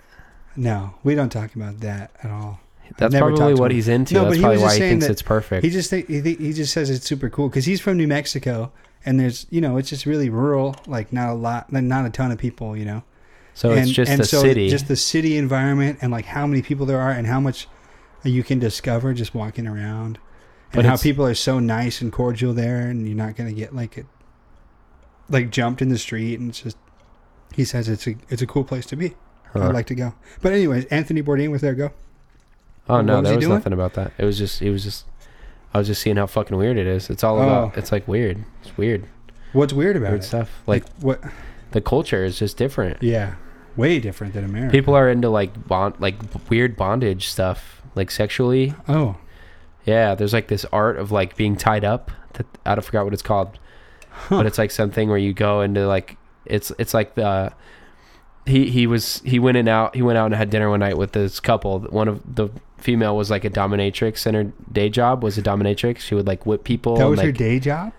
Speaker 1: No, we don't talk about that at all.
Speaker 2: That's
Speaker 1: never
Speaker 2: probably
Speaker 1: talked to
Speaker 2: what
Speaker 1: him.
Speaker 2: he's into.
Speaker 1: No, but
Speaker 2: That's
Speaker 1: he
Speaker 2: probably
Speaker 1: was
Speaker 2: why
Speaker 1: just
Speaker 2: he
Speaker 1: saying
Speaker 2: thinks
Speaker 1: that
Speaker 2: it's perfect.
Speaker 1: He just think, he, thi- he just says it's super cool because he's from New Mexico and there's you know it's just really rural, like not a lot, like, not a ton of people, you know.
Speaker 2: so
Speaker 1: and,
Speaker 2: it's just
Speaker 1: and
Speaker 2: a
Speaker 1: so
Speaker 2: city.
Speaker 1: just the city environment and like how many people there are and how much you can discover just walking around,
Speaker 2: But
Speaker 1: and how
Speaker 2: it's-
Speaker 1: people are so nice and cordial there, and you're not gonna get like it, like jumped in the street, and it's just. He says it's a it's a cool place to be.
Speaker 2: Huh.
Speaker 1: I'd like to go. But anyways, Anthony Bourdain was there. Go.
Speaker 2: oh no,
Speaker 1: what was
Speaker 2: there
Speaker 1: he
Speaker 2: was
Speaker 1: doing?
Speaker 2: nothing about that. It was just. It was just. I was just seeing how fucking weird it is. It's all
Speaker 1: Oh.
Speaker 2: about. It's like weird. It's weird.
Speaker 1: What's weird about
Speaker 2: Weird
Speaker 1: it?
Speaker 2: stuff. Like
Speaker 1: what?
Speaker 2: the culture is just different.
Speaker 1: Yeah, way different than America.
Speaker 2: People are into like bond, like weird bondage stuff, like sexually.
Speaker 1: oh,
Speaker 2: Yeah, there's like this art of like being tied up. That I don't forgot what it's called, but it's like something where you go into like it's it's like the he he was he went and out he went out and had dinner one night with this couple. One of the female was like a dominatrix, and her day job was a dominatrix. She would like whip people.
Speaker 1: that
Speaker 2: and,
Speaker 1: was her
Speaker 2: like-
Speaker 1: day job.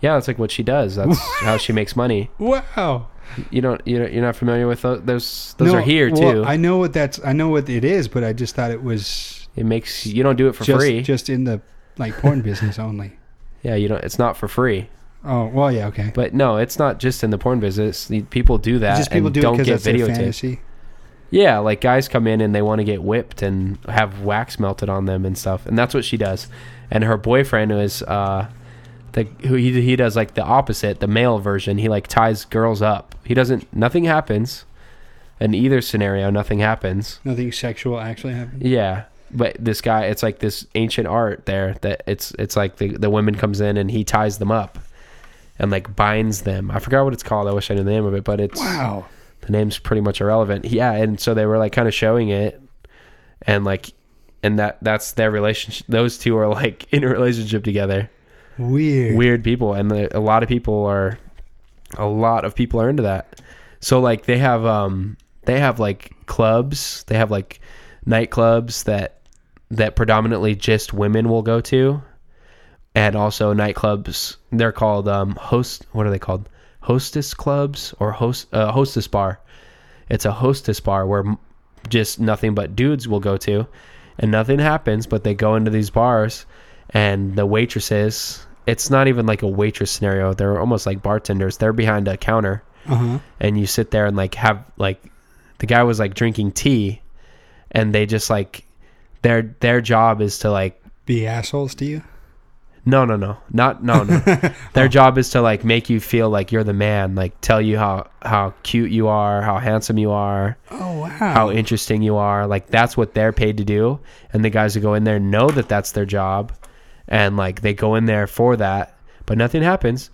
Speaker 2: Yeah, that's like what she does. That's how she makes money.
Speaker 1: Wow.
Speaker 2: You don't you don't- you're not familiar with those those, those are here
Speaker 1: well,
Speaker 2: too.
Speaker 1: I know what that's. I know what it is, but I just thought it was
Speaker 2: it makes you don't do it for
Speaker 1: just
Speaker 2: free.
Speaker 1: just in the like porn business only.
Speaker 2: yeah, you don't. It's not for free.
Speaker 1: Oh well, yeah, okay.
Speaker 2: But no, it's not just in the porn business. The- People do that.
Speaker 1: just people
Speaker 2: and
Speaker 1: do it
Speaker 2: don't
Speaker 1: because
Speaker 2: get
Speaker 1: that's their
Speaker 2: videotaped.
Speaker 1: fantasy.
Speaker 2: Yeah, like guys come in and they want to get whipped and have wax melted on them and stuff, and that's what she does. And her boyfriend is uh, the who he he does like the opposite, the male version. He like ties girls up. He doesn't. Nothing happens. In either scenario, nothing happens.
Speaker 1: Nothing sexual actually happened.
Speaker 2: Yeah, but this guy, it's like this ancient art there that it's it's like the the woman comes in and he ties them up, and like binds them. I forgot what it's called. I wish I knew the name of it, but it's
Speaker 1: Wow.
Speaker 2: the name's pretty much irrelevant. Yeah, and so they were like kind of showing it, and like, and that that's their relationship. Those two are like in a relationship together.
Speaker 1: Weird.
Speaker 2: Weird people, and the, a lot of people are, a lot of people are into that. So like they have um they have like clubs, they have like nightclubs that that predominantly just women will go to, and also nightclubs. They're called um host. What are they called? Hostess clubs or host uh, hostess bar it's a hostess bar where m- just nothing but dudes will go to and nothing happens but they go into these bars and the waitresses it's not even like a waitress scenario they're almost like bartenders they're behind a counter
Speaker 1: Uh-huh.
Speaker 2: and you sit there and like have like the guy was like drinking tea and they just like their their job is to like
Speaker 1: Be assholes to you?
Speaker 2: no, no, no, not no, no. Their job is to like make you feel like you're the man, like tell you how how cute you are, how handsome you are,
Speaker 1: Oh wow.
Speaker 2: how interesting you are. Like that's what they're paid to do, and the guys who go in there know that that's their job, and like they go in there for that, but nothing happens,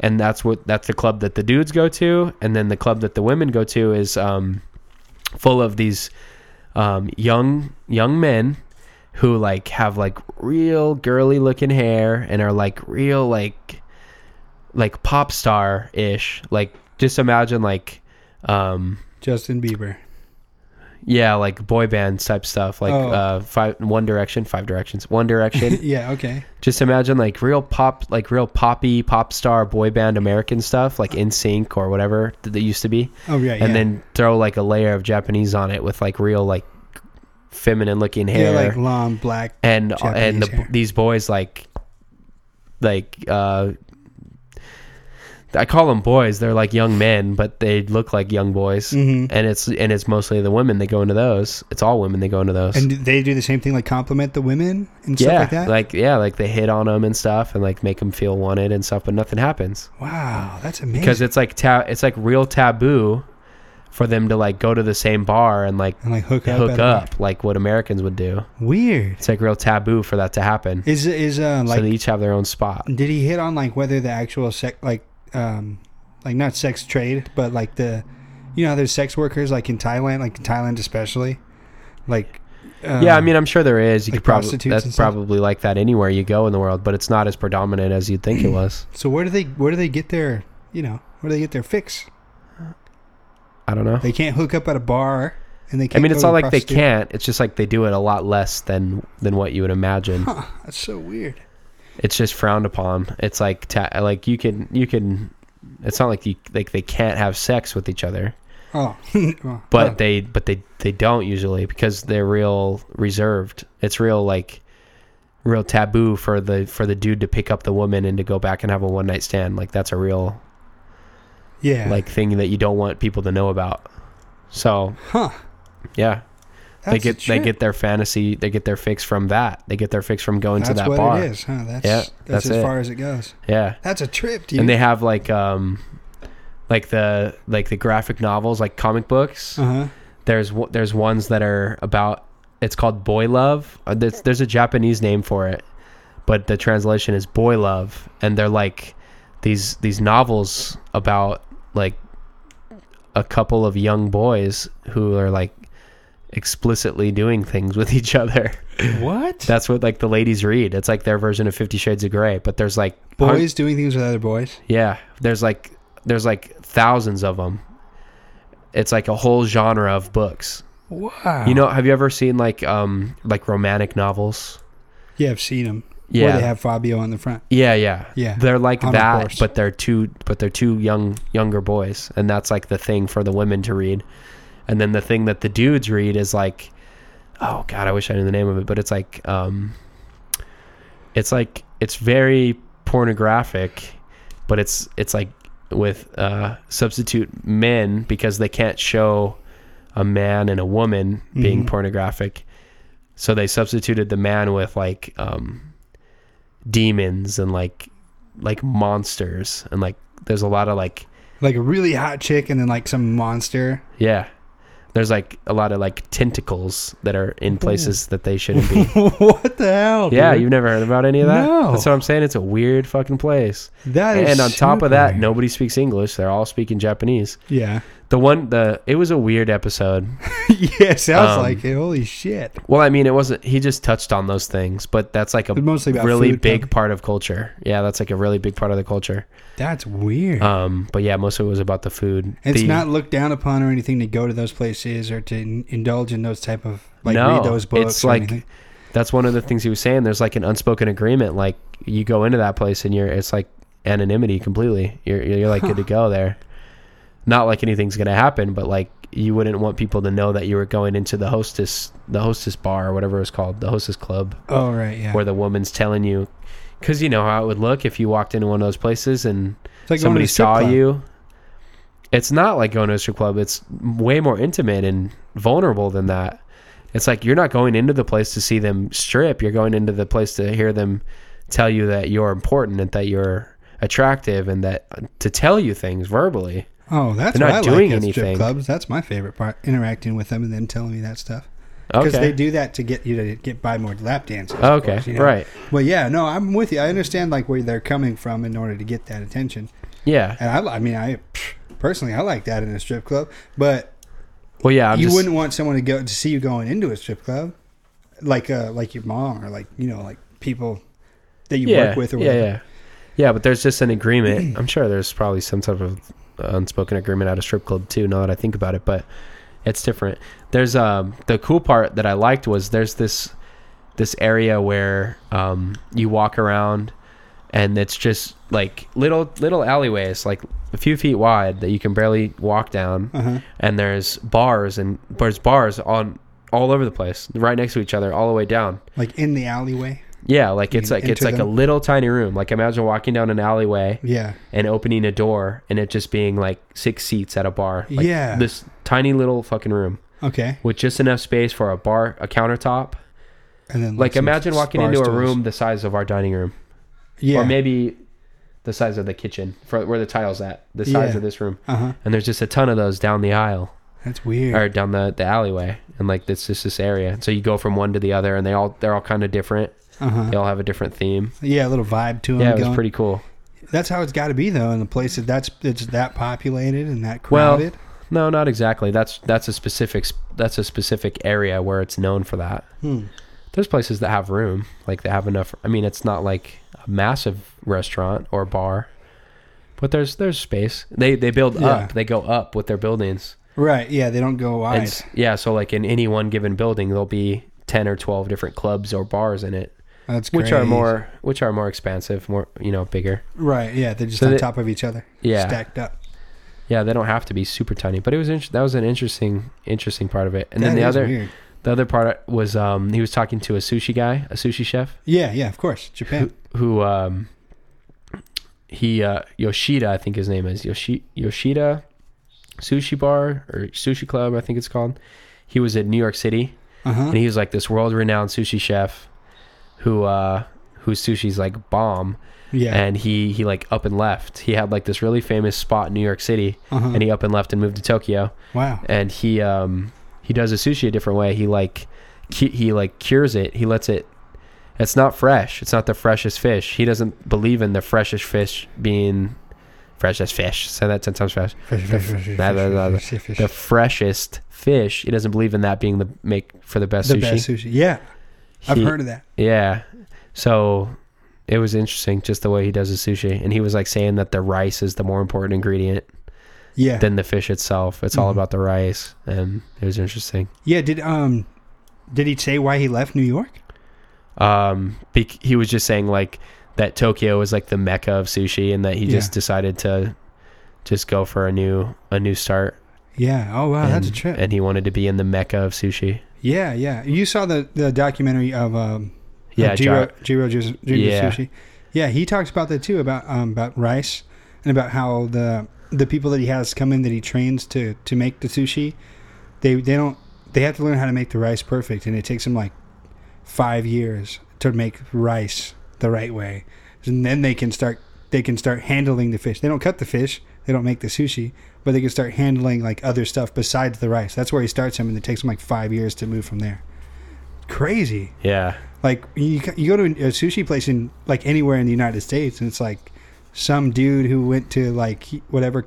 Speaker 2: and that's what that's the club that the dudes go to, and then the club that the women go to is um, full of these um, young young men who like have like real girly looking hair and are like real like like pop star ish like just imagine like um
Speaker 1: Justin Bieber.
Speaker 2: yeah, like boy band type stuff, like
Speaker 1: Oh.
Speaker 2: uh, five, One Direction, Five Directions, One Direction.
Speaker 1: Yeah, okay.
Speaker 2: Just imagine like real pop, like real poppy pop star boy band American stuff, like In Sync or whatever that they used to be,
Speaker 1: Oh yeah, yeah.
Speaker 2: and then throw like a layer of Japanese on it with like real like feminine looking
Speaker 1: yeah,
Speaker 2: hair,
Speaker 1: like long black
Speaker 2: and uh,
Speaker 1: Japanese
Speaker 2: and the,
Speaker 1: hair.
Speaker 2: these boys like like uh, I call them boys. They're like young men, but they look like young boys
Speaker 1: Mhm.
Speaker 2: and it's and it's mostly the women that go into those. It's all women that go into those.
Speaker 1: And do they do the same thing, like compliment the women and
Speaker 2: yeah,
Speaker 1: stuff like that.
Speaker 2: yeah, like they hit on them and stuff, and like make them feel wanted and stuff, but nothing happens
Speaker 1: wow, that's amazing.
Speaker 2: because it's like ta- it's like real taboo for them to like go to the same bar and like
Speaker 1: and like hook up,
Speaker 2: hook
Speaker 1: at a-
Speaker 2: up like what Americans would do.
Speaker 1: Weird.
Speaker 2: It's like real taboo for that to happen.
Speaker 1: Is is uh
Speaker 2: so they
Speaker 1: like
Speaker 2: each have their own spot.
Speaker 1: did he hit on like whether the actual sex like um like not sex trade but like the you know how there's sex workers like in Thailand like in Thailand especially like um,
Speaker 2: yeah, I mean, I'm sure there is. You
Speaker 1: like
Speaker 2: could probably
Speaker 1: prostitutes and
Speaker 2: that's
Speaker 1: stuff?
Speaker 2: probably like that anywhere you go in the world, but it's not as predominant as you'd think it was.
Speaker 1: so where do they where do they get their you know where do they get their fix
Speaker 2: I don't know.
Speaker 1: they can't hook up at a bar and they
Speaker 2: I
Speaker 1: can't
Speaker 2: mean, it's
Speaker 1: go
Speaker 2: not
Speaker 1: to a
Speaker 2: like they
Speaker 1: prostitute.
Speaker 2: can't. It's just like they do it a lot less than than what you would imagine.
Speaker 1: huh, that's so weird
Speaker 2: It's just frowned upon. It's like ta- like you can you can. It's not like you like they can't have sex with each other,
Speaker 1: oh well,
Speaker 2: but
Speaker 1: huh.
Speaker 2: they but they they don't usually because they're real reserved. It's real like real taboo for the for the dude to pick up the woman and to go back and have a one night stand. Like that's a real
Speaker 1: yeah
Speaker 2: like thing that you don't want people to know about. So
Speaker 1: huh
Speaker 2: yeah, they
Speaker 1: that's
Speaker 2: get
Speaker 1: the
Speaker 2: they
Speaker 1: trip.
Speaker 2: get their fantasy they get their fix from that they get their fix from going
Speaker 1: that's
Speaker 2: to that
Speaker 1: what
Speaker 2: bar
Speaker 1: it is huh that's
Speaker 2: Yeah,
Speaker 1: that's,
Speaker 2: that's
Speaker 1: as
Speaker 2: it.
Speaker 1: far as it goes
Speaker 2: yeah
Speaker 1: that's a trip dude
Speaker 2: and they have like um like the like the graphic novels like comic books
Speaker 1: uh-huh
Speaker 2: there's wo- there's ones that are about it's called boy love Uh, there's, there's a japanese name for it but the translation is boy love and they're like these these novels about like a couple of young boys who are like explicitly doing things with each other
Speaker 1: what
Speaker 2: That's what like the ladies read. It's like their version of Fifty Shades of Grey. But there's like hun-
Speaker 1: boys doing things with other boys
Speaker 2: yeah, there's like there's like thousands of them. It's like a whole genre of books.
Speaker 1: wow
Speaker 2: You know, have you ever seen like um like romantic novels?
Speaker 1: yeah i've seen them
Speaker 2: Yeah,
Speaker 1: Or they have Fabio on the front.
Speaker 2: yeah, yeah,
Speaker 1: Yeah,
Speaker 2: They're like
Speaker 1: on a
Speaker 2: that,
Speaker 1: horse.
Speaker 2: but they're two, but they're two young younger boys, and that's like the thing for the women to read. And then the thing that the dudes read is like, oh god, I wish I knew the name of it, but it's like, um, it's like it's very pornographic, but it's it's like with uh, substitute men because they can't show a man and a woman
Speaker 1: Mm-hmm.
Speaker 2: being pornographic. So they substituted the man with like um, demons and like like monsters and like there's a lot of like
Speaker 1: Like a really hot chick and then like some monster.
Speaker 2: yeah. There's like a lot of like tentacles that are in places that they shouldn't be.
Speaker 1: what the hell?
Speaker 2: Yeah,
Speaker 1: dude?
Speaker 2: you've never heard about any of that?
Speaker 1: No.
Speaker 2: That's what I'm saying. It's a weird fucking place.
Speaker 1: That is
Speaker 2: and on top of
Speaker 1: super
Speaker 2: that,
Speaker 1: weird.
Speaker 2: nobody speaks English. They're all speaking Japanese.
Speaker 1: Yeah.
Speaker 2: The one the it was a weird episode.
Speaker 1: yeah, it sounds
Speaker 2: Um,
Speaker 1: like it. Holy shit.
Speaker 2: Well, I mean, it wasn't he just touched on those things, but that's like a
Speaker 1: It's mostly about
Speaker 2: really
Speaker 1: food,
Speaker 2: big
Speaker 1: probably.
Speaker 2: part of culture. Yeah, that's like a really big part of the culture.
Speaker 1: That's weird.
Speaker 2: Um, but yeah, most of it was about the food.
Speaker 1: it's
Speaker 2: The-
Speaker 1: not looked down upon or anything to go to those places or to in- indulge in those type of like
Speaker 2: no,
Speaker 1: read those books.
Speaker 2: It's
Speaker 1: or
Speaker 2: like
Speaker 1: anything.
Speaker 2: that's one of the things he was saying. There's like an unspoken agreement. Like you go into that place and you're it's like anonymity completely. You're you're like good to go there. Not like anything's gonna happen, but like you wouldn't want people to know that you were going into the hostess the hostess bar or whatever it's called, the hostess club.
Speaker 1: oh right, yeah.
Speaker 2: where the woman's telling you because you know how it would look if you walked into one of those places and
Speaker 1: It's like going to
Speaker 2: somebody
Speaker 1: a strip
Speaker 2: saw
Speaker 1: club.
Speaker 2: you it's not like going to a strip club it's way more intimate and vulnerable than that it's like you're not going into the place to see them strip you're going into the place to hear them tell you that you're important and that you're attractive and that to tell you things verbally
Speaker 1: Oh, that's
Speaker 2: They're
Speaker 1: what
Speaker 2: not
Speaker 1: I
Speaker 2: doing
Speaker 1: like at strip
Speaker 2: anything.
Speaker 1: clubs. That's my favorite part, interacting with them and them telling me that stuff. Because
Speaker 2: okay
Speaker 1: they do that to get you to get by more lap dances. of
Speaker 2: okay
Speaker 1: course, you know?
Speaker 2: right
Speaker 1: Well, yeah, no, I'm with you. I understand like where they're coming from in order to get that attention.
Speaker 2: yeah
Speaker 1: And I, li- I mean, I pff, personally I like that in a strip club, but
Speaker 2: well yeah I'm
Speaker 1: you
Speaker 2: just,
Speaker 1: wouldn't want someone to go to see you going into a strip club, like uh, like your mom or like you know like people that you
Speaker 2: yeah,
Speaker 1: work with or
Speaker 2: yeah,
Speaker 1: whatever.
Speaker 2: yeah, yeah. But there's just an agreement. I'm sure there's probably some type of unspoken agreement at a strip club too. Now that I think about it, but it's different. There's um the cool part that I liked was there's this this area where um you walk around and it's just like little little alleyways like a few feet wide that you can barely walk down
Speaker 1: Uh-huh.
Speaker 2: and there's bars and there's bars on all over the place right next to each other all the way down
Speaker 1: Like in the alleyway.
Speaker 2: yeah, like it's
Speaker 1: can
Speaker 2: like it's
Speaker 1: enter
Speaker 2: like a
Speaker 1: them?
Speaker 2: little tiny room. Like imagine walking down an alleyway
Speaker 1: Yeah.
Speaker 2: and opening a door and it just being like six seats at a bar. Like
Speaker 1: Yeah.
Speaker 2: This tiny little fucking room
Speaker 1: Okay.
Speaker 2: with just enough space for a bar, a countertop.
Speaker 1: And then
Speaker 2: Like
Speaker 1: some
Speaker 2: imagine walking
Speaker 1: bar
Speaker 2: into a
Speaker 1: stools.
Speaker 2: room the size of our dining room
Speaker 1: Yeah.
Speaker 2: or maybe the size of the kitchen for where the tile's at, the size
Speaker 1: Yeah.
Speaker 2: of this room.
Speaker 1: Uh huh.
Speaker 2: And there's just a ton of those down the aisle
Speaker 1: That's weird.
Speaker 2: or down the, the alleyway. And like it's just this area. So you go from one to the other and they all they're all kind of different.
Speaker 1: Uh huh.
Speaker 2: They all have a different theme.
Speaker 1: Yeah, a little vibe to them.
Speaker 2: Yeah, it was
Speaker 1: going.
Speaker 2: pretty cool.
Speaker 1: That's how it's got to be though, in a place that that's it's that populated and that
Speaker 2: Well,
Speaker 1: crowded.
Speaker 2: No, not exactly. That's that's a specific that's a specific area where it's known for that.
Speaker 1: Hmm.
Speaker 2: There's places that have room, like they have enough. I mean, it's not like a massive restaurant or bar, but there's there's space. They they build
Speaker 1: Yeah.
Speaker 2: up. They go up with their buildings.
Speaker 1: Right. Yeah, they don't go
Speaker 2: And
Speaker 1: wide.
Speaker 2: s- yeah, so like in any one given building, there'll be ten or twelve different clubs or bars in it,
Speaker 1: That's
Speaker 2: which are
Speaker 1: crazy.
Speaker 2: more which are more expansive, more you know bigger.
Speaker 1: right. Yeah, they're just
Speaker 2: So
Speaker 1: on
Speaker 2: they-
Speaker 1: top of each other.
Speaker 2: Yeah.
Speaker 1: Stacked up.
Speaker 2: Yeah, they don't have to be super tiny, but it was int- that was an interesting interesting part of it. And
Speaker 1: That
Speaker 2: then the
Speaker 1: is
Speaker 2: other.
Speaker 1: weird.
Speaker 2: The other part was um, he was talking to a sushi guy, a sushi chef,
Speaker 1: Yeah. Yeah. Of course, Japan.
Speaker 2: who um, he uh, Yoshida, I think his name is Yoshi, Yoshida Sushi Bar or Sushi Club, I think it's called. He was in New York City,
Speaker 1: Uh huh.
Speaker 2: and he was like this world-renowned sushi chef, who uh, whose sushi's like bomb,
Speaker 1: Yeah.
Speaker 2: and he he like up and left. He had like this really famous spot in New York City,
Speaker 1: Uh-huh.
Speaker 2: and he up and left and moved to Tokyo
Speaker 1: wow.
Speaker 2: and he um he does his sushi a different way. He like cu- he like cures it. He lets it. It's not fresh. It's not the freshest fish. He doesn't believe in the freshest fish being fresh as fish. Say that ten times fast. Blah, blah, blah, blah. The
Speaker 1: The
Speaker 2: freshest fish. He doesn't believe in that being the make for the best sushi.
Speaker 1: best sushi. Yeah. I've
Speaker 2: He-
Speaker 1: heard of that.
Speaker 2: Yeah. So it was interesting just the way he does his sushi, and he was like saying that the rice is the more important ingredient
Speaker 1: Yeah.
Speaker 2: than the fish itself. It's
Speaker 1: Mm-hmm.
Speaker 2: all about the rice, and it was interesting.
Speaker 1: Yeah, did um did he say why he left New York?
Speaker 2: um bec- he was just saying like that Tokyo is like the mecca of sushi and that he just
Speaker 1: Yeah.
Speaker 2: decided to just go for a new a new start
Speaker 1: Yeah. Oh wow,
Speaker 2: and,
Speaker 1: that's a trip.
Speaker 2: and he wanted to be in the mecca of sushi
Speaker 1: yeah, yeah. You saw the the documentary of um
Speaker 2: Yeah,
Speaker 1: of Jiro
Speaker 2: Jar-
Speaker 1: Jiro, Jiro,
Speaker 2: Yeah.
Speaker 1: Sushi. Yeah, he talks about that too about um about rice and about how the the people that he has come in that he trains to to make the sushi they they don't they have to learn how to make the rice perfect, and it takes them like five years to make rice the right way, and then they can start they can start handling the fish. They don't cut the fish, they don't make the sushi, but they can start handling like other stuff besides the rice. That's where he starts him, and it takes him like five years to move from there. Crazy.
Speaker 2: Yeah.
Speaker 1: Like you, you go to a sushi place in like anywhere in the United States, and it's like some dude who went to like whatever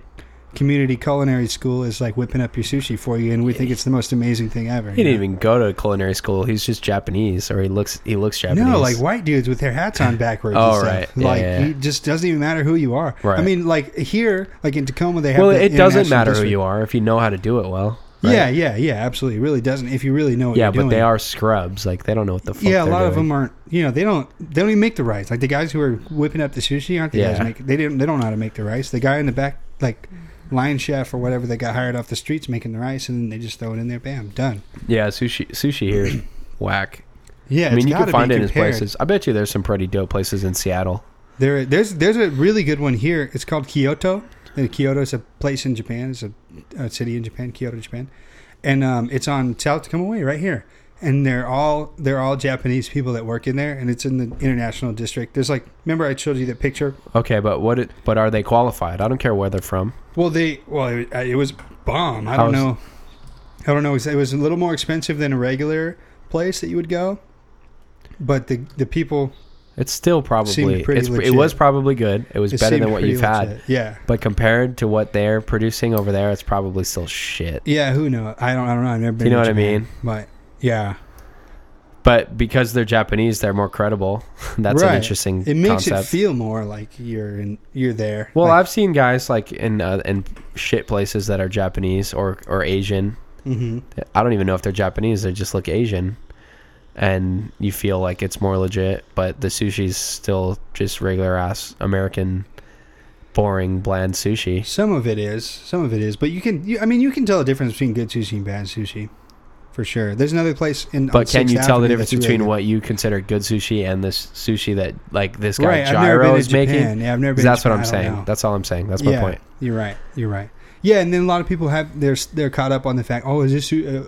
Speaker 1: community culinary school is like whipping up your sushi for you, and we think it's the most amazing thing ever.
Speaker 2: He
Speaker 1: you
Speaker 2: didn't
Speaker 1: know?
Speaker 2: even go to culinary school. He's just Japanese, or he looks he looks Japanese.
Speaker 1: No, like white dudes with their hats on backwards. and
Speaker 2: Oh,
Speaker 1: stuff.
Speaker 2: right. Yeah,
Speaker 1: like
Speaker 2: yeah, yeah.
Speaker 1: it just doesn't even matter who you are.
Speaker 2: Right.
Speaker 1: I mean, like here, like in Tacoma, they have.
Speaker 2: well,
Speaker 1: the
Speaker 2: it doesn't
Speaker 1: international
Speaker 2: matter who
Speaker 1: district.
Speaker 2: you are if you know how to do it well. right?
Speaker 1: Yeah, yeah, yeah. Absolutely, it really doesn't. If you really know what
Speaker 2: yeah,
Speaker 1: you're
Speaker 2: but
Speaker 1: doing.
Speaker 2: they are scrubs. Like they don't know what the fuck.
Speaker 1: Yeah, a
Speaker 2: they're
Speaker 1: lot of
Speaker 2: doing.
Speaker 1: them aren't. You know, they don't. They don't even make the rice. Like the guys who are whipping up the sushi aren't the
Speaker 2: Yeah.
Speaker 1: guys making. They didn't. They don't know how to make the rice. The guy in the back, like line chef or whatever, that got hired off the streets making the rice, and then they just throw it in there. Bam, done.
Speaker 2: Yeah, sushi sushi here, is whack.
Speaker 1: Yeah,
Speaker 2: I mean, you can
Speaker 1: gotta
Speaker 2: find
Speaker 1: be
Speaker 2: it in
Speaker 1: compared.
Speaker 2: places. I bet you there's some pretty dope places in Seattle.
Speaker 1: There, there's there's a really good one here. It's called Kyoto. And Kyoto is a place in Japan. It's a, a city in Japan, Kyoto, Japan, and um, it's on South Tacoma Way, right here. And they're all they're all Japanese people that work in there, and it's in the international district. There's like, remember I showed you that picture
Speaker 2: Okay, but what? It, but are they qualified? I don't care where they're from.
Speaker 1: Well, they well it, uh, it was bomb. I don't
Speaker 2: How's-
Speaker 1: know. I don't know. It was a little more expensive than a regular place that you would go, but the the people
Speaker 2: It's still probably
Speaker 1: pretty
Speaker 2: it's, it
Speaker 1: legit.
Speaker 2: was probably good. It was
Speaker 1: it
Speaker 2: better
Speaker 1: seemed
Speaker 2: than what
Speaker 1: pretty
Speaker 2: you've had.
Speaker 1: legit. Yeah,
Speaker 2: But compared to what they're producing over there, it's probably still shit.
Speaker 1: yeah. Who knows? I don't. I don't know. I've never been.
Speaker 2: you know
Speaker 1: to
Speaker 2: what I
Speaker 1: Japan,
Speaker 2: mean?
Speaker 1: But yeah,
Speaker 2: But because they're Japanese, they're more credible. That's an
Speaker 1: Right.
Speaker 2: interesting
Speaker 1: it makes
Speaker 2: concept.
Speaker 1: it feel more like you're in. You're there.
Speaker 2: well,
Speaker 1: Like,
Speaker 2: I've seen guys like in uh, in shit places that are Japanese or or Asian.
Speaker 1: mhm.
Speaker 2: I don't even know if they're Japanese. They just look Asian, and you feel like it's more legit. But the sushi's still just regular ass American, boring, bland sushi.
Speaker 1: Some of it is. Some of it is. But you can. You, I mean, you can tell the difference between good sushi and bad sushi, for sure. There's another place in. on
Speaker 2: But can
Speaker 1: 6th
Speaker 2: you tell the
Speaker 1: Avenue
Speaker 2: difference
Speaker 1: that's really
Speaker 2: between
Speaker 1: good.
Speaker 2: what you consider good sushi and this sushi that like this guy
Speaker 1: Right, I've never
Speaker 2: Gyro
Speaker 1: been to
Speaker 2: is making?
Speaker 1: Japan. Yeah, I've never been to
Speaker 2: That's
Speaker 1: Japan.
Speaker 2: what I'm
Speaker 1: I don't
Speaker 2: saying.
Speaker 1: know.
Speaker 2: That's all I'm saying. That's my
Speaker 1: yeah,
Speaker 2: point.
Speaker 1: You're right. You're right. Yeah, and then a lot of people have they're they're caught up on the fact. Oh, is this uh,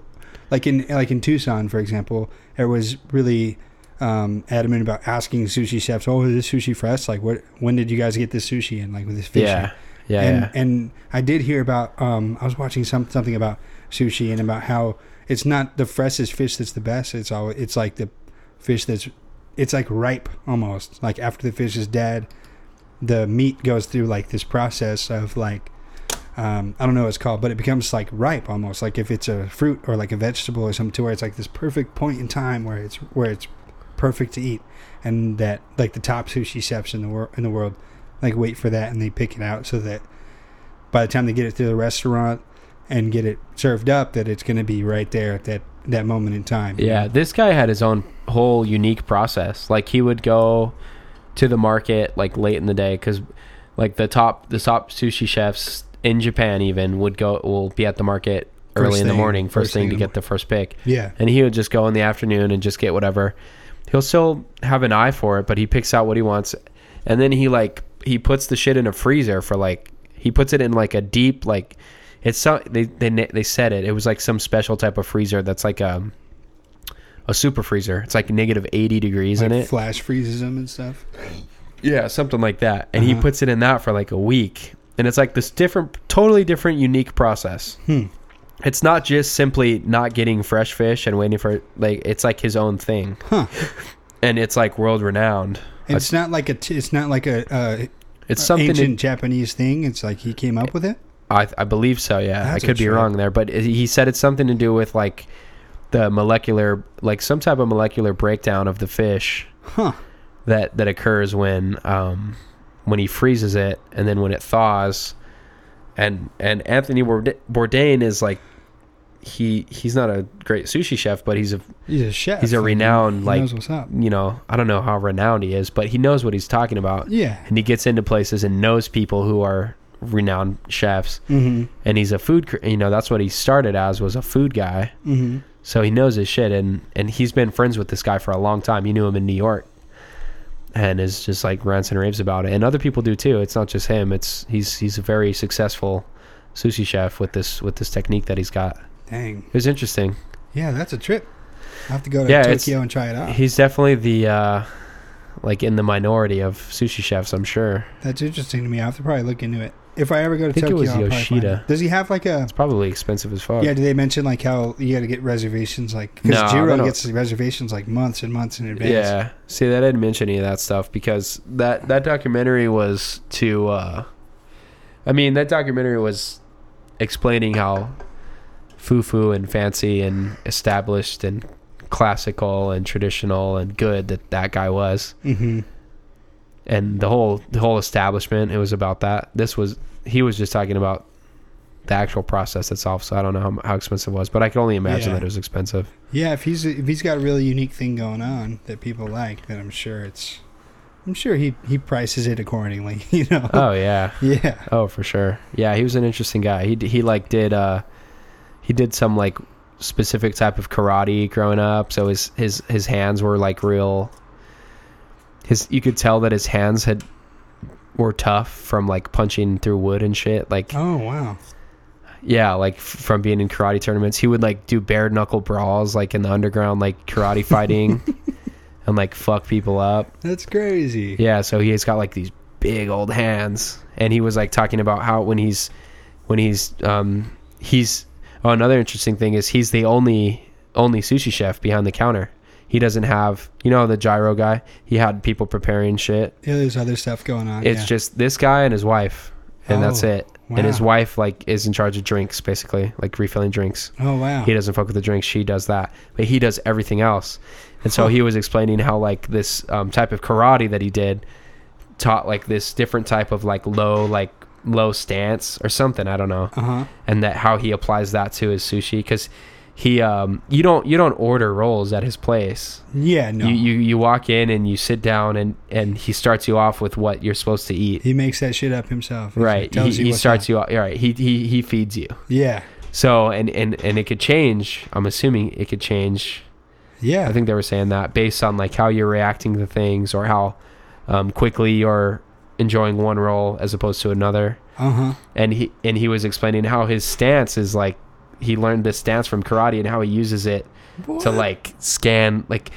Speaker 1: like in like in Tucson, for example, it was really um, adamant about asking sushi chefs. Oh, is this sushi fresh? Like, what? When did you guys get this sushi? And like with this fish.
Speaker 2: Yeah, yeah,
Speaker 1: and,
Speaker 2: yeah.
Speaker 1: and I did hear about. Um, I was watching some something about sushi and about how it's not the freshest fish that's the best. It's all. It's like the fish that's. It's like ripe almost. Like after the fish is dead, the meat goes through like this process of like. Um, I don't know what it's called, but it becomes like ripe almost, like if it's a fruit or like a vegetable or something, to where it's like this perfect point in time where it's where it's perfect to eat, and that like the top sushi chefs in the world in the world like wait for that and they pick it out so that by the time they get it to the restaurant and get it served up that it's going to be right there at that that moment in time
Speaker 2: Yeah, this guy had his own whole unique process. Like he would go to the market like late in the day because like the top the top sushi chefs in Japan even would go will be at the market
Speaker 1: First
Speaker 2: early in the
Speaker 1: thing-
Speaker 2: morning first,
Speaker 1: first
Speaker 2: thing,
Speaker 1: thing
Speaker 2: to
Speaker 1: in the
Speaker 2: get the first pick.
Speaker 1: yeah
Speaker 2: And he would just go in the afternoon and just get whatever. He'll still have an eye for it, but he picks out what he wants, and then he like he puts the shit in a freezer for like he puts it in like a deep like it's so they they na- they said it it was like some special type of freezer that's like um, a a super freezer. It's like negative eighty degrees in
Speaker 1: like
Speaker 2: it.
Speaker 1: flash freezes them and stuff
Speaker 2: Yeah, something like that. And he puts it in that for like a week. And it's like this different, totally different, unique process. It's not just simply not getting fresh fish and waiting for like it's like his own thing,
Speaker 1: huh
Speaker 2: and it's like world renowned.
Speaker 1: And it's not like a t- it's not like a uh,
Speaker 2: It's something
Speaker 1: ancient japanese thing it's like he came up with it
Speaker 2: I I believe so. Yeah,
Speaker 1: That's
Speaker 2: I could
Speaker 1: a
Speaker 2: be
Speaker 1: trip.
Speaker 2: wrong there, but he said it's something to do with like the molecular, like some type of molecular breakdown of the fish
Speaker 1: huh
Speaker 2: that that occurs when um, when he freezes it and then when it thaws and and Anthony Bourda- Bourdain is like he he's not a great sushi chef but he's a
Speaker 1: he's a chef
Speaker 2: he's a
Speaker 1: Like,
Speaker 2: renowned
Speaker 1: he
Speaker 2: like
Speaker 1: knows what's up
Speaker 2: you know I don't know how renowned he is but he knows what he's talking about
Speaker 1: yeah
Speaker 2: and he gets into places and knows people who are renowned chefs
Speaker 1: mm-hmm
Speaker 2: and he's a food cr- you know that's what he started as was a food guy
Speaker 1: mm-hmm
Speaker 2: so he knows his shit, and and he's been friends with this guy for a long time. You knew him in New York, and is just like rants and raves about it. And other people do too. It's not just him. It's he's he's a very successful sushi chef with this with this technique that he's got.
Speaker 1: Dang.
Speaker 2: It was interesting.
Speaker 1: Yeah, that's a trip. I'll have to go to
Speaker 2: Yeah, it's-
Speaker 1: Tokyo and try it out.
Speaker 2: He's definitely the uh, like in the minority of sushi chefs, I'm sure.
Speaker 1: That's interesting to me. I will have to probably look into it. If I ever go to
Speaker 2: think it
Speaker 1: Tokyo,
Speaker 2: was
Speaker 1: I'll probably find
Speaker 2: Yoshida. Oh.
Speaker 1: it. Does he have like a?
Speaker 2: It's probably expensive as fuck.
Speaker 1: Yeah, do they mention like how you got to get reservations like because
Speaker 2: No, they
Speaker 1: Jiro
Speaker 2: don't-
Speaker 1: gets reservations like months and months in advance.
Speaker 2: Yeah. See, that didn't mention any of that stuff because that that documentary was to. Uh, I mean, that documentary was explaining how fufu and fancy and established and classical and traditional and good that that guy was,
Speaker 1: Mm-hmm.
Speaker 2: and the whole the whole establishment. It was about that. This was he was just talking about the actual process itself. So I don't know how, how expensive it was, but I can only imagine
Speaker 1: Yeah.
Speaker 2: that it was expensive.
Speaker 1: Yeah, if he's if he's got a really unique thing going on that people like, then I'm sure it's, I'm sure he he prices it accordingly. You know.
Speaker 2: Oh yeah.
Speaker 1: yeah.
Speaker 2: Oh, for sure. Yeah, he was an interesting guy. He d- he like did uh he did some like specific type of karate growing up. So his his his hands were like real his you could tell that his hands had were tough from like punching through wood and shit. Like
Speaker 1: Oh wow.
Speaker 2: yeah, like f- from being in karate tournaments, he would like do bare knuckle brawls like in the underground like karate fighting and like fuck people up.
Speaker 1: That's crazy.
Speaker 2: Yeah, so he's got like these big old hands, and he was like talking about how when he's when he's um he's oh another interesting thing is he's the only only sushi chef behind the counter. He doesn't have you know the gyro guy. He had people preparing shit.
Speaker 1: Yeah, there's other stuff going on.
Speaker 2: It's
Speaker 1: yeah.
Speaker 2: just this guy and his wife, and that's
Speaker 1: Oh,
Speaker 2: it. And his
Speaker 1: wow.
Speaker 2: wife like is in charge of drinks basically, like refilling drinks.
Speaker 1: Oh wow.
Speaker 2: He doesn't fuck with the drinks. She does that, but he does everything else. And so he was explaining how like this um, type of karate that he did taught like this different type of like low like low stance or something. I don't know,
Speaker 1: Uh huh.
Speaker 2: and that how he applies that to his sushi because he um you don't you don't order rolls at his place.
Speaker 1: Yeah. No.
Speaker 2: You, you you walk in and you sit down and and he starts you off with what you're supposed to eat.
Speaker 1: he makes that shit up himself.
Speaker 2: Right, he,
Speaker 1: tells you
Speaker 2: he
Speaker 1: what's
Speaker 2: starts
Speaker 1: on.
Speaker 2: you off. Right, he he he feeds you.
Speaker 1: Yeah.
Speaker 2: So and and and it could change. I'm assuming it could change
Speaker 1: Yeah.
Speaker 2: I think they were saying that based on like how you're reacting to things or how um, quickly you're enjoying one role as opposed to another.
Speaker 1: Uh huh.
Speaker 2: And he and he was explaining how his stance is like he learned this stance from karate and how he uses it to like scan like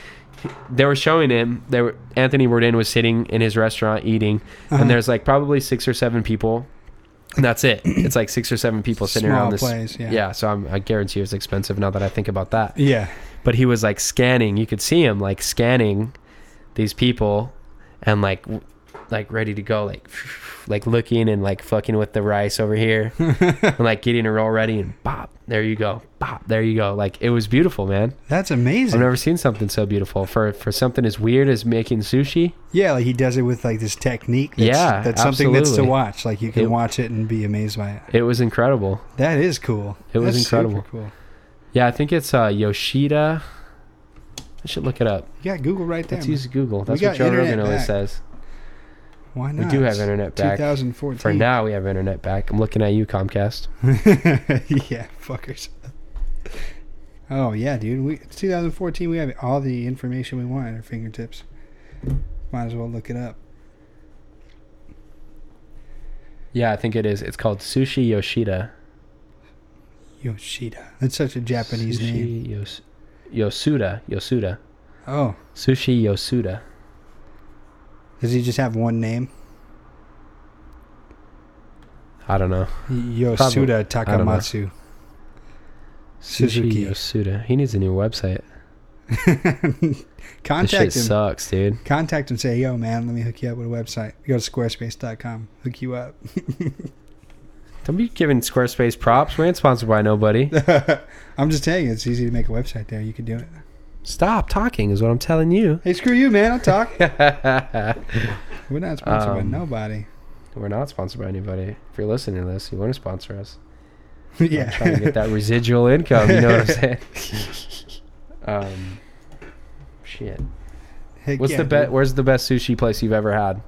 Speaker 2: they were showing him they were Anthony Bourdain was sitting in his restaurant eating
Speaker 1: Uh-huh.
Speaker 2: and there's like probably six or seven people and that's it. It's like six or seven people sitting
Speaker 1: Small
Speaker 2: around this.
Speaker 1: place, yeah.
Speaker 2: yeah, so I'm, I guarantee it's expensive now that I think about that
Speaker 1: Yeah.
Speaker 2: but he was like scanning you could see him like scanning these people and like w- like ready to go like like looking and like fucking with the rice over here and like getting a roll ready and bop there you go bop there you go like it was beautiful man
Speaker 1: That's
Speaker 2: i've
Speaker 1: amazing.
Speaker 2: never seen something so beautiful for for something as weird as making sushi
Speaker 1: Yeah, like he does it with like this technique. That's,
Speaker 2: Yeah,
Speaker 1: that's something that's to
Speaker 2: absolutely.
Speaker 1: watch. Like you can
Speaker 2: It-
Speaker 1: watch it and be amazed by it.
Speaker 2: it was incredible
Speaker 1: That is cool.
Speaker 2: It was
Speaker 1: That's super
Speaker 2: incredible.
Speaker 1: Cool.
Speaker 2: yeah i think it's uh yoshida i should look it up
Speaker 1: You got Google right there.
Speaker 2: let's
Speaker 1: man.
Speaker 2: use google that's
Speaker 1: got
Speaker 2: what joe
Speaker 1: internet
Speaker 2: rogan always
Speaker 1: back.
Speaker 2: says
Speaker 1: Why
Speaker 2: we
Speaker 1: not?
Speaker 2: do have internet back
Speaker 1: 2014.
Speaker 2: for now we have internet back i'm looking at you comcast
Speaker 1: yeah, fuckers. Oh yeah, dude. We it's 2014. We have all the information we want at our fingertips. Might as well look it up.
Speaker 2: Yeah, I think it is. It's called Sushi Yoshida.
Speaker 1: Yoshida. That's such a Japanese
Speaker 2: Sushi
Speaker 1: name.
Speaker 2: Yos- Yosuda. Yosuda.
Speaker 1: Oh,
Speaker 2: Sushi Yosuda.
Speaker 1: does he just have one name?
Speaker 2: I don't know.
Speaker 1: Yosuda
Speaker 2: I don't know.
Speaker 1: Takamatsu.
Speaker 2: Sushi
Speaker 1: Suzuki.
Speaker 2: Yosuda. He needs a new website. This shit
Speaker 1: Contact him.
Speaker 2: sucks, dude.
Speaker 1: Contact and say, "Yo, man, let me hook you up with a website. Go to squarespace.com. Hook you up."
Speaker 2: Don't be giving Squarespace props. We ain't sponsored by nobody.
Speaker 1: I'm just telling you, it's easy to make a website there. You can do it.
Speaker 2: Stop talking is what I'm telling you.
Speaker 1: Hey, screw you, man. I'll talk.
Speaker 2: We're
Speaker 1: We're not sponsored by
Speaker 2: Um,
Speaker 1: nobody.
Speaker 2: not sponsored by anybody. If you're listening to this, you want to sponsor us.
Speaker 1: yeah.
Speaker 2: Trying to get that residual income. You know what I'm saying? um, shit.
Speaker 1: Heck
Speaker 2: What's
Speaker 1: yeah,
Speaker 2: the best?
Speaker 1: dude.
Speaker 2: Where's the best sushi place you've ever had?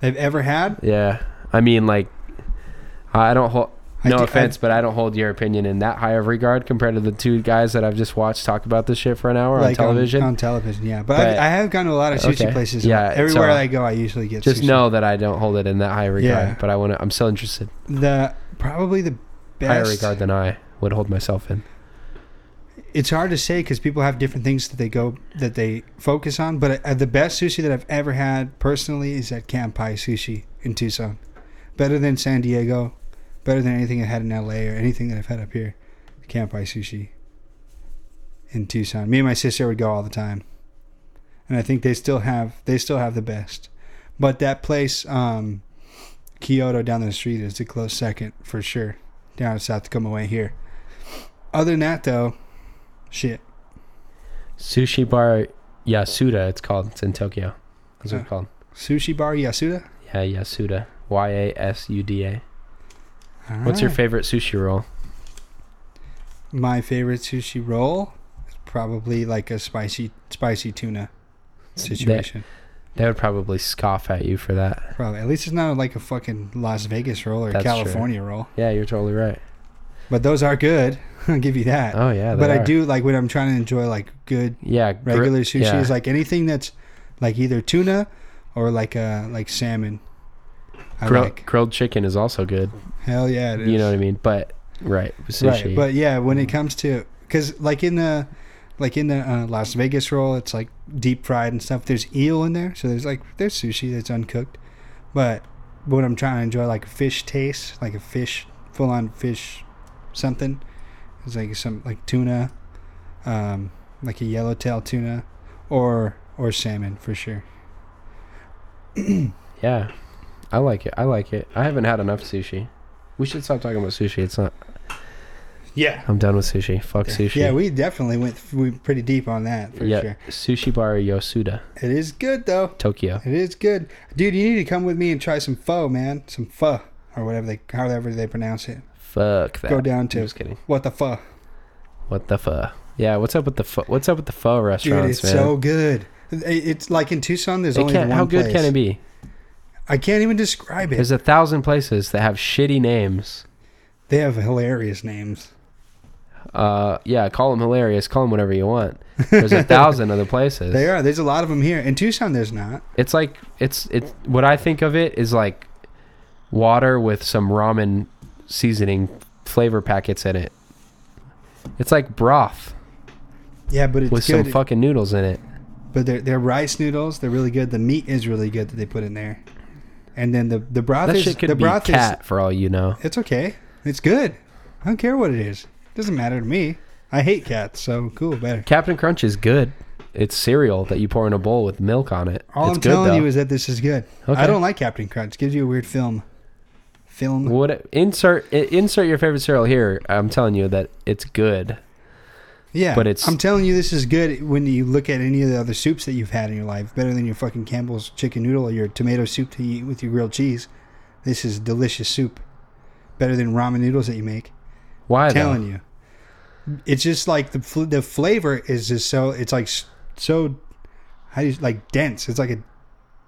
Speaker 1: they've ever had?
Speaker 2: Yeah, I mean, like, I don't hold.
Speaker 1: I
Speaker 2: No
Speaker 1: do- I-
Speaker 2: offense, but I don't hold your opinion in that high of regard compared to the two guys that I've just watched talk about this shit for an hour on
Speaker 1: um,
Speaker 2: television.
Speaker 1: On, television, yeah. But,
Speaker 2: But-
Speaker 1: I've, I have gone to a lot of sushi
Speaker 2: okay.
Speaker 1: places.
Speaker 2: Yeah,
Speaker 1: Yeah. Everywhere
Speaker 2: so-
Speaker 1: I go, I usually get
Speaker 2: just
Speaker 1: sushi.
Speaker 2: know that I don't hold it in that high regard,
Speaker 1: Yeah.
Speaker 2: but I want to. I'm still interested.
Speaker 1: the probably the
Speaker 2: Higher
Speaker 1: best.
Speaker 2: regard than I. would hold myself in.
Speaker 1: It's hard to say because people have different things that they go that they focus on. But uh, the best sushi that I've ever had personally is at Campai Sushi in Tucson. Better than San Diego, better than anything I had in LA or anything that I've had up here. Campai Sushi in Tucson. Me and my sister would go all the time, and I think they still have they still have the best. But that place, um, Kyoto down the street, is the close second for sure. Down in South Tacoma way here. Other than that, though, shit.
Speaker 2: Sushi bar Yasuda, it's called. It's in Tokyo. That's what
Speaker 1: Yeah.
Speaker 2: it's called.
Speaker 1: Sushi bar Yasuda.
Speaker 2: Yeah, Yasuda. Y A S U D A.
Speaker 1: All
Speaker 2: What's your
Speaker 1: right.
Speaker 2: favorite sushi roll?
Speaker 1: my favorite sushi roll? Is probably like a spicy spicy tuna situation.
Speaker 2: They would probably scoff at you for that.
Speaker 1: Probably at least it's not like a fucking Las Vegas roll or
Speaker 2: That's true.
Speaker 1: California roll.
Speaker 2: Yeah, you're totally right.
Speaker 1: But those are good. I'll give you that.
Speaker 2: Oh yeah, they
Speaker 1: but I
Speaker 2: are.
Speaker 1: do like when I'm trying to enjoy like good
Speaker 2: Yeah, gri-
Speaker 1: regular sushi
Speaker 2: yeah.
Speaker 1: is like anything that's like either tuna or like uh like salmon. I
Speaker 2: Grill-
Speaker 1: like
Speaker 2: grilled chicken is also good.
Speaker 1: hell yeah, it is.
Speaker 2: You know what I mean? But right, with sushi.
Speaker 1: right? But yeah, when it comes to because like in the like in the uh, Las Vegas roll, it's like deep fried and stuff. There's eel in there, so there's like there's sushi that's uncooked. But when I'm trying to enjoy like a fish taste, like a fish full on fish something, it's like some like tuna, um, like a yellowtail tuna, or or salmon for sure.
Speaker 2: yeah, I like it. I like it. I haven't had enough sushi. We should stop talking about sushi. It's not.
Speaker 1: Yeah.
Speaker 2: I'm done with sushi. Fuck sushi.
Speaker 1: Yeah, we definitely went we went pretty deep on that for
Speaker 2: yeah.
Speaker 1: sure.
Speaker 2: Sushi bar Yosuda,
Speaker 1: It is good though.
Speaker 2: Tokyo.
Speaker 1: It is good, dude. You need to come with me and try some pho, man. Some pho or whatever they, however they pronounce it.
Speaker 2: Fuck that.
Speaker 1: Go down
Speaker 2: I'm
Speaker 1: to
Speaker 2: just kidding.
Speaker 1: what the pho,
Speaker 2: What the fuck? Yeah, what's up with the pho? What's up with the pho
Speaker 1: dude.
Speaker 2: restaurants,
Speaker 1: it's
Speaker 2: man?
Speaker 1: so good. It- It's like in Tucson. There's
Speaker 2: It
Speaker 1: only
Speaker 2: can't-
Speaker 1: one
Speaker 2: how good
Speaker 1: place.
Speaker 2: can it be?
Speaker 1: I can't even describe it.
Speaker 2: There's a thousand places that have shitty names.
Speaker 1: they have hilarious names.
Speaker 2: Uh, yeah, call them hilarious. Call them whatever you want. There's a thousand other places.
Speaker 1: They are. There's a lot of them here in Tucson. There's not.
Speaker 2: It's like it's it's what I think of it is like water with some ramen seasoning flavor packets in it. It's like broth
Speaker 1: Yeah, but it's
Speaker 2: with
Speaker 1: good.
Speaker 2: some fucking noodles in it.
Speaker 1: but they're, they're rice noodles. They're really good. The meat is really good that they put in there, and then the the broth
Speaker 2: That
Speaker 1: is
Speaker 2: shit could
Speaker 1: the
Speaker 2: be
Speaker 1: broth
Speaker 2: cat for all you know.
Speaker 1: is it's okay. It's good. I don't care what it is. doesn't matter to me. I hate cats, so cool. Better.
Speaker 2: Captain Crunch is good. It's cereal that you pour in a bowl with milk on it.
Speaker 1: All
Speaker 2: it's
Speaker 1: I'm
Speaker 2: good
Speaker 1: telling
Speaker 2: though.
Speaker 1: you is that this is good.
Speaker 2: Okay.
Speaker 1: I don't like Captain Crunch. Gives you a weird film. Film.
Speaker 2: what insert i- insert your favorite cereal here. I'm telling you that it's good.
Speaker 1: yeah,
Speaker 2: but it's-
Speaker 1: I'm telling you, this is good when you look at any of the other soups that you've had in your life. Better than your fucking Campbell's chicken noodle or your tomato soup to eat with your grilled cheese. This is delicious soup. Better than ramen noodles that you make.
Speaker 2: Why? though?
Speaker 1: telling you, it's just like the fl- the flavor is just so it's like s- so how do you like dense. It's like a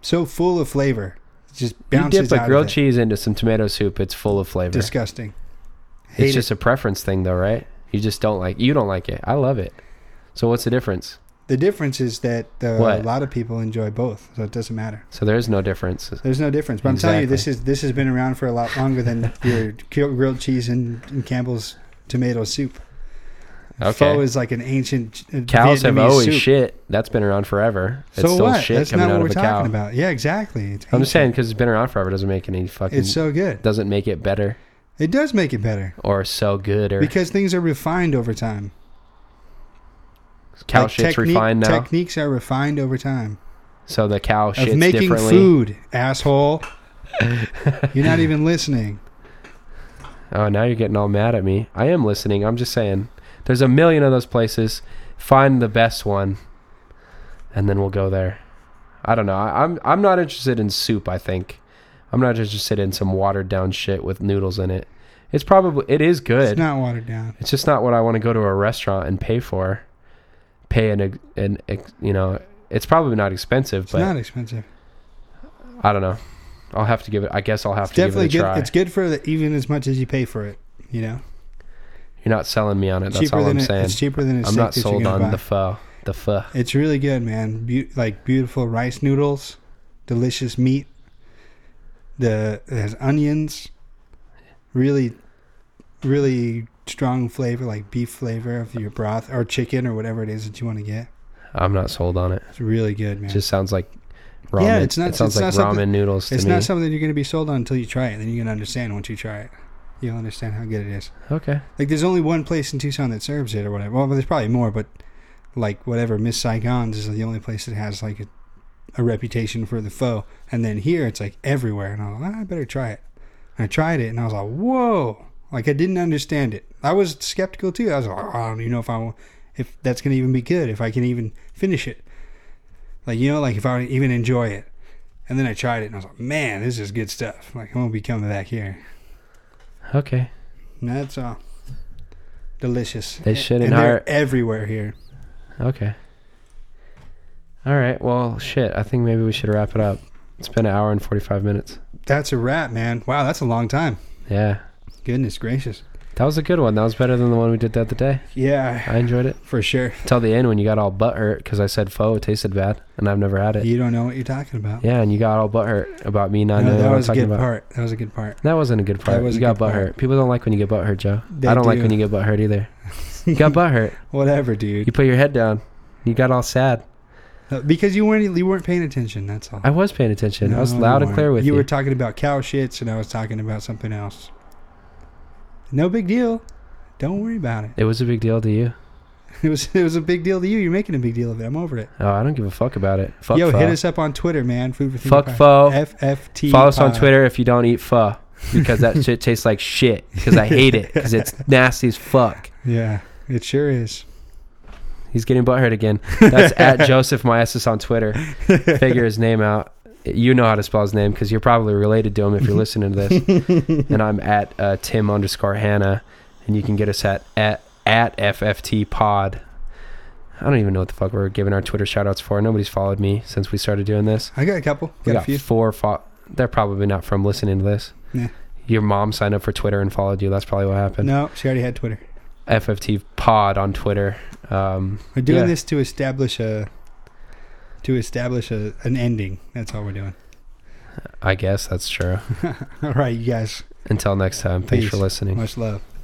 Speaker 1: so full of flavor. It just
Speaker 2: You
Speaker 1: bounces
Speaker 2: dip a
Speaker 1: out
Speaker 2: grilled
Speaker 1: of it.
Speaker 2: cheese into some tomato soup. It's full of flavor.
Speaker 1: Disgusting. Hate
Speaker 2: It's
Speaker 1: it.
Speaker 2: just a preference thing, though, right? You just don't like. You don't like it. I love it. So what's the difference?
Speaker 1: The difference is that uh, a
Speaker 2: What?
Speaker 1: lot of people enjoy both, so it doesn't matter.
Speaker 2: So there is no difference.
Speaker 1: There's no difference. But I'm telling you, this
Speaker 2: Exactly.
Speaker 1: is this has been around for a lot longer than your gr- grilled cheese and, and Campbell's tomato soup.
Speaker 2: Okay.
Speaker 1: Pho is like an ancient uh,
Speaker 2: Cows have
Speaker 1: Vietnamese
Speaker 2: always
Speaker 1: soup.
Speaker 2: shit. That's been around forever. It's
Speaker 1: so
Speaker 2: still
Speaker 1: what?
Speaker 2: shit
Speaker 1: That's
Speaker 2: coming
Speaker 1: not what
Speaker 2: out
Speaker 1: we're
Speaker 2: of a
Speaker 1: talking
Speaker 2: cow.
Speaker 1: about. Yeah, exactly. It's
Speaker 2: I'm just
Speaker 1: ancient.
Speaker 2: saying because it's been around forever doesn't make any fucking.
Speaker 1: it's so good.
Speaker 2: doesn't make it better
Speaker 1: It does make it better
Speaker 2: or so good or
Speaker 1: because things are refined over time.
Speaker 2: cow
Speaker 1: Like,
Speaker 2: shit's
Speaker 1: technique-
Speaker 2: refined now.
Speaker 1: Techniques are refined over time.
Speaker 2: so the cow
Speaker 1: of
Speaker 2: shits
Speaker 1: making
Speaker 2: differently.
Speaker 1: food, asshole. You're not even listening.
Speaker 2: Oh, now you're getting all mad at me. I am listening. I'm just saying. There's a million of those places. Find the best one, and then we'll go there. I don't know. I, I'm I'm not interested in soup. I think I'm not interested in some watered down shit with noodles in it. It's probably it is good.
Speaker 1: It's
Speaker 2: It's,
Speaker 1: not watered down.
Speaker 2: just not what I want to go to a restaurant and pay for. Pay an ex- an ex- you know. It's probably not expensive,
Speaker 1: It's
Speaker 2: but
Speaker 1: not expensive.
Speaker 2: I don't know. I'll have to give it. I guess I'll have
Speaker 1: It's
Speaker 2: to give it a
Speaker 1: definitely good.
Speaker 2: try.
Speaker 1: It's good for the, even as much as you pay for it. You know,
Speaker 2: You're not selling me on it. That's all
Speaker 1: than
Speaker 2: I'm
Speaker 1: a-
Speaker 2: saying.
Speaker 1: it's cheaper than a
Speaker 2: I'm
Speaker 1: steak
Speaker 2: not
Speaker 1: that
Speaker 2: sold
Speaker 1: you're gonna buy.
Speaker 2: on the pho. The pho.
Speaker 1: it's really good, man. Beau- like beautiful rice noodles, delicious meat. The it has onions, really, really strong flavor, like beef flavor of your broth or chicken or whatever it is that you want to get.
Speaker 2: I'm not sold on it.
Speaker 1: It's really good, man.
Speaker 2: It just sounds like ramen.
Speaker 1: Yeah, it's not-
Speaker 2: it sounds
Speaker 1: it's
Speaker 2: like
Speaker 1: not something-
Speaker 2: ramen noodles to
Speaker 1: it's
Speaker 2: me.
Speaker 1: not something you're going to be sold on until you try it. Then you're going to understand once you try it. You'll understand how good it is.
Speaker 2: okay.
Speaker 1: Like, there's only one place in Tucson that serves it or whatever. Well, there's probably more, but like whatever Miss Saigon's is the only place that has like a, a reputation for the pho. And then here it's like everywhere, and I was like, "Ah, I better try it. And I tried it, and I was like, whoa! Like I didn't understand it. I was skeptical too. I was like, I don't even know if I wa- if that's gonna even be good, if I can even finish it. Like you know, like if I would even enjoy it. And then I tried it, and I was like, man, this is good stuff. Like I won't be coming back here.
Speaker 2: Okay.
Speaker 1: And that's all. Delicious.
Speaker 2: They shouldn't
Speaker 1: and
Speaker 2: hire.
Speaker 1: they're everywhere here.
Speaker 2: Okay. All right. Well, shit. I think maybe we should wrap it up. It's been an hour and 45 minutes.
Speaker 1: That's a wrap, man. Wow, that's a long time.
Speaker 2: Yeah.
Speaker 1: Goodness gracious.
Speaker 2: That was a good one. That was better than the one we did the other day.
Speaker 1: Yeah,
Speaker 2: I enjoyed it.
Speaker 1: for sure.
Speaker 2: Till the end when you got all butthurt because I said pho it tasted bad and I've never had it. Yeah,
Speaker 1: You don't know what you're talking about.
Speaker 2: and you got all butthurt about me not
Speaker 1: No,
Speaker 2: knowing
Speaker 1: that
Speaker 2: what I'm
Speaker 1: was a
Speaker 2: talking
Speaker 1: good
Speaker 2: about.
Speaker 1: part. That was a good part.
Speaker 2: That wasn't a good part.
Speaker 1: was
Speaker 2: you
Speaker 1: a
Speaker 2: got
Speaker 1: good part.
Speaker 2: butthurt. People don't like when you get butthurt, Joe.
Speaker 1: They
Speaker 2: I don't like
Speaker 1: do.
Speaker 2: when you get butthurt either. You got butthurt.
Speaker 1: Whatever,
Speaker 2: You
Speaker 1: dude. Uh,
Speaker 2: put your head down. You got all sad.
Speaker 1: Because you weren't you weren't paying attention. That's all.
Speaker 2: I was paying attention. I was
Speaker 1: No,
Speaker 2: loud
Speaker 1: you
Speaker 2: and clear
Speaker 1: weren't.
Speaker 2: with
Speaker 1: you.
Speaker 2: you.
Speaker 1: were talking about cow shits, and I was talking about something else. No big deal. Don't worry about it.
Speaker 2: it was a big deal to you.
Speaker 1: It was it was a big deal to you. You're making a big deal of it. I'm over it.
Speaker 2: Oh, I don't give a fuck about it. Fuck
Speaker 1: Yo,
Speaker 2: pho.
Speaker 1: hit us up on Twitter, man. Food for
Speaker 2: Fuck
Speaker 1: Fo.
Speaker 2: pho.
Speaker 1: FFT.
Speaker 2: Follow us on
Speaker 1: pod.
Speaker 2: Twitter if you don't eat pho because that shit tastes like shit because I hate it because it's nasty as fuck.
Speaker 1: Yeah, it sure is.
Speaker 2: He's getting butthurt again. That's at Joseph Myasis on Twitter. Figure his name out. You know how to spell his name because you're probably related to him if you're listening to this. and I'm at uh, Tim underscore Hannah, and you can get us at, at at FFT Pod. I don't even know what the fuck we're giving our Twitter shout outs for. Nobody's followed me since we started doing this.
Speaker 1: I got a couple.
Speaker 2: We
Speaker 1: Got,
Speaker 2: got
Speaker 1: a few.
Speaker 2: four. Fo- they're probably not from listening to this.
Speaker 1: Yeah.
Speaker 2: Your mom signed up for Twitter and followed you. That's probably what happened.
Speaker 1: No, she already had Twitter.
Speaker 2: FFT Pod on Twitter. Um,
Speaker 1: We're doing
Speaker 2: Yeah.
Speaker 1: this to establish a to establish a, an ending. That's all we're doing.
Speaker 2: I guess that's true.
Speaker 1: All right, you guys.
Speaker 2: Until next time, thanks
Speaker 1: Peace.
Speaker 2: for listening.
Speaker 1: Much love.